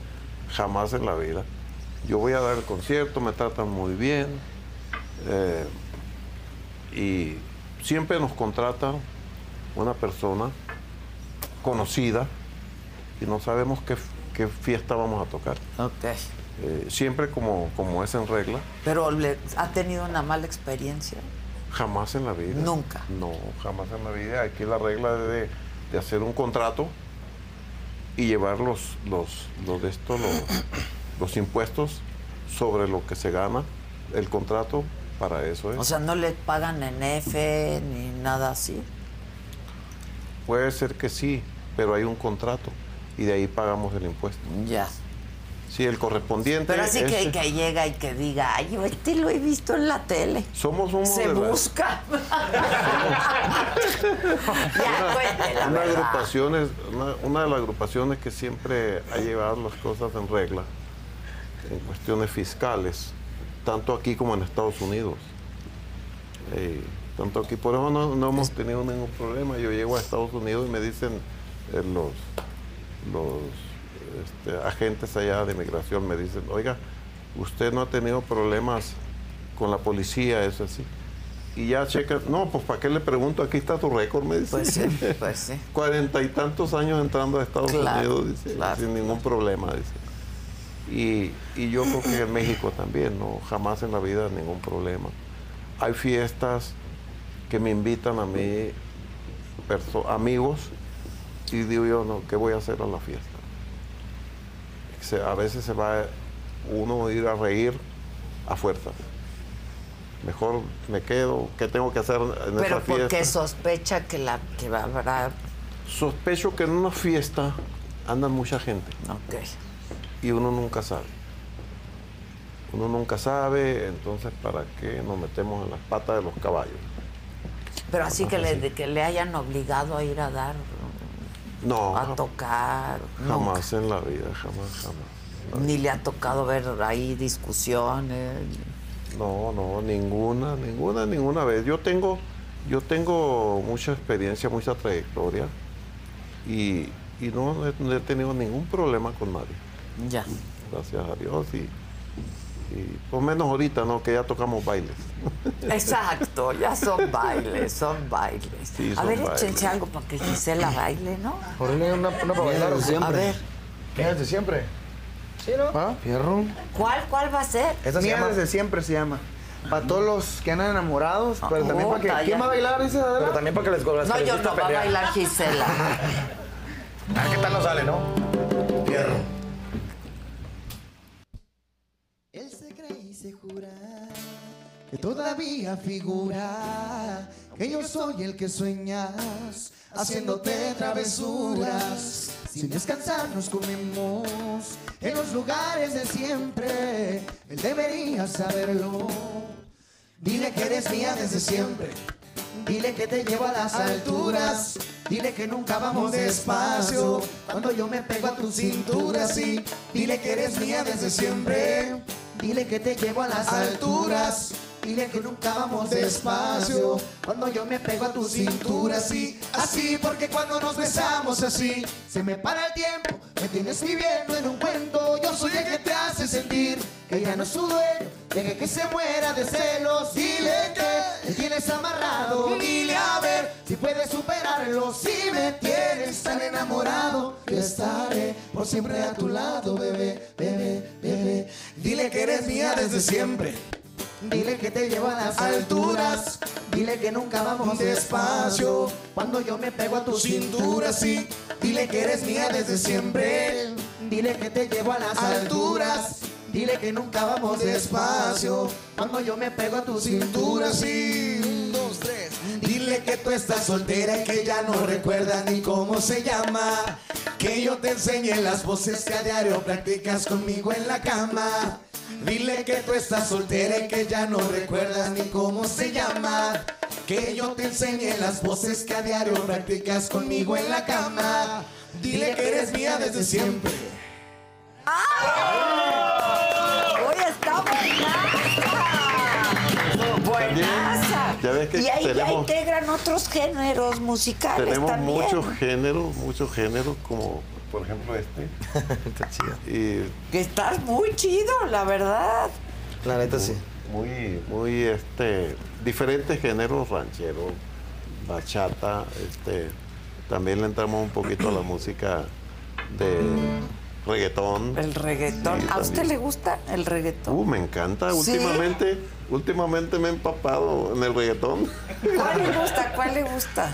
[SPEAKER 8] jamás en la vida. Yo voy a dar el concierto, me tratan muy bien eh, y siempre nos contrata una persona conocida y no sabemos qué, f- qué fiesta vamos a tocar. Eh, siempre como, como es en regla,
[SPEAKER 3] Pero le- ha tenido una mala experiencia.
[SPEAKER 8] Jamás en la vida. Nunca. No, jamás en la vida. Aquí la regla de, de hacer un contrato y llevar los, los, los de esto, los, los impuestos sobre lo que se gana. El contrato para eso es.
[SPEAKER 3] O sea, no le pagan en F ni nada así.
[SPEAKER 8] Puede ser que sí, pero hay un contrato y de ahí pagamos el impuesto.
[SPEAKER 3] Ya.
[SPEAKER 8] Sí, el correspondiente.
[SPEAKER 3] Pero así que,
[SPEAKER 8] es-
[SPEAKER 3] que llega y que diga, ay, yo este lo he visto en la tele.
[SPEAKER 8] Somos uno
[SPEAKER 3] Se
[SPEAKER 8] de las-
[SPEAKER 3] busca. pues,
[SPEAKER 8] una, agrupación es- una, una de las agrupaciones que siempre ha llevado las cosas en regla en cuestiones fiscales, tanto aquí como en Estados Unidos. Eh, tanto aquí, por eso no, no hemos tenido ningún problema. Yo llego a Estados Unidos y me dicen eh, los, los este, agentes allá de migración, me dicen, oiga, usted no ha tenido problemas con la policía, eso así. Y ya checa, no, pues ¿para qué le pregunto? Aquí está tu récord, me dice.
[SPEAKER 3] Pues sí, pues sí.
[SPEAKER 8] Cuarenta y tantos años entrando a Estados
[SPEAKER 3] Claro,
[SPEAKER 8] Unidos, dice, sin ningún problema, dice. Y, y yo creo que en México también, no, jamás en la vida ningún problema. Hay fiestas que me invitan a mí, perso- amigos, y digo yo, no, ¿qué voy a hacer a la fiesta? Se- a veces se va uno a ir a reír a fuerzas. Mejor me quedo, ¿qué tengo que hacer en esa
[SPEAKER 3] Pero
[SPEAKER 8] fiesta?
[SPEAKER 3] porque sospecha que la que habrá.
[SPEAKER 8] Sospecho que en una fiesta anda mucha gente. Y uno nunca sabe. Uno nunca sabe, entonces ¿para qué nos metemos en las patas de los caballos?
[SPEAKER 3] Pero así que
[SPEAKER 8] Ajá,
[SPEAKER 3] le,
[SPEAKER 8] sí.
[SPEAKER 3] de que le hayan obligado a ir a dar,
[SPEAKER 8] No,
[SPEAKER 3] a tocar.
[SPEAKER 8] jamás en la vida, jamás, jamás.
[SPEAKER 3] Ni le ha tocado ver ahí discusiones.
[SPEAKER 8] No, no, ninguna, ninguna, ninguna vez. Yo tengo, yo tengo mucha experiencia, mucha trayectoria y, y no, he- no he tenido ningún problema con nadie.
[SPEAKER 3] Ya.
[SPEAKER 8] Gracias a Dios y, y por menos ahorita, ¿no? Que ya tocamos bailes.
[SPEAKER 3] Exacto, ya son bailes, son bailes.
[SPEAKER 8] Sí,
[SPEAKER 3] a
[SPEAKER 8] son
[SPEAKER 3] ver,
[SPEAKER 8] bailes.
[SPEAKER 3] échense algo para que Gisela baile, ¿no?
[SPEAKER 4] Órale, una, una para bailar.
[SPEAKER 3] Desde siempre. A ver.
[SPEAKER 4] Mía desde siempre.
[SPEAKER 3] ¿Sí, no?
[SPEAKER 4] ¿Ah? Fierro.
[SPEAKER 3] ¿Cuál, cuál va a ser?
[SPEAKER 9] Esa desde siempre se llama. Para todos los que andan enamorados, pero también para que.
[SPEAKER 3] puta,
[SPEAKER 9] ¿Quién
[SPEAKER 3] ya.
[SPEAKER 9] va a bailar esa? Adela?
[SPEAKER 4] Pero también para que les cobras.
[SPEAKER 3] No, yo no, va a bailar Gisela.
[SPEAKER 4] A ver Ah, qué tal nos sale, ¿no? Fierro.
[SPEAKER 1] Él se cree y se jura que todavía figura que yo soy el que sueñas haciéndote travesuras. Sin descansar nos comemos en los lugares de siempre. Él debería saberlo. Dile que eres mía desde siempre. Dile que te llevo a las alturas. Dile que nunca vamos despacio. Cuando yo me pego a tu cintura, sí. Dile que eres mía desde siempre. Dile que te llevo a las alturas. Dile que nunca vamos despacio. Cuando yo me pego a tu cintura así, así, porque cuando nos besamos así, se me para el tiempo. Me tienes viviendo en un cuento. Yo soy el que te hace sentir que ya no es su dueño. Deje que se muera de celos. Dile que me tienes amarrado. Dile a ver si puedes superarlo. Si me tienes tan enamorado, que estaré por siempre a tu lado, bebé, bebé, bebé. Dile que eres mía desde siempre. Dile que te llevo a las alturas. Dile que nunca vamos despacio. Cuando yo me pego a tu cintura, sí. Dile que eres mía desde siempre. Dile que te llevo a las alturas. Dile que nunca vamos despacio. Cuando yo me pego a tu cintura, sí. Un, dos, tres. Dile que tú estás soltera y que ya no recuerdas ni cómo se llama. Que yo te enseñe las voces que a diario practicas conmigo en la cama. Dile que tú estás soltera y que ya no recuerdas ni cómo se llama. Que yo te enseñe las voces que a diario practicas conmigo en la cama. Dile que eres mía desde siempre.
[SPEAKER 3] Hoy está buenaza. Buenaza.
[SPEAKER 8] Ya ves que
[SPEAKER 3] y ahí ya
[SPEAKER 8] tenemos-
[SPEAKER 3] integran otros géneros musicales
[SPEAKER 8] Tenemos
[SPEAKER 3] también.
[SPEAKER 8] muchos géneros, muchos géneros, como por ejemplo este. Está chido.
[SPEAKER 3] Que estás muy chido, la verdad.
[SPEAKER 8] La neta sí. Muy, muy, este, diferentes géneros, ranchero, bachata, este, también le entramos un poquito a la música de reggaetón.
[SPEAKER 3] El reggaetón. ¿A usted le gusta el reggaetón?
[SPEAKER 8] Uh, me encanta.
[SPEAKER 3] ¿Sí?
[SPEAKER 8] Últimamente, últimamente me he empapado en el reggaetón.
[SPEAKER 3] ¿Cuál le gusta? ¿Cuál le gusta?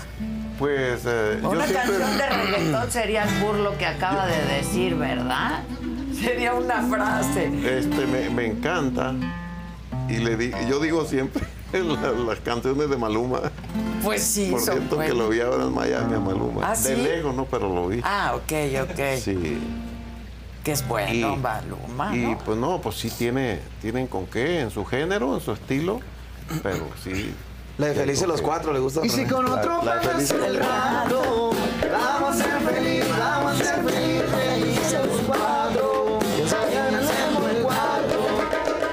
[SPEAKER 8] Pues eh, yo
[SPEAKER 3] Una
[SPEAKER 8] siempre-
[SPEAKER 3] canción de reggaetón sería el burlo que acaba de decir, ¿verdad? Sería una frase.
[SPEAKER 8] Este, me, me encanta. Y le di- yo digo siempre la- las canciones de Maluma.
[SPEAKER 3] Pues sí,
[SPEAKER 8] Por
[SPEAKER 3] son
[SPEAKER 8] cierto, que
[SPEAKER 3] buenas.
[SPEAKER 8] lo vi ahora en Miami a Maluma.
[SPEAKER 3] ¿Ah,
[SPEAKER 8] De
[SPEAKER 3] sí?
[SPEAKER 8] lejos, no, pero lo vi.
[SPEAKER 3] Ah, ok, ok.
[SPEAKER 8] Sí.
[SPEAKER 3] Que es bueno, Maluma,
[SPEAKER 8] Y
[SPEAKER 3] ¿no?
[SPEAKER 8] pues no, pues sí tiene, tienen con qué, en su género, en su estilo, pero sí.
[SPEAKER 4] La de
[SPEAKER 8] sí hay
[SPEAKER 4] Felices
[SPEAKER 8] con
[SPEAKER 4] los
[SPEAKER 8] qué.
[SPEAKER 4] Cuatro le gusta.
[SPEAKER 8] Y si con otro
[SPEAKER 4] La- la
[SPEAKER 8] pagas
[SPEAKER 4] Felices los
[SPEAKER 8] el
[SPEAKER 4] Cuatro.
[SPEAKER 1] Vamos a ser feliz, vamos a ser feliz, felices los cuatro.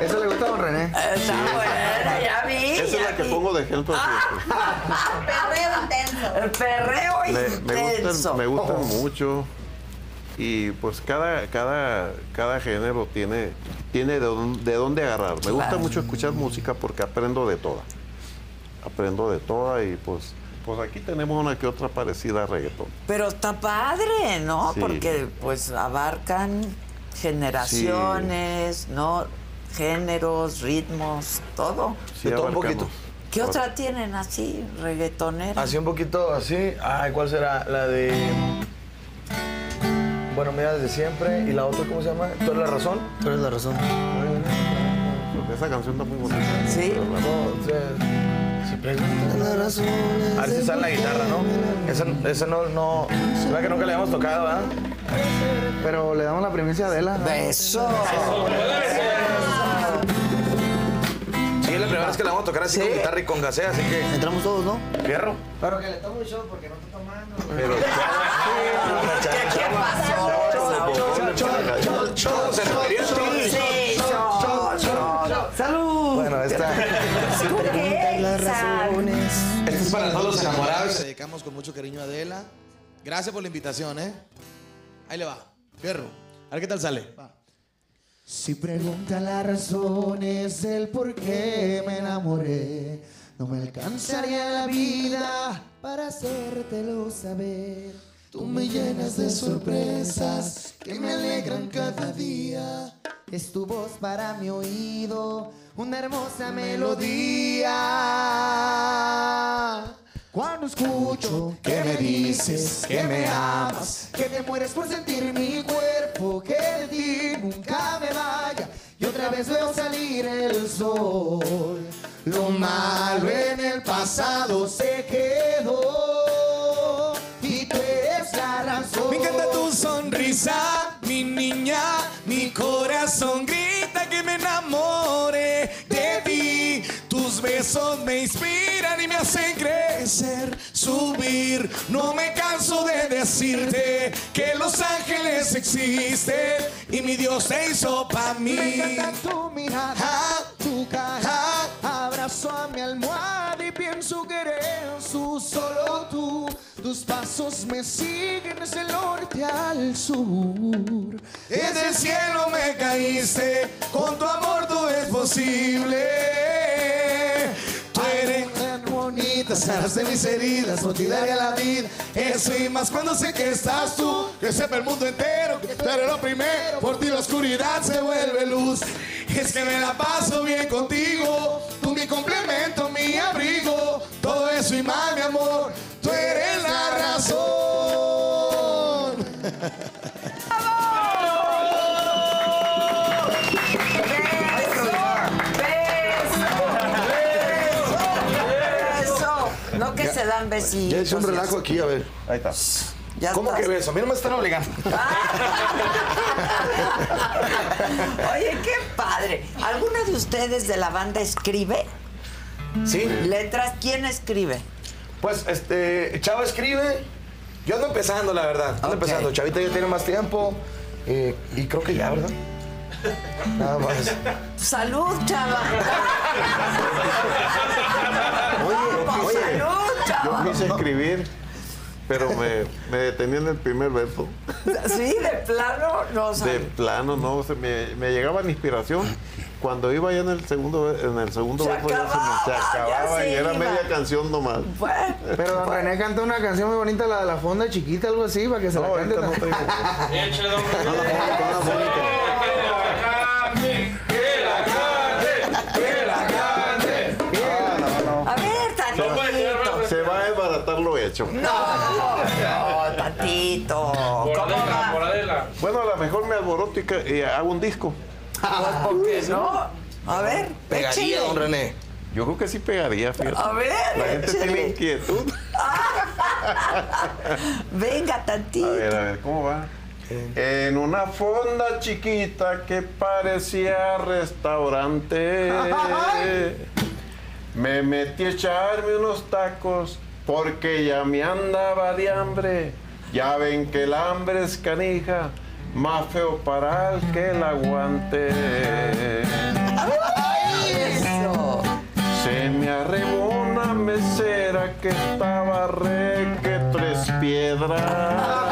[SPEAKER 18] Eso le gusta a don René.
[SPEAKER 3] Está buena, ya vi.
[SPEAKER 8] Esa es la que pongo de ejemplo.
[SPEAKER 3] Perreo intenso. El perreo
[SPEAKER 8] Me, me
[SPEAKER 3] intenso. Oh.
[SPEAKER 8] gustan, me gustan mucho. Y pues cada, cada, cada género tiene, tiene de, dón- de dónde agarrar. Me gusta
[SPEAKER 3] Claro.
[SPEAKER 8] mucho escuchar música porque aprendo de toda. Aprendo de toda y pues, pues aquí tenemos una que otra parecida a reggaetón.
[SPEAKER 3] Pero está padre, ¿no?
[SPEAKER 8] Sí.
[SPEAKER 3] Porque pues abarcan generaciones, ¿no? Géneros, ritmos, todo.
[SPEAKER 4] De todo un poquito.
[SPEAKER 3] ¿Qué otra tienen así, reggaetonera?
[SPEAKER 4] Así un poquito, así. Ay, ¿cuál será? La de. Bueno, mira, desde siempre. ¿Y la otra cómo se llama? ¿Tú eres la razón?
[SPEAKER 19] Tú eres la razón.
[SPEAKER 8] Esa canción está muy bonita.
[SPEAKER 3] Sí.
[SPEAKER 4] A ver si sale la guitarra, ¿no? Esa, esa no, no. Es verdad que nunca la habíamos tocado, ¿verdad?
[SPEAKER 18] Pero le damos la primicia a Adela.
[SPEAKER 3] Beso.
[SPEAKER 4] Sí, es la primera vez que la vamos a tocar así con guitarra y con gasea, así que.
[SPEAKER 19] Entramos todos, ¿no?
[SPEAKER 4] Fierro.
[SPEAKER 18] Pero que le tomo un shot porque no está tomando.
[SPEAKER 4] Pero.
[SPEAKER 3] ¿Qué
[SPEAKER 4] pasó? Se nos quería el chon.
[SPEAKER 3] ¡Salud!
[SPEAKER 4] Bueno, esta. Este
[SPEAKER 20] Esto es para todos los enamorados.
[SPEAKER 21] Le dedicamos con mucho cariño a Adela. Gracias por la invitación, ¿eh? Ahí le va. Fierro. A ver qué tal sale.
[SPEAKER 1] Si pregunta la razón es el por qué me enamoré, no me alcanzaría la vida para hacértelo saber. Tú me llenas de sorpresas que me alegran cada día. Es tu voz para mi oído, una hermosa melodía. Cuando escucho
[SPEAKER 2] ¿Qué me dices?
[SPEAKER 1] que me amas, que te mueres por sentir mi cuerpo, que de ti nunca me vaya y otra vez veo salir el sol. Lo malo en el pasado se quedó y tú eres la razón.
[SPEAKER 2] Me encanta tu sonrisa, mi niña, mi corazón grita que me enamore de ti. Tus besos me inspiran y me hacen crecer, subir. No me canso de decirte que los ángeles existen y mi Dios se hizo para mí.
[SPEAKER 1] Me encanta tu mirada, tu cara, Paso a mi almohada y pienso que eres tú, solo tú. Tus pasos me siguen desde el norte al sur.
[SPEAKER 2] Desde el cielo me caíste, con tu amor todo es posible.
[SPEAKER 1] Tú eres tan bonita, sanas de mis heridas,
[SPEAKER 2] Daré
[SPEAKER 1] motivaré
[SPEAKER 2] a
[SPEAKER 1] a
[SPEAKER 2] la vida, eso y más cuando sé que estás tú, que sepa el mundo entero, que tú eres lo primero, por ti la oscuridad se vuelve luz. Es que me la paso bien contigo, tú mi complemento, mi abrigo, todo eso y más mi amor, tú eres la razón.
[SPEAKER 3] Eso. No que se dan
[SPEAKER 4] Ah,
[SPEAKER 3] besitos.
[SPEAKER 4] Ya hice un
[SPEAKER 3] y
[SPEAKER 4] relajo
[SPEAKER 3] así.
[SPEAKER 4] aquí, a ver.
[SPEAKER 8] Ahí está.
[SPEAKER 4] ¿Cómo
[SPEAKER 3] estás.
[SPEAKER 4] que beso? A mí no me están obligando.
[SPEAKER 3] Oye, qué padre. ¿Alguna de ustedes de la banda escribe?
[SPEAKER 4] Sí.
[SPEAKER 3] ¿Letras? ¿Quién escribe?
[SPEAKER 4] Pues, este, Chava escribe. Yo ando empezando, la verdad. Ando empezando. Chavita ya tiene más tiempo. eh, y creo que ya, ¿verdad? Nada más.
[SPEAKER 3] Salud, chava.
[SPEAKER 8] Yo
[SPEAKER 3] Vamos,
[SPEAKER 8] quise-
[SPEAKER 3] salud,
[SPEAKER 8] Yo
[SPEAKER 3] chava.
[SPEAKER 8] quise escribir, pero me, me detení en el primer verso.
[SPEAKER 3] Sí, de plano, no
[SPEAKER 8] De
[SPEAKER 3] salud.
[SPEAKER 8] plano, no, se me, me llegaba la inspiración. Cuando iba ya en el segundo, ve- en el segundo
[SPEAKER 3] Se
[SPEAKER 8] verso ya se me- se acababa
[SPEAKER 9] se
[SPEAKER 8] y era
[SPEAKER 9] iba.
[SPEAKER 8] media canción nomás.
[SPEAKER 9] Pero don René canta una canción muy bonita, la de la fonda chiquita, algo así, para que se la cante. también.
[SPEAKER 3] A ver, tantito.
[SPEAKER 8] Se va a desbaratar lo hecho.
[SPEAKER 3] No, no, tantito. ¿Cómo va?
[SPEAKER 8] Bueno, a lo mejor me alboroto y, ca- y hago un disco.
[SPEAKER 3] Pues porque no. A ver, échale.
[SPEAKER 8] René? Yo creo que sí pegaría, fíjate.
[SPEAKER 3] A ver,
[SPEAKER 8] La gente
[SPEAKER 3] échale.
[SPEAKER 8] tiene inquietud.
[SPEAKER 3] Venga, tantito.
[SPEAKER 8] A ver, a ver, ¿cómo va? En una fonda chiquita que parecía restaurante, me metí a echarme unos tacos porque ya me andaba de hambre. Ya ven que el hambre es canija, más feo para el que la aguante. Se me arrebó una mesera que estaba re que tres piedras.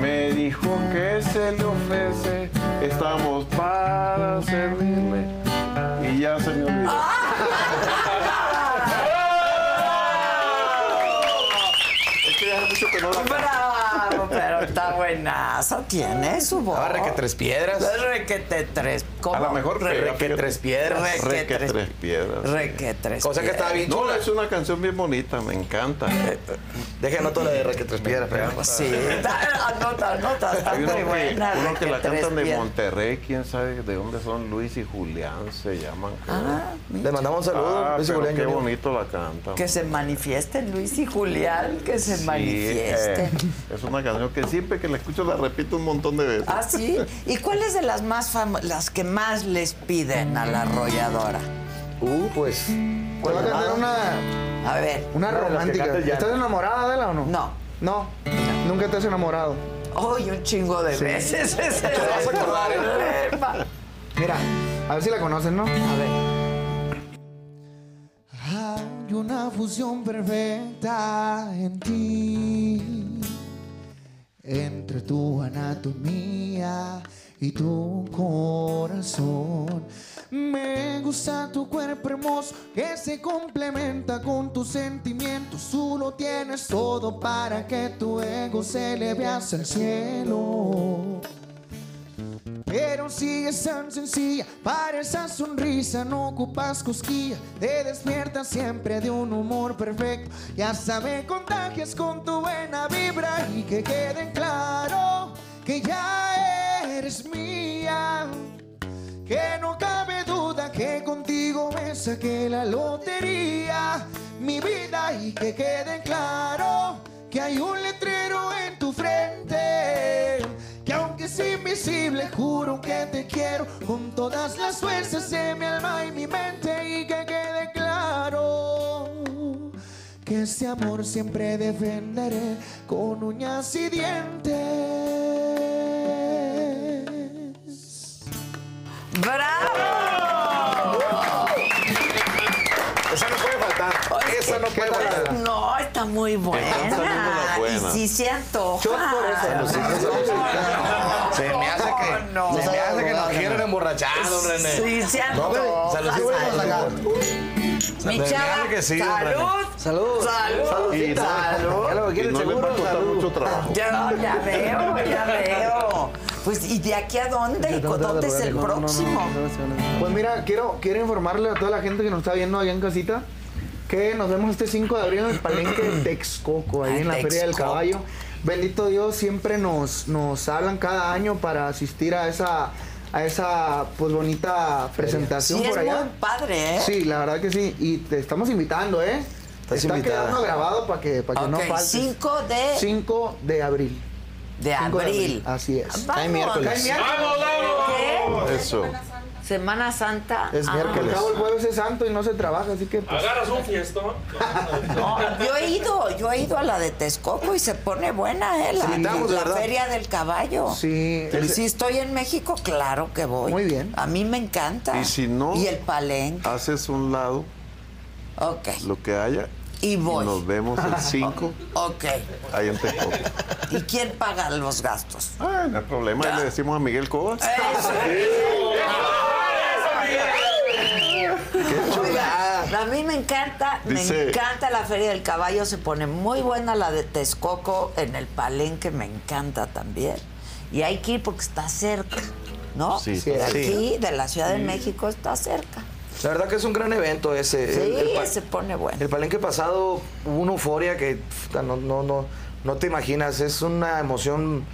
[SPEAKER 8] Me dijo que se le ofrece, estamos para servirle. Y ya se me olvidó. Es que ya hace mucho que no la
[SPEAKER 3] Bravo, pero está buenazo. Tiene su voz.
[SPEAKER 4] Ah, requetres piedras.
[SPEAKER 3] Requete tres. ¿Cómo?
[SPEAKER 8] A lo mejor
[SPEAKER 3] Re-
[SPEAKER 8] pega, fíjate.
[SPEAKER 4] tres piedras.
[SPEAKER 8] Re que
[SPEAKER 3] Requetres.
[SPEAKER 8] tres piedras.
[SPEAKER 3] Re que tres
[SPEAKER 4] Cosa que estaba bien
[SPEAKER 8] No,
[SPEAKER 4] chula. Eh,
[SPEAKER 8] es una canción bien bonita, me encanta.
[SPEAKER 4] Déjenme toda la de re que tres piedras.
[SPEAKER 3] Sí. Está- Anota, anota. Está
[SPEAKER 8] Hay uno
[SPEAKER 3] muy
[SPEAKER 8] que,
[SPEAKER 3] buena.
[SPEAKER 8] uno que la
[SPEAKER 3] Requetres
[SPEAKER 8] cantan de
[SPEAKER 3] bien.
[SPEAKER 8] Monterrey, quién sabe de dónde son Luis y Julián, se llaman.
[SPEAKER 4] Le mandamos un saludo,
[SPEAKER 8] Ah,
[SPEAKER 4] Luis y
[SPEAKER 8] pero
[SPEAKER 4] Julián
[SPEAKER 8] Qué
[SPEAKER 4] Junior.
[SPEAKER 8] bonito la cantan.
[SPEAKER 3] Ah, Que se manifiesten Luis y Julián, que se
[SPEAKER 8] Sí,
[SPEAKER 3] manifiesten.
[SPEAKER 8] eh, es una canción que siempre que la escucho la repito un montón de veces.
[SPEAKER 3] ¿Ah, sí? ¿Y cuáles de las más famo- las que más les piden a la arrolladora?
[SPEAKER 4] Uh, pues.
[SPEAKER 9] Te voy a cantar una,
[SPEAKER 3] A ver.
[SPEAKER 9] una romántica. ¿Estás enamorada de ella o no?
[SPEAKER 3] No.
[SPEAKER 9] No, nunca te has enamorado.
[SPEAKER 3] Ay, un chingo de
[SPEAKER 9] Sí.
[SPEAKER 3] veces ese es
[SPEAKER 9] Te vas a
[SPEAKER 3] el
[SPEAKER 9] acordar, ¿eh?
[SPEAKER 3] problema.
[SPEAKER 9] Mira, a ver si la conocen, ¿no? A
[SPEAKER 3] ver.
[SPEAKER 1] Hay una fusión perfecta en ti, entre tu anatomía y tu corazón. Me gusta tu cuerpo hermoso que se complementa con tus sentimientos. Tú lo tienes todo para que tu ego se eleve hacia el cielo. Pero sigues tan sencilla para esa sonrisa, no ocupas cosquilla. Te despiertas siempre de un humor perfecto. Ya hasta me contagias con tu buena vibra y que quede claro que ya eres mía. Que no cabe duda que contigo me saqué la lotería, mi vida y que quede claro que hay un letrero en tu frente. Que aunque es invisible, juro que te quiero con todas las fuerzas de mi alma y mi mente y que quede claro que ese amor siempre defenderé con uñas y dientes.
[SPEAKER 3] ¡Bravo! Oh,
[SPEAKER 4] Esa no puede faltar.
[SPEAKER 3] No, está muy buena.
[SPEAKER 4] buena.
[SPEAKER 3] Y sí se antoja.
[SPEAKER 4] Se me hace que.
[SPEAKER 3] No,
[SPEAKER 4] se me hace que nos quieren emborrachar, don René.
[SPEAKER 3] Sí, se
[SPEAKER 4] No, hombre,
[SPEAKER 3] antoja.
[SPEAKER 4] salud. Se
[SPEAKER 3] Mi
[SPEAKER 4] me
[SPEAKER 3] chava,
[SPEAKER 4] hace que sí, don René.
[SPEAKER 3] salud.
[SPEAKER 4] Salud.
[SPEAKER 3] Salud.
[SPEAKER 4] Y no-
[SPEAKER 3] Salud.
[SPEAKER 4] Ya lo que quieren, Y no les va a seguro, costar salud. mucho trabajo.
[SPEAKER 3] Ya, ya veo, ya veo. Pues, ¿y de aquí a dónde? ¿Dónde es el
[SPEAKER 9] No, no, no, no,
[SPEAKER 3] próximo?
[SPEAKER 9] Pues mira, quiero, quiero informarle a toda la gente que nos está viendo allá en casita que nos vemos este 5 de abril en el Palenque de Texcoco, ahí
[SPEAKER 3] Ah,
[SPEAKER 9] en la Feria del
[SPEAKER 3] Texcoco.
[SPEAKER 9] Caballo. Bendito Dios, siempre nos, nos hablan cada año para asistir a esa, a esa pues bonita presentación
[SPEAKER 3] Sí,
[SPEAKER 9] por
[SPEAKER 3] es
[SPEAKER 9] allá.
[SPEAKER 3] muy padre, ¿eh?
[SPEAKER 9] Sí, la verdad que sí. Y te estamos invitando, ¿eh?
[SPEAKER 3] Estás
[SPEAKER 9] está
[SPEAKER 3] invitada.
[SPEAKER 9] quedando grabado para que, para que no
[SPEAKER 3] Ok,
[SPEAKER 9] falte.
[SPEAKER 3] 5 de-
[SPEAKER 9] 5 de abril.
[SPEAKER 3] De
[SPEAKER 9] 5
[SPEAKER 3] abril.
[SPEAKER 9] Así es.
[SPEAKER 3] Vamos. Cae miércoles. ¿Qué?
[SPEAKER 8] Eso.
[SPEAKER 3] Semana Santa.
[SPEAKER 9] Es
[SPEAKER 3] Ah.
[SPEAKER 9] miércoles. Al cabo el jueves es santo y no se trabaja, así que pues,
[SPEAKER 22] Agarras un fiestón.
[SPEAKER 3] No, yo he ido, yo he ido a la de Texcoco y se pone buena, ¿eh? La,
[SPEAKER 9] Sí, invitamos,
[SPEAKER 3] la
[SPEAKER 9] ¿verdad?
[SPEAKER 3] Feria del Caballo.
[SPEAKER 9] Sí.
[SPEAKER 3] Pero
[SPEAKER 9] Ese-
[SPEAKER 3] si estoy en México, claro que voy. Muy bien. A mí me encanta.
[SPEAKER 8] Y si no,
[SPEAKER 3] Y el palenque.
[SPEAKER 8] haces un lado
[SPEAKER 3] Ok.
[SPEAKER 8] lo que haya
[SPEAKER 3] y voy.
[SPEAKER 8] nos vemos el 5
[SPEAKER 3] Ok.
[SPEAKER 8] ahí en Texcoco.
[SPEAKER 3] ¿Y quién paga los gastos?
[SPEAKER 8] Ah, no hay problema, ahí le decimos a Miguel Cobas.
[SPEAKER 3] Oiga, a mí me encanta, me
[SPEAKER 8] Dice-
[SPEAKER 3] encanta la Feria del Caballo, se pone muy buena la de Texcoco, en el Palenque me encanta también. Y hay que ir porque está cerca, ¿no?
[SPEAKER 4] Sí,
[SPEAKER 3] de
[SPEAKER 4] está
[SPEAKER 3] aquí,
[SPEAKER 4] cerca.
[SPEAKER 3] de la Ciudad de
[SPEAKER 4] Sí.
[SPEAKER 3] México, está cerca.
[SPEAKER 4] La verdad que es un gran evento ese.
[SPEAKER 3] Sí,
[SPEAKER 4] pa-
[SPEAKER 3] se pone bueno.
[SPEAKER 4] El palenque pasado hubo una euforia que puta, no, no, no, no te imaginas. Es una emoción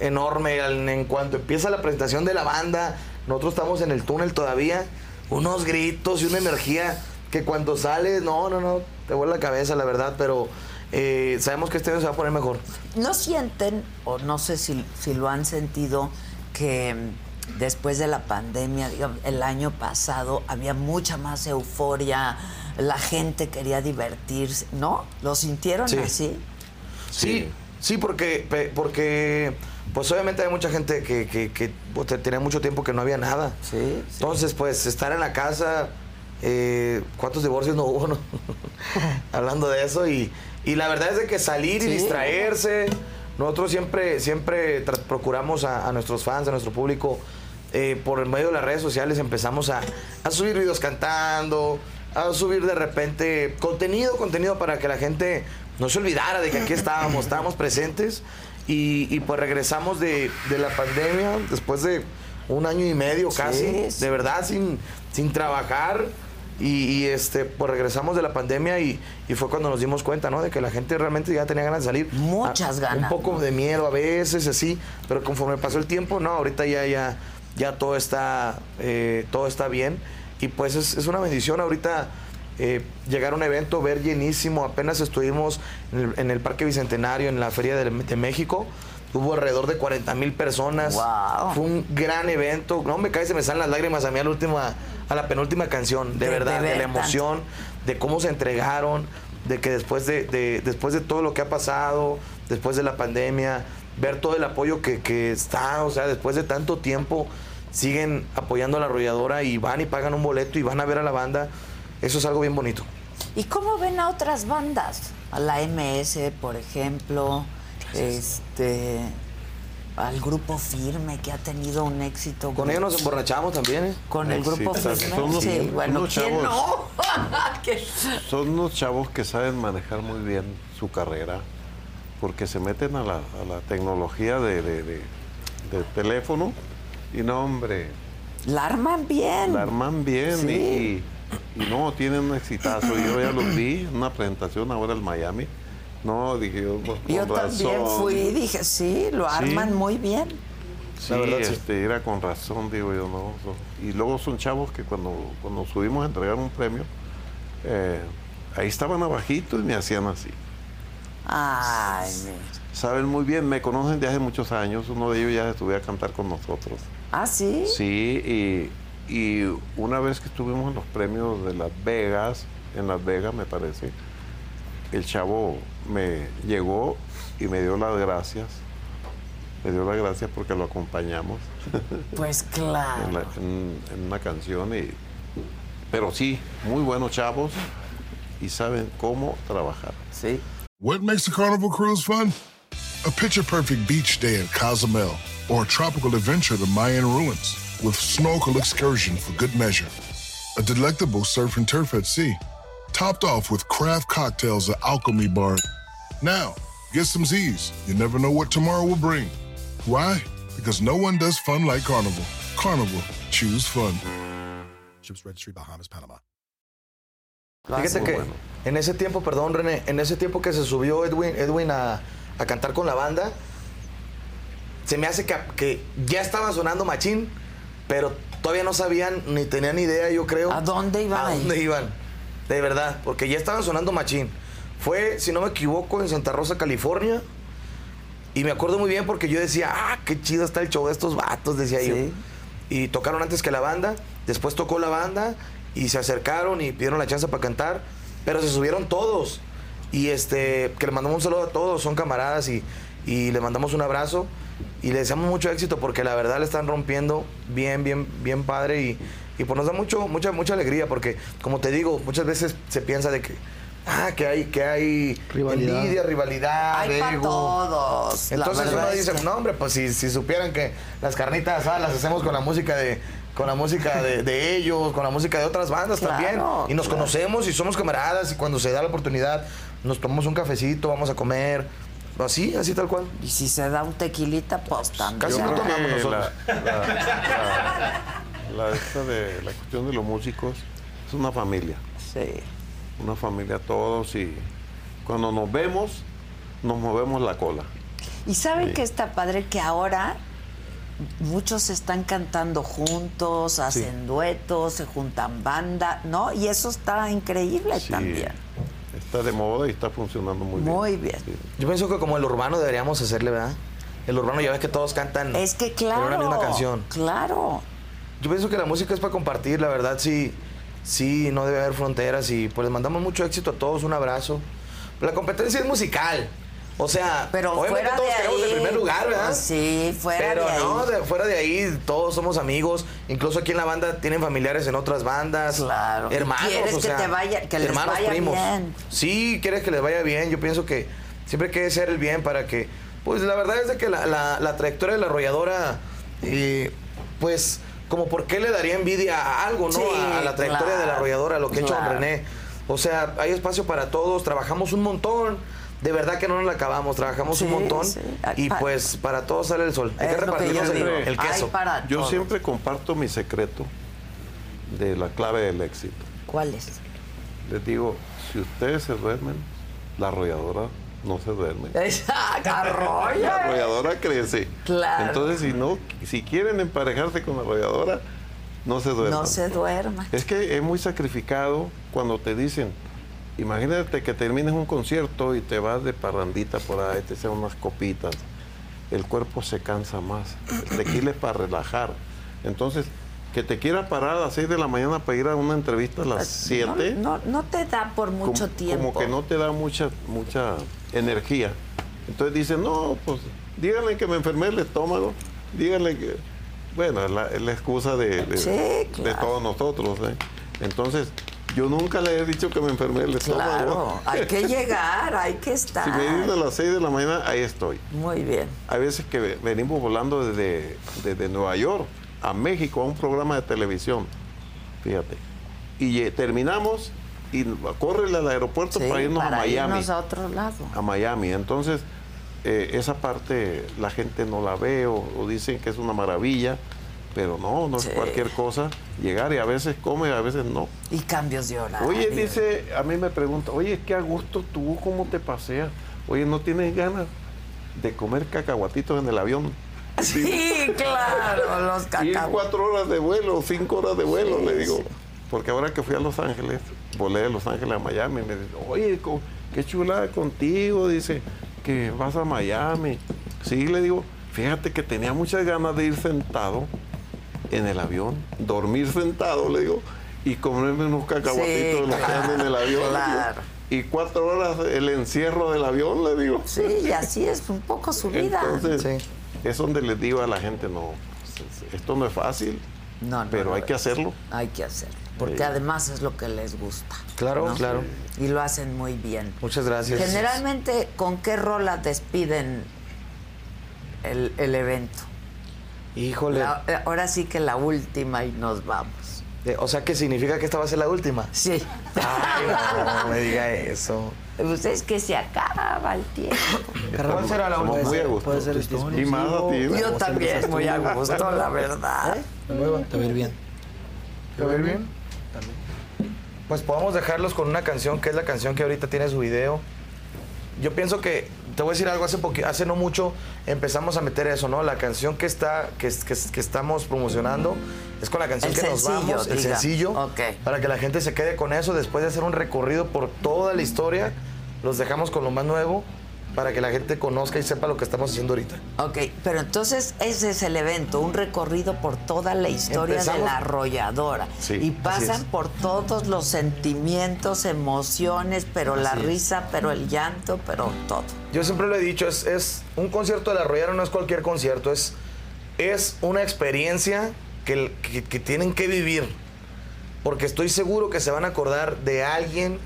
[SPEAKER 4] enorme al- en cuanto empieza la presentación de la banda. Nosotros estamos en el túnel todavía. Unos gritos y una energía que cuando sales, no, no, no, te vuelve la cabeza, la verdad. Pero eh, sabemos que este año se va a poner mejor.
[SPEAKER 3] ¿No sienten, o no sé si, si lo han sentido, que mm, después de la pandemia, digamos, el año pasado, había mucha más euforia, la gente quería divertirse, ¿no? ¿Lo sintieron
[SPEAKER 4] Sí.
[SPEAKER 3] así?
[SPEAKER 4] Sí, sí, porque, pe- porque pues obviamente hay mucha gente que, que, que pues, te- tenía mucho tiempo que no había nada. Entonces, pues estar en la casa, eh, ¿cuántos divorcios no hubo? no? Hablando de eso, y, y la verdad es de que salir y
[SPEAKER 12] Sí.
[SPEAKER 4] distraerse, nosotros siempre, siempre tra- procuramos a, a nuestros fans, a nuestro público, eh, por el medio de las redes sociales empezamos a, a subir videos cantando, a subir de repente contenido, contenido para que la gente no se olvidara de que aquí estábamos, estábamos presentes y, y pues regresamos de, de la pandemia después de un año y medio casi,
[SPEAKER 3] sí.
[SPEAKER 4] de verdad, sin, sin trabajar. Y, y, este, pues regresamos de la pandemia y, y fue cuando nos dimos cuenta, ¿no? De que la gente realmente ya tenía ganas de salir. Ah,
[SPEAKER 3] Muchas ganas,
[SPEAKER 4] Un poco de miedo a veces, así, pero conforme pasó el tiempo, no, ahorita ya, ya, ya todo está, eh, todo está bien. Y pues es, es una bendición ahorita eh, llegar a un evento, ver llenísimo. Apenas estuvimos en el, en el Parque Bicentenario, en la Feria de, de México. Hubo alrededor de 40 mil personas. Fue un gran evento. No me cae, se me salen las lágrimas a mí a la última, a la penúltima canción. De,
[SPEAKER 3] De- de
[SPEAKER 4] verdad, de
[SPEAKER 3] ver
[SPEAKER 4] la
[SPEAKER 3] tanto.
[SPEAKER 4] emoción, de cómo se entregaron, de que después de, de- después de todo lo que ha pasado, después de la pandemia, ver todo el apoyo que, que está, o sea, después de tanto tiempo, siguen apoyando a la arrolladora y van y pagan un boleto y van a ver a la banda. Eso es algo bien bonito.
[SPEAKER 3] ¿Y cómo ven a otras bandas? A la MS, por ejemplo, este al grupo firme que ha tenido un éxito.
[SPEAKER 4] Con ellos nos emborrachamos también, ¿eh?
[SPEAKER 3] Con el grupo firme.
[SPEAKER 8] Son unos-
[SPEAKER 3] sí,
[SPEAKER 8] son
[SPEAKER 3] bueno,
[SPEAKER 8] unos
[SPEAKER 3] ¿quién
[SPEAKER 8] chavos.
[SPEAKER 3] no? ¿Qué?
[SPEAKER 8] Son unos chavos que saben manejar muy bien su carrera porque se meten a la, a la tecnología de, de- de- de teléfono y no, hombre,
[SPEAKER 3] La arman bien.
[SPEAKER 8] la arman bien y-
[SPEAKER 3] Sí.
[SPEAKER 8] y, y no, tienen un exitazo. Yo ya los vi en una presentación ahora en Miami. No, dije yo, pues, con
[SPEAKER 3] Yo también
[SPEAKER 8] razón.
[SPEAKER 3] fui y dije, sí, lo
[SPEAKER 8] Sí.
[SPEAKER 3] arman muy bien.
[SPEAKER 8] Sí,
[SPEAKER 3] La verdad, sí.
[SPEAKER 8] este, era con razón, digo yo, no. no. Y luego son chavos que cuando, cuando subimos a entregar un premio, eh, ahí estaban abajito y me hacían así.
[SPEAKER 3] Ay, mira.
[SPEAKER 8] Saben muy bien, me conocen de hace muchos años, uno de ellos ya estuve a cantar con nosotros.
[SPEAKER 3] ¿Ah, sí?
[SPEAKER 8] Sí, y, y una vez que estuvimos en los premios de Las Vegas, en Las Vegas me parece, el chavo me llegó y me dio las gracias. Me dio las gracias porque lo acompañamos.
[SPEAKER 3] Pues claro.
[SPEAKER 8] en, la- en- en una canción. Y, pero sí, muy buenos chavos. y saben cómo trabajar.
[SPEAKER 3] Sí.
[SPEAKER 13] What makes a Carnival cruise fun? A picture perfect beach day at Cozumel or a tropical adventure to Mayan ruins with snorkel excursion for good measure. A delectable surf and turf at sea, topped off with craft cocktails at Alchemy Bar. Now, get some Z's. You never know what tomorrow will bring. Why? Because no one does fun like Carnival. Carnival, choose fun.
[SPEAKER 16] Ships Registry, Bahamas, Panama.
[SPEAKER 4] Fíjate que en ese tiempo, perdón René, en ese tiempo que se subió Edwin, Edwin a, a cantar con la banda, se me hace que, que ya estaban sonando machín, pero todavía no sabían ni tenían idea, yo creo. ¿A
[SPEAKER 3] dónde iban?
[SPEAKER 4] ¿A
[SPEAKER 3] a ir?
[SPEAKER 4] dónde iban? De verdad, porque ya estaban sonando machín. Fue, si no me equivoco, en Santa Rosa, California. Y me acuerdo muy bien porque yo decía, ah, qué chido está el show de estos vatos, decía yo. Y tocaron antes que la banda, después tocó la banda y se acercaron y pidieron la chance para cantar, pero se subieron todos. Y este, que le mandamos un saludo a todos, son camaradas y, y le mandamos un abrazo y le deseamos mucho éxito porque la verdad le están rompiendo bien, bien, bien padre y, y pues nos da mucho, mucha, mucha alegría porque, como te digo, muchas veces se piensa de que, ah, que hay, que hay
[SPEAKER 9] Rivalidad.
[SPEAKER 4] envidia, rivalidad,
[SPEAKER 9] Hay pa'
[SPEAKER 4] ego.
[SPEAKER 9] todos, la
[SPEAKER 4] Entonces uno
[SPEAKER 9] verdad es
[SPEAKER 4] dice,
[SPEAKER 9] que-
[SPEAKER 4] no hombre, pues si, si supieran que las carnitas asadas las hacemos con la música de con la música de, de ellos, con la música de otras bandas
[SPEAKER 3] Claro,
[SPEAKER 4] también. Y nos
[SPEAKER 3] claro.
[SPEAKER 4] conocemos y somos camaradas y cuando se da la oportunidad nos tomamos un cafecito, vamos a comer, así, así tal cual.
[SPEAKER 3] Y si se da un tequilita, pues también.
[SPEAKER 4] Casi
[SPEAKER 8] Yo
[SPEAKER 4] no
[SPEAKER 8] creo que
[SPEAKER 4] tomamos nosotros.
[SPEAKER 8] La, la- la- la esta de la cuestión de los músicos es una familia.
[SPEAKER 3] Sí.
[SPEAKER 8] Una familia todos y cuando nos vemos, nos movemos la cola.
[SPEAKER 3] Y saben
[SPEAKER 8] Sí.
[SPEAKER 3] que está padre que ahora muchos están cantando juntos, hacen duetos, se juntan banda, ¿no? Y eso está increíble
[SPEAKER 8] Sí,
[SPEAKER 3] también.
[SPEAKER 8] Está de moda y está funcionando muy,
[SPEAKER 3] Muy
[SPEAKER 8] bien.
[SPEAKER 3] bien.
[SPEAKER 4] Yo pienso que como el urbano deberíamos hacerle, ¿verdad? El urbano ya ves que todos cantan.
[SPEAKER 3] Es que
[SPEAKER 4] Pero la
[SPEAKER 3] claro,
[SPEAKER 4] misma canción.
[SPEAKER 3] Claro.
[SPEAKER 4] Yo pienso que la música es para compartir, la verdad sí, sí, no debe haber fronteras y pues les mandamos mucho éxito a todos, un abrazo. La competencia es musical. O sea,
[SPEAKER 3] Pero
[SPEAKER 4] obviamente
[SPEAKER 3] fuera
[SPEAKER 4] todos
[SPEAKER 3] de
[SPEAKER 4] queremos
[SPEAKER 3] ahí,
[SPEAKER 4] el primer lugar, ¿verdad?
[SPEAKER 3] pues, sí, fuera
[SPEAKER 4] Pero
[SPEAKER 3] de
[SPEAKER 4] no,
[SPEAKER 3] ahí.
[SPEAKER 4] de- fuera de ahí todos somos amigos, incluso aquí en la banda tienen familiares en otras bandas,
[SPEAKER 3] Claro. Y
[SPEAKER 4] hermanos,
[SPEAKER 3] quieres
[SPEAKER 4] o
[SPEAKER 3] que
[SPEAKER 4] sea,
[SPEAKER 3] te vaya- que les
[SPEAKER 4] hermanos,
[SPEAKER 3] vaya
[SPEAKER 4] primos.
[SPEAKER 3] bien.
[SPEAKER 4] Sí, quieres que les vaya bien. Yo pienso que siempre hay que hacer el bien para que. Pues la verdad es de que la, la- la trayectoria de la arrolladora, eh, pues, como por qué le daría envidia a algo, ¿no?
[SPEAKER 3] Sí,
[SPEAKER 4] a, a la trayectoria de la
[SPEAKER 3] claro,
[SPEAKER 4] arrolladora, a lo que ha hecho don
[SPEAKER 3] claro.
[SPEAKER 4] René. O sea, hay espacio para todos, trabajamos un montón. De verdad que no nos la acabamos, trabajamos un
[SPEAKER 3] Sí,
[SPEAKER 4] montón.
[SPEAKER 3] sí. Ah,
[SPEAKER 4] Y
[SPEAKER 3] pa-
[SPEAKER 4] pues para todos sale el sol. Hay que
[SPEAKER 3] Es lo que yo
[SPEAKER 4] repartirnos el,
[SPEAKER 3] digo.
[SPEAKER 4] el queso.
[SPEAKER 3] Hay para
[SPEAKER 8] Yo
[SPEAKER 3] todos.
[SPEAKER 8] siempre comparto mi secreto de la clave del éxito.
[SPEAKER 3] ¿Cuál es?
[SPEAKER 8] Les digo, si ustedes se duermen, la arrolladora no se duerme.
[SPEAKER 3] ah,
[SPEAKER 8] La
[SPEAKER 3] Arroya.
[SPEAKER 8] arrolladora crece.
[SPEAKER 3] Claro.
[SPEAKER 8] Entonces, si no, si quieren emparejarse con la arrolladora, no se duerman.
[SPEAKER 3] No se duerma.
[SPEAKER 8] Es que es muy sacrificado cuando te dicen, imagínate que termines un concierto y te vas de parrandita por ahí, te echan unas copitas. El cuerpo se cansa más. El tequila es para relajar. Entonces, que te quieras parar a las 6 de la mañana para ir a una entrevista a las 7,
[SPEAKER 3] No, no, no te da por mucho tiempo.
[SPEAKER 8] como que no te da mucha, mucha energía. Entonces dicen, no, pues díganle que me enfermé el estómago, díganle que... Bueno, es la, es la excusa de, de-
[SPEAKER 3] Sí,
[SPEAKER 8] de
[SPEAKER 3] claro.
[SPEAKER 8] todos nosotros. ¿eh? Entonces, yo nunca le he dicho que me enfermé el estómago.
[SPEAKER 3] Claro, hay que llegar, hay que
[SPEAKER 8] si me dicen a
[SPEAKER 3] estar.
[SPEAKER 8] las 6 de la mañana, ahí estoy.
[SPEAKER 3] Muy bien.
[SPEAKER 8] Hay veces que ve- venimos volando desde, desde Nueva York a México a un programa de televisión. Fíjate. Y eh, terminamos y corre al aeropuerto
[SPEAKER 3] Sí,
[SPEAKER 8] para irnos
[SPEAKER 3] para
[SPEAKER 8] a Miami.
[SPEAKER 3] irnos a otro lado.
[SPEAKER 8] a Miami. Entonces, eh, esa parte la gente no la ve o, o dicen que es una maravilla, pero no, no es cualquier cosa llegar y a veces come, a veces no.
[SPEAKER 3] Y cambios de horario.
[SPEAKER 8] Oye, dice, a mí me pregunta, oye, es que a gusto tú, ¿cómo te paseas? Oye, ¿no tienes ganas de comer cacahuatitos en el avión?
[SPEAKER 3] Sí, claro, los
[SPEAKER 8] Y
[SPEAKER 3] cacahuates.
[SPEAKER 8] cuatro horas de vuelo, cinco horas de vuelo, le digo. Porque ahora que fui a Los Ángeles, volé de Los Ángeles a Miami, me dice, oye, co- qué chulada contigo, dice, que vas a Miami. Sí, le digo, fíjate que tenía muchas ganas de ir sentado en el avión, dormir sentado, le digo, y comerme unos cacahuatitos de los que
[SPEAKER 3] claro,
[SPEAKER 8] andan en el avión. le digo.
[SPEAKER 3] claro.
[SPEAKER 8] Y cuatro horas el encierro del avión, le digo.
[SPEAKER 3] Sí, y así es un poco su vida.
[SPEAKER 8] Entonces, es donde les digo a la gente, no, esto no es fácil,
[SPEAKER 3] No, no,
[SPEAKER 8] pero
[SPEAKER 3] no
[SPEAKER 8] hay que
[SPEAKER 3] es.
[SPEAKER 8] hacerlo.
[SPEAKER 3] Hay que hacerlo. porque además es lo que les gusta.
[SPEAKER 4] Claro,
[SPEAKER 3] ¿no?
[SPEAKER 4] claro.
[SPEAKER 3] Y lo hacen muy bien.
[SPEAKER 4] Muchas gracias.
[SPEAKER 3] Generalmente, ¿con qué rola despiden el, el evento?
[SPEAKER 4] Híjole.
[SPEAKER 3] La- eh, ahora sí que la última y nos vamos.
[SPEAKER 4] Eh, O sea, que significa que esta va a ser la última?
[SPEAKER 3] Sí.
[SPEAKER 4] No me diga eso.
[SPEAKER 3] Pues es que se acaba el tiempo.
[SPEAKER 4] ¿Cuál será la
[SPEAKER 11] Somos
[SPEAKER 4] última?
[SPEAKER 11] muy a gusto.
[SPEAKER 4] Puede ser
[SPEAKER 11] y más ¿eh? a ti.
[SPEAKER 3] Yo
[SPEAKER 11] ¿no?
[SPEAKER 3] también, muy a gusto, la verdad.
[SPEAKER 23] Te va a ir bien.
[SPEAKER 4] ¿Te va bien? Pues podemos dejarlos con una canción que es la canción que ahorita tiene su video. Yo pienso que, te voy a decir algo, hace, poqui- hace no mucho empezamos a meter eso, ¿no? La canción que, está, que, es- que es- que estamos promocionando es con la canción
[SPEAKER 3] El
[SPEAKER 4] que
[SPEAKER 3] sencillo,
[SPEAKER 4] nos vamos, el
[SPEAKER 3] diga.
[SPEAKER 4] sencillo, para que la gente se quede con eso. Después de hacer un recorrido por toda la historia, los dejamos con lo más nuevo para que la gente conozca y sepa lo que estamos haciendo ahorita.
[SPEAKER 3] Ok, pero entonces ese es el evento, un recorrido por toda la historia de
[SPEAKER 4] Empezamos-
[SPEAKER 3] la arrolladora.
[SPEAKER 4] Sí,
[SPEAKER 3] y
[SPEAKER 4] así
[SPEAKER 3] pasan
[SPEAKER 4] es.
[SPEAKER 3] por todos los sentimientos, emociones, pero la
[SPEAKER 4] Así es.
[SPEAKER 3] risa, pero el llanto, pero todo.
[SPEAKER 4] Yo siempre lo he dicho, es, es un concierto de la Arroyara no es cualquier concierto, es, es una experiencia que, el- que- que tienen que vivir. Porque estoy seguro que se van a acordar de alguien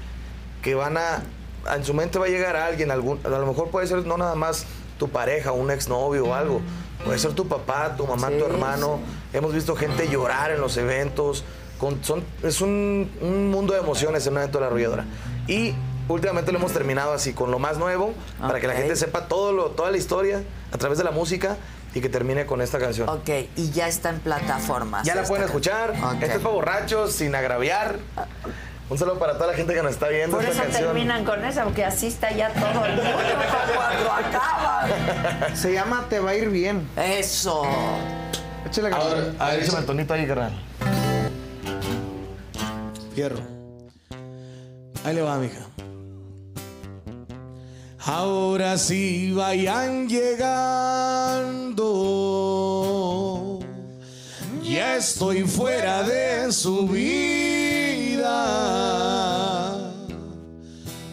[SPEAKER 4] que van a. En su mente va a llegar alguien, algún, a lo mejor puede ser no nada más tu pareja, un exnovio o algo. Puede ser tu papá, tu mamá,
[SPEAKER 3] Sí,
[SPEAKER 4] tu hermano. Hemos visto gente llorar en los eventos. con- son- es un, un mundo de emociones en un evento de la arrolladora. Y últimamente lo hemos terminado así, con lo más nuevo, para que la
[SPEAKER 3] Ok.
[SPEAKER 4] gente sepa todo lo, toda la historia a través de la música y que termine con esta canción.
[SPEAKER 3] Ok, y ya está en plataformas.
[SPEAKER 4] Ya la
[SPEAKER 3] esta
[SPEAKER 4] pueden
[SPEAKER 3] canción.
[SPEAKER 4] escuchar.
[SPEAKER 3] Ok.
[SPEAKER 4] Este es para borrachos, sin agraviar. Un saludo para toda la gente que nos está viendo
[SPEAKER 3] Por
[SPEAKER 4] esta
[SPEAKER 3] eso
[SPEAKER 4] canción.
[SPEAKER 3] terminan con esa, porque así está ya todo el mundo cuando acaba.
[SPEAKER 9] Se llama Te va a ir bien.
[SPEAKER 3] Eso.
[SPEAKER 9] Échale
[SPEAKER 4] Ahora, a ver, échame el tonito ahí, carnal.
[SPEAKER 2] Fierro. Ahí le va, mija. Ahora sí vayan llegando. Ya estoy fuera de su vida.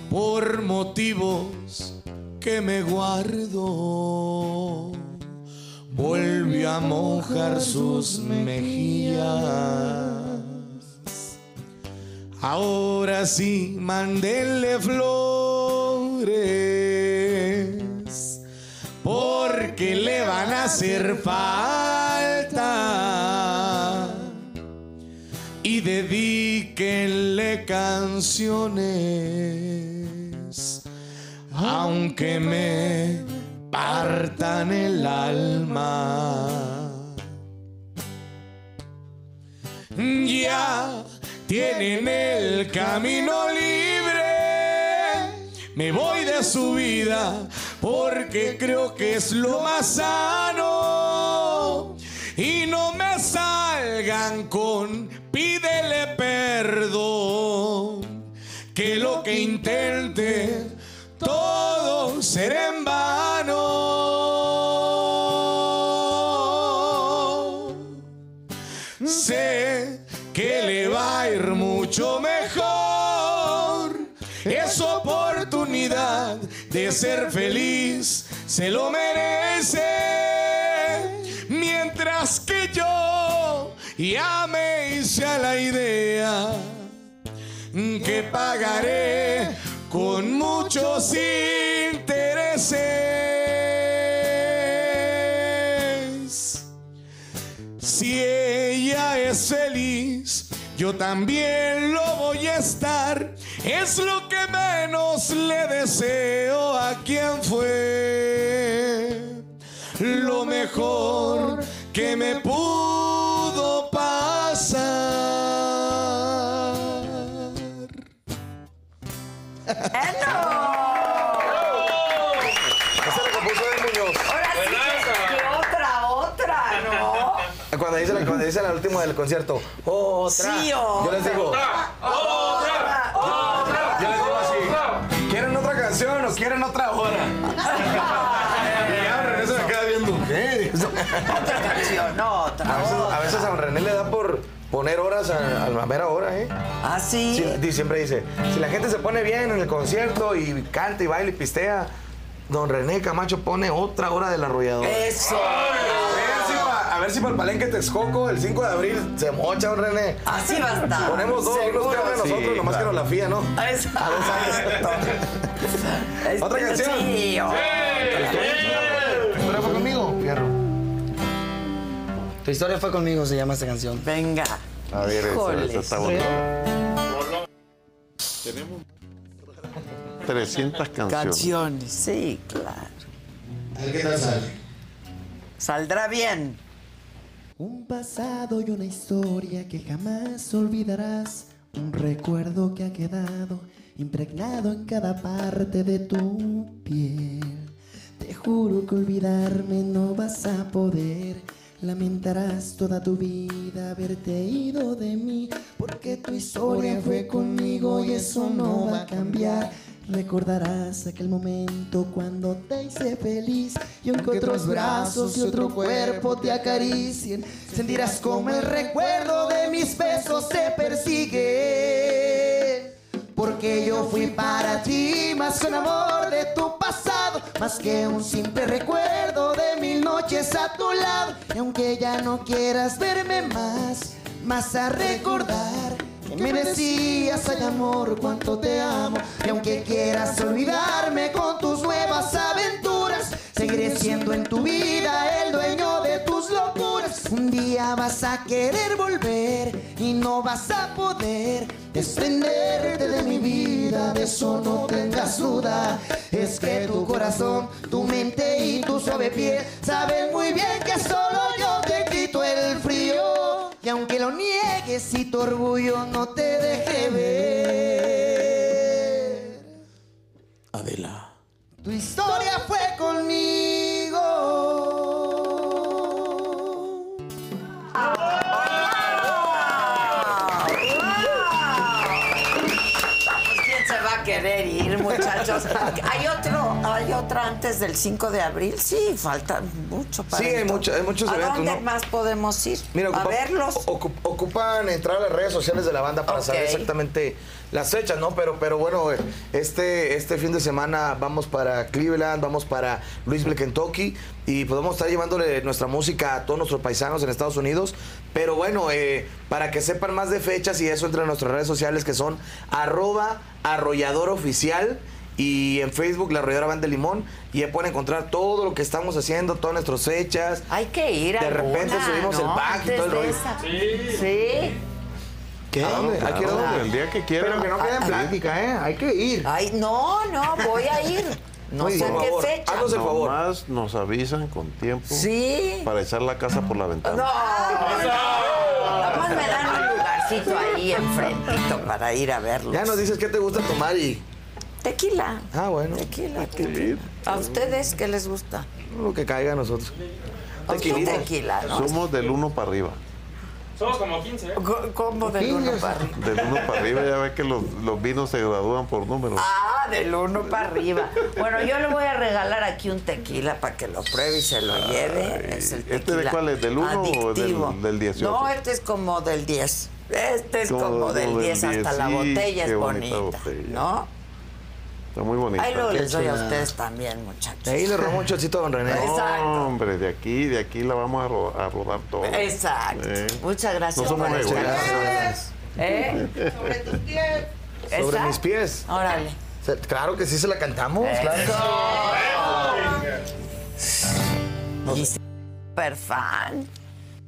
[SPEAKER 2] Por motivos que me guardo. Volvió a mojar sus mejillas. Ahora sí, mándenle flores, porque le van a hacer falta. Y dedíquenle canciones, aunque me partan el alma. Ya tienen el camino libre. Me voy de su vida porque creo que es lo más sano. Y no me salgan con pídele perdón. Que lo que intente todo será en vano. Sé que le va a ir mucho mejor. Es su oportunidad de ser feliz, se lo merece. Mientras que yo ya me hice a la idea que pagaré con muchos intereses. Si ella es feliz, yo también lo voy a estar. Es lo que menos le deseo a quien fue lo mejor que me pudo pasar.
[SPEAKER 4] Esta es la que puso de Muñoz.
[SPEAKER 3] Ahora sí que, que otra, otra, ¿no?
[SPEAKER 4] Cuando dice, la, cuando dice la última del concierto, otra.
[SPEAKER 3] Sí,
[SPEAKER 4] Yo les digo,
[SPEAKER 3] otra, otra.
[SPEAKER 4] yo les digo así: ¿quieren otra canción o quieren otra hora? Y ya regreso me queda viendo, ¿qué?
[SPEAKER 3] Otra canción, no, otra.
[SPEAKER 4] A veces, a veces a don René le da por poner horas a, a la mera hora, ¿eh?
[SPEAKER 3] Ah, sí.
[SPEAKER 4] di- Siempre dice, si la gente se pone bien en el concierto y canta y baila y pistea, don René Camacho pone otra hora de la arrolladora.
[SPEAKER 3] Eso.
[SPEAKER 4] A ver si pa- a ver si para ver si para el palenque Texcoco el 5 de abril se mocha un René.
[SPEAKER 3] Así va a estar.
[SPEAKER 4] Ponemos dos, unos
[SPEAKER 3] Seguro.
[SPEAKER 4] que hablan de nosotros,
[SPEAKER 3] Sí,
[SPEAKER 4] nomás
[SPEAKER 3] claro.
[SPEAKER 4] que nos la fía, ¿no?
[SPEAKER 3] Exacto.
[SPEAKER 4] A dos años. ¿Otra canción?
[SPEAKER 3] Sí, oh.
[SPEAKER 4] ¿Otra fue conmigo? Fierro.
[SPEAKER 11] Tu historia fue conmigo, se llama esta canción.
[SPEAKER 3] Venga.
[SPEAKER 8] A ver, esa, esa está bonita.
[SPEAKER 3] Tenemos
[SPEAKER 8] 300 canciones.
[SPEAKER 3] canciones. Sí, claro.
[SPEAKER 8] qué tal sale?
[SPEAKER 3] Saldrá bien.
[SPEAKER 1] Un pasado y una historia que jamás olvidarás. Un recuerdo que ha quedado impregnado en cada parte de tu piel. Te juro que olvidarme no vas a poder. Lamentarás toda tu vida haberte ido de mí. Porque tu historia fue conmigo y eso no va a cambiar. Recordarás aquel momento cuando te hice feliz y aunque otros brazos y otro cuerpo te acaricien, sentirás como el recuerdo de mis besos te persigue. Porque yo fui para ti más que un amor de tu pasado, más que un simple recuerdo de mil noches a tu lado. Y aunque ya no quieras verme más, más a recordar que me decías ay amor cuánto te amo. Y aunque quieras olvidarme con tus nuevas aventuras, seguiré siendo en tu vida el dueño de tus locuras. Un día vas a querer volver y no vas a poder desprenderte de mi vida, de eso no tengas duda. Es que tu corazón, tu mente y tu suave piel saben muy bien que solo yo te quito el frío. Y aunque lo niegues y tu orgullo no te deje ver.
[SPEAKER 2] Adela.
[SPEAKER 1] Tu historia fue conmigo.
[SPEAKER 3] ¿Quién se va a querer ir, muchachos? Hay otro, hay otra antes del 5 de abril. Sí, falta mucho para
[SPEAKER 4] Sí, hay
[SPEAKER 3] entonces.
[SPEAKER 4] mucho- hay muchos
[SPEAKER 3] ¿A
[SPEAKER 4] eventos,
[SPEAKER 3] dónde
[SPEAKER 4] ¿no?
[SPEAKER 3] más podemos ir?
[SPEAKER 4] Mira,
[SPEAKER 3] a
[SPEAKER 4] ocupa-
[SPEAKER 3] verlos.
[SPEAKER 4] ocu- ocupan entrar a las redes sociales de la banda para saber exactamente las fechas, ¿no? Pero, pero bueno, eh, este, este fin de semana vamos para Cleveland, vamos para Louisville, Kentucky, y podemos estar llevándole nuestra música a todos nuestros paisanos en Estados Unidos. Pero bueno, eh, para que sepan más de fechas y eso, entre a nuestras redes sociales que son arroba arrollador oficial. Y en Facebook, La Arrolladora Banda de Limón. Y ahí pueden encontrar todo lo que estamos haciendo, todas nuestras fechas.
[SPEAKER 3] Hay que ir a
[SPEAKER 4] De repente
[SPEAKER 3] alguna,
[SPEAKER 4] subimos el
[SPEAKER 3] ¿no?
[SPEAKER 4] pack y todo el
[SPEAKER 3] Antes de
[SPEAKER 4] rollo.
[SPEAKER 3] esa. Sí.
[SPEAKER 4] ¿Qué? ¿A dónde? ¿A qué dónde? El día que quieran.
[SPEAKER 9] Pero que no quede en plática, ¿eh? Hay que ir.
[SPEAKER 3] Ah, Ay, no, no, voy a ir. No sé a qué fecha.
[SPEAKER 8] Nomás nos avisan con tiempo.
[SPEAKER 3] Sí.
[SPEAKER 8] Para echar la casa por la ventana.
[SPEAKER 3] No, Ah, Nada más me dan un lugarcito ahí enfrentito para ir a verlos.
[SPEAKER 4] Ya nos dices qué te gusta tomar y.
[SPEAKER 3] Tequila.
[SPEAKER 4] Ah, bueno.
[SPEAKER 3] Tequila, tequila. ¿A ustedes qué les gusta?
[SPEAKER 4] Lo que caiga a nosotros.
[SPEAKER 3] A usted tequila, Ah, ¿no?
[SPEAKER 8] Somos del 1 para arriba.
[SPEAKER 22] Somos como 15. ¿eh?
[SPEAKER 3] ¿Cómo del uno para arriba?
[SPEAKER 8] Del 1 para arriba ya ves que los, los vinos se gradúan por números.
[SPEAKER 3] Ah, del uno para arriba. Bueno, yo le voy a regalar aquí un tequila para que lo pruebe y se lo lleve. Es el
[SPEAKER 8] ¿Este de
[SPEAKER 3] tequila
[SPEAKER 8] cuál es? ¿Del 1 o
[SPEAKER 3] adictivo.
[SPEAKER 8] del, del 18?
[SPEAKER 3] No, este es como del 10. Este es como, del 10, hasta la
[SPEAKER 8] sí,
[SPEAKER 3] botella
[SPEAKER 8] qué
[SPEAKER 3] es bonita.
[SPEAKER 8] botella.
[SPEAKER 3] ¿no?
[SPEAKER 8] Está muy bonita.
[SPEAKER 3] Ahí lo les doy a
[SPEAKER 8] Chulada.
[SPEAKER 3] ustedes también, muchachos.
[SPEAKER 4] De ahí le robó un chocito a don René.
[SPEAKER 8] No, hombre, de aquí, de aquí la vamos a, ro- a rodar todo.
[SPEAKER 3] Exacto.
[SPEAKER 8] Eh.
[SPEAKER 3] Muchas gracias
[SPEAKER 8] No somos
[SPEAKER 3] por
[SPEAKER 8] egoístas.
[SPEAKER 3] ¿Eh?
[SPEAKER 4] Sobre
[SPEAKER 3] tus pies.
[SPEAKER 4] Sobre mis pies.
[SPEAKER 3] Órale.
[SPEAKER 4] Se- Claro que sí se la cantamos.
[SPEAKER 3] Eso.
[SPEAKER 4] Claro.
[SPEAKER 3] Y super fan.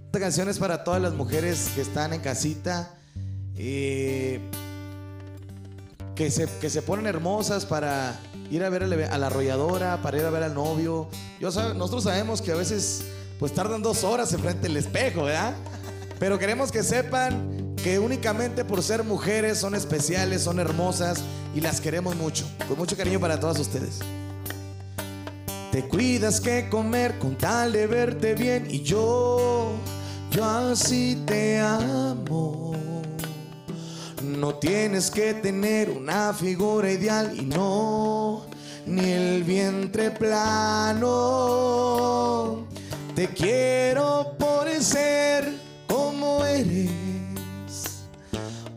[SPEAKER 12] Esta canción es para todas las mujeres que están en casita, eh, que, se, que se ponen hermosas para ir a ver al eve- a la arrolladora, para ir a ver al novio. Yo sab- nosotros sabemos que a veces pues tardan dos horas enfrente del espejo, ¿verdad? Pero queremos que sepan que únicamente por ser mujeres son especiales, son hermosas y las queremos mucho. Con mucho cariño para todas ustedes. Te cuidas que comer con tal de verte bien y yo, yo así te amo. No tienes que tener una figura ideal y no, ni el vientre plano. Te quiero por ser como eres,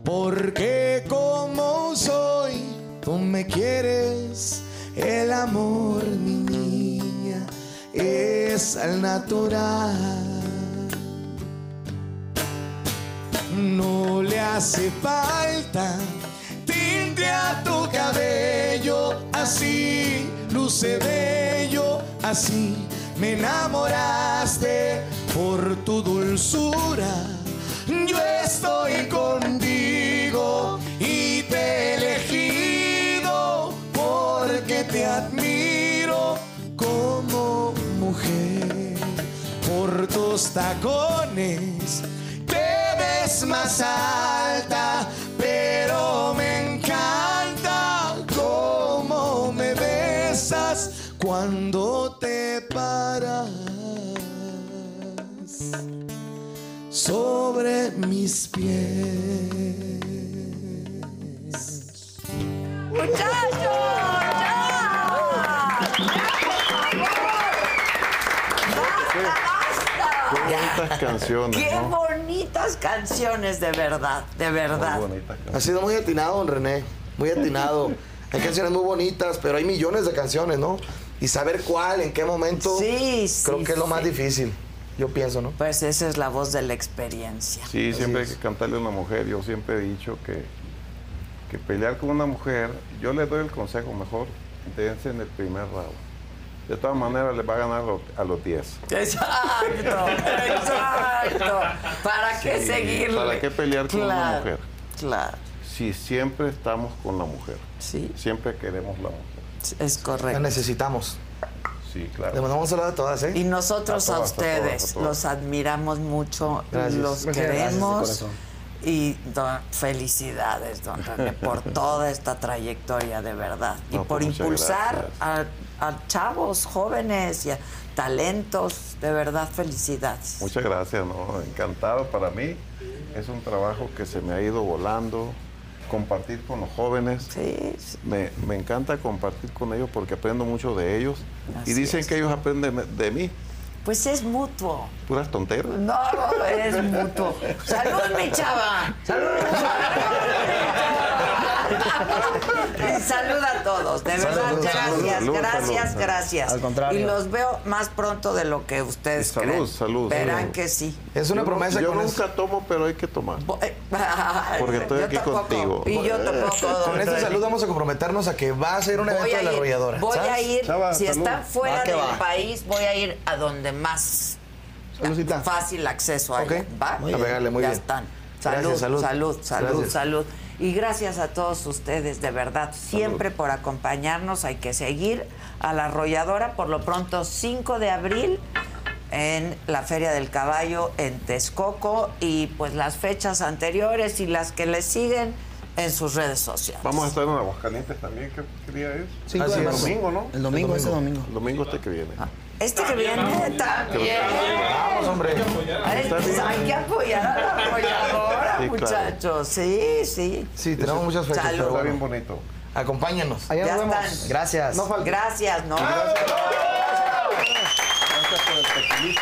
[SPEAKER 12] porque como soy, tú me quieres. El amor, mi niña, es al natural.
[SPEAKER 2] te hace falta. Tinte a tu cabello, así luce bello, así me enamoraste por tu dulzura. Yo estoy contigo y te he elegido porque te admiro como mujer. Por tus tacones te ves más alta, pero me encanta cómo me besas cuando te paras sobre mis pies.
[SPEAKER 8] Qué bonitas canciones.
[SPEAKER 3] Qué
[SPEAKER 8] ¿no?
[SPEAKER 3] bonitas canciones, de verdad, de verdad.
[SPEAKER 4] Ha sido muy atinado, don René. Muy atinado. Hay canciones muy bonitas, pero hay millones de canciones, ¿no? Y saber cuál, en qué momento.
[SPEAKER 3] Sí, sí,
[SPEAKER 4] Creo que es lo más
[SPEAKER 3] sí.
[SPEAKER 4] difícil. Yo pienso, ¿no?
[SPEAKER 3] Pues esa es la voz de la experiencia.
[SPEAKER 8] Sí, siempre hay que cantarle a una mujer. Yo siempre he dicho que, que pelear con una mujer, yo le doy el consejo mejor, dense en el primer round. De todas maneras, les va a ganar lo- a los 10.
[SPEAKER 3] Exacto, exacto. ¿Para qué
[SPEAKER 8] Sí,
[SPEAKER 3] seguirle?
[SPEAKER 8] ¿Para qué pelear con una
[SPEAKER 3] Claro,
[SPEAKER 8] mujer?
[SPEAKER 3] Claro.
[SPEAKER 8] Si siempre estamos con la mujer.
[SPEAKER 3] Sí.
[SPEAKER 8] Siempre queremos la mujer.
[SPEAKER 3] Es correcto.
[SPEAKER 4] La necesitamos.
[SPEAKER 8] Sí, claro.
[SPEAKER 4] Le mandamos un saludo a todas, ¿eh?
[SPEAKER 3] Y nosotros a,
[SPEAKER 4] todas,
[SPEAKER 3] ustedes
[SPEAKER 4] todas, a todas.
[SPEAKER 3] los admiramos mucho,
[SPEAKER 4] Gracias. Muchas
[SPEAKER 3] los
[SPEAKER 4] gracias de
[SPEAKER 3] queremos
[SPEAKER 4] corazón.
[SPEAKER 3] y don- felicidades, don René, por toda esta trayectoria de verdad y
[SPEAKER 8] No,
[SPEAKER 3] por
[SPEAKER 8] pues, muchas
[SPEAKER 3] impulsar a, a chavos, jóvenes y a talentos, de verdad felicidades.
[SPEAKER 8] Muchas gracias, ¿no? Encantado para mí. Es un trabajo que se me ha ido volando. Compartir con los jóvenes. Me, me encanta compartir con ellos porque aprendo mucho de ellos.
[SPEAKER 3] Así
[SPEAKER 8] y dicen
[SPEAKER 3] es.
[SPEAKER 8] que ellos aprenden de mí.
[SPEAKER 3] Pues es mutuo.
[SPEAKER 8] Puras tonteras.
[SPEAKER 3] No, no, es mutuo. Salud, mi chava. Salud, mi chava. Salud a todos, de
[SPEAKER 11] Salud,
[SPEAKER 3] verdad.
[SPEAKER 11] salud,
[SPEAKER 3] gracias,
[SPEAKER 11] salud,
[SPEAKER 3] gracias,
[SPEAKER 11] salud, salud.
[SPEAKER 3] gracias.
[SPEAKER 11] Al contrario.
[SPEAKER 3] Y los veo más pronto de lo que ustedes
[SPEAKER 8] Salud,
[SPEAKER 3] creen.
[SPEAKER 8] salud,
[SPEAKER 3] Verán
[SPEAKER 8] salud.
[SPEAKER 3] que sí.
[SPEAKER 8] Yo no- Yo nunca tomo, pero hay que tomar. Porque estoy
[SPEAKER 3] eh, Yo
[SPEAKER 8] aquí
[SPEAKER 3] tampoco.
[SPEAKER 8] contigo.
[SPEAKER 3] Y yo tampoco, don
[SPEAKER 4] Con este
[SPEAKER 3] René.
[SPEAKER 4] saludo vamos a comprometernos a que va a ser un evento
[SPEAKER 3] Voy
[SPEAKER 4] de
[SPEAKER 3] a
[SPEAKER 4] la
[SPEAKER 3] ir,
[SPEAKER 4] arrolladora.
[SPEAKER 3] voy a
[SPEAKER 4] ¿sabes?
[SPEAKER 3] ir, si están fuera
[SPEAKER 4] Va que
[SPEAKER 3] del
[SPEAKER 4] va.
[SPEAKER 3] país, voy a ir a donde más fácil acceso hay. ¿va?
[SPEAKER 4] Muy A bien. pegarle, muy
[SPEAKER 3] ya
[SPEAKER 4] bien.
[SPEAKER 3] están.
[SPEAKER 4] Gracias, salud.
[SPEAKER 3] Salud, salud, salud,
[SPEAKER 4] Gracias.
[SPEAKER 3] salud. Y gracias a todos ustedes, de verdad, siempre por acompañarnos. Hay que seguir a la arrolladora, por lo pronto 5 de abril en la Feria del Caballo en Texcoco y pues las fechas anteriores y las que le siguen en sus redes sociales.
[SPEAKER 8] Vamos a estar en Aguascalientes también. ¿Qué qué día es?
[SPEAKER 3] Cinco de
[SPEAKER 8] el
[SPEAKER 3] marzo.
[SPEAKER 8] domingo, ¿no?
[SPEAKER 11] El domingo, El domingo. este domingo.
[SPEAKER 8] El domingo este que viene.
[SPEAKER 3] Este que viene también.
[SPEAKER 8] Vamos, hombre.
[SPEAKER 3] Ay, pues, Hay que apoyar a la arrolladora,
[SPEAKER 8] Sí, claro.
[SPEAKER 3] muchachos. Sí, sí.
[SPEAKER 4] Sí, tenemos muchas fechas,
[SPEAKER 3] Salud.
[SPEAKER 4] pero bueno.
[SPEAKER 8] bonito.
[SPEAKER 4] Acompáñanos.
[SPEAKER 3] Ya están.
[SPEAKER 4] Gracias.
[SPEAKER 3] Gracias, ¿no?
[SPEAKER 8] Gracias por el
[SPEAKER 1] pues.
[SPEAKER 8] tequilita.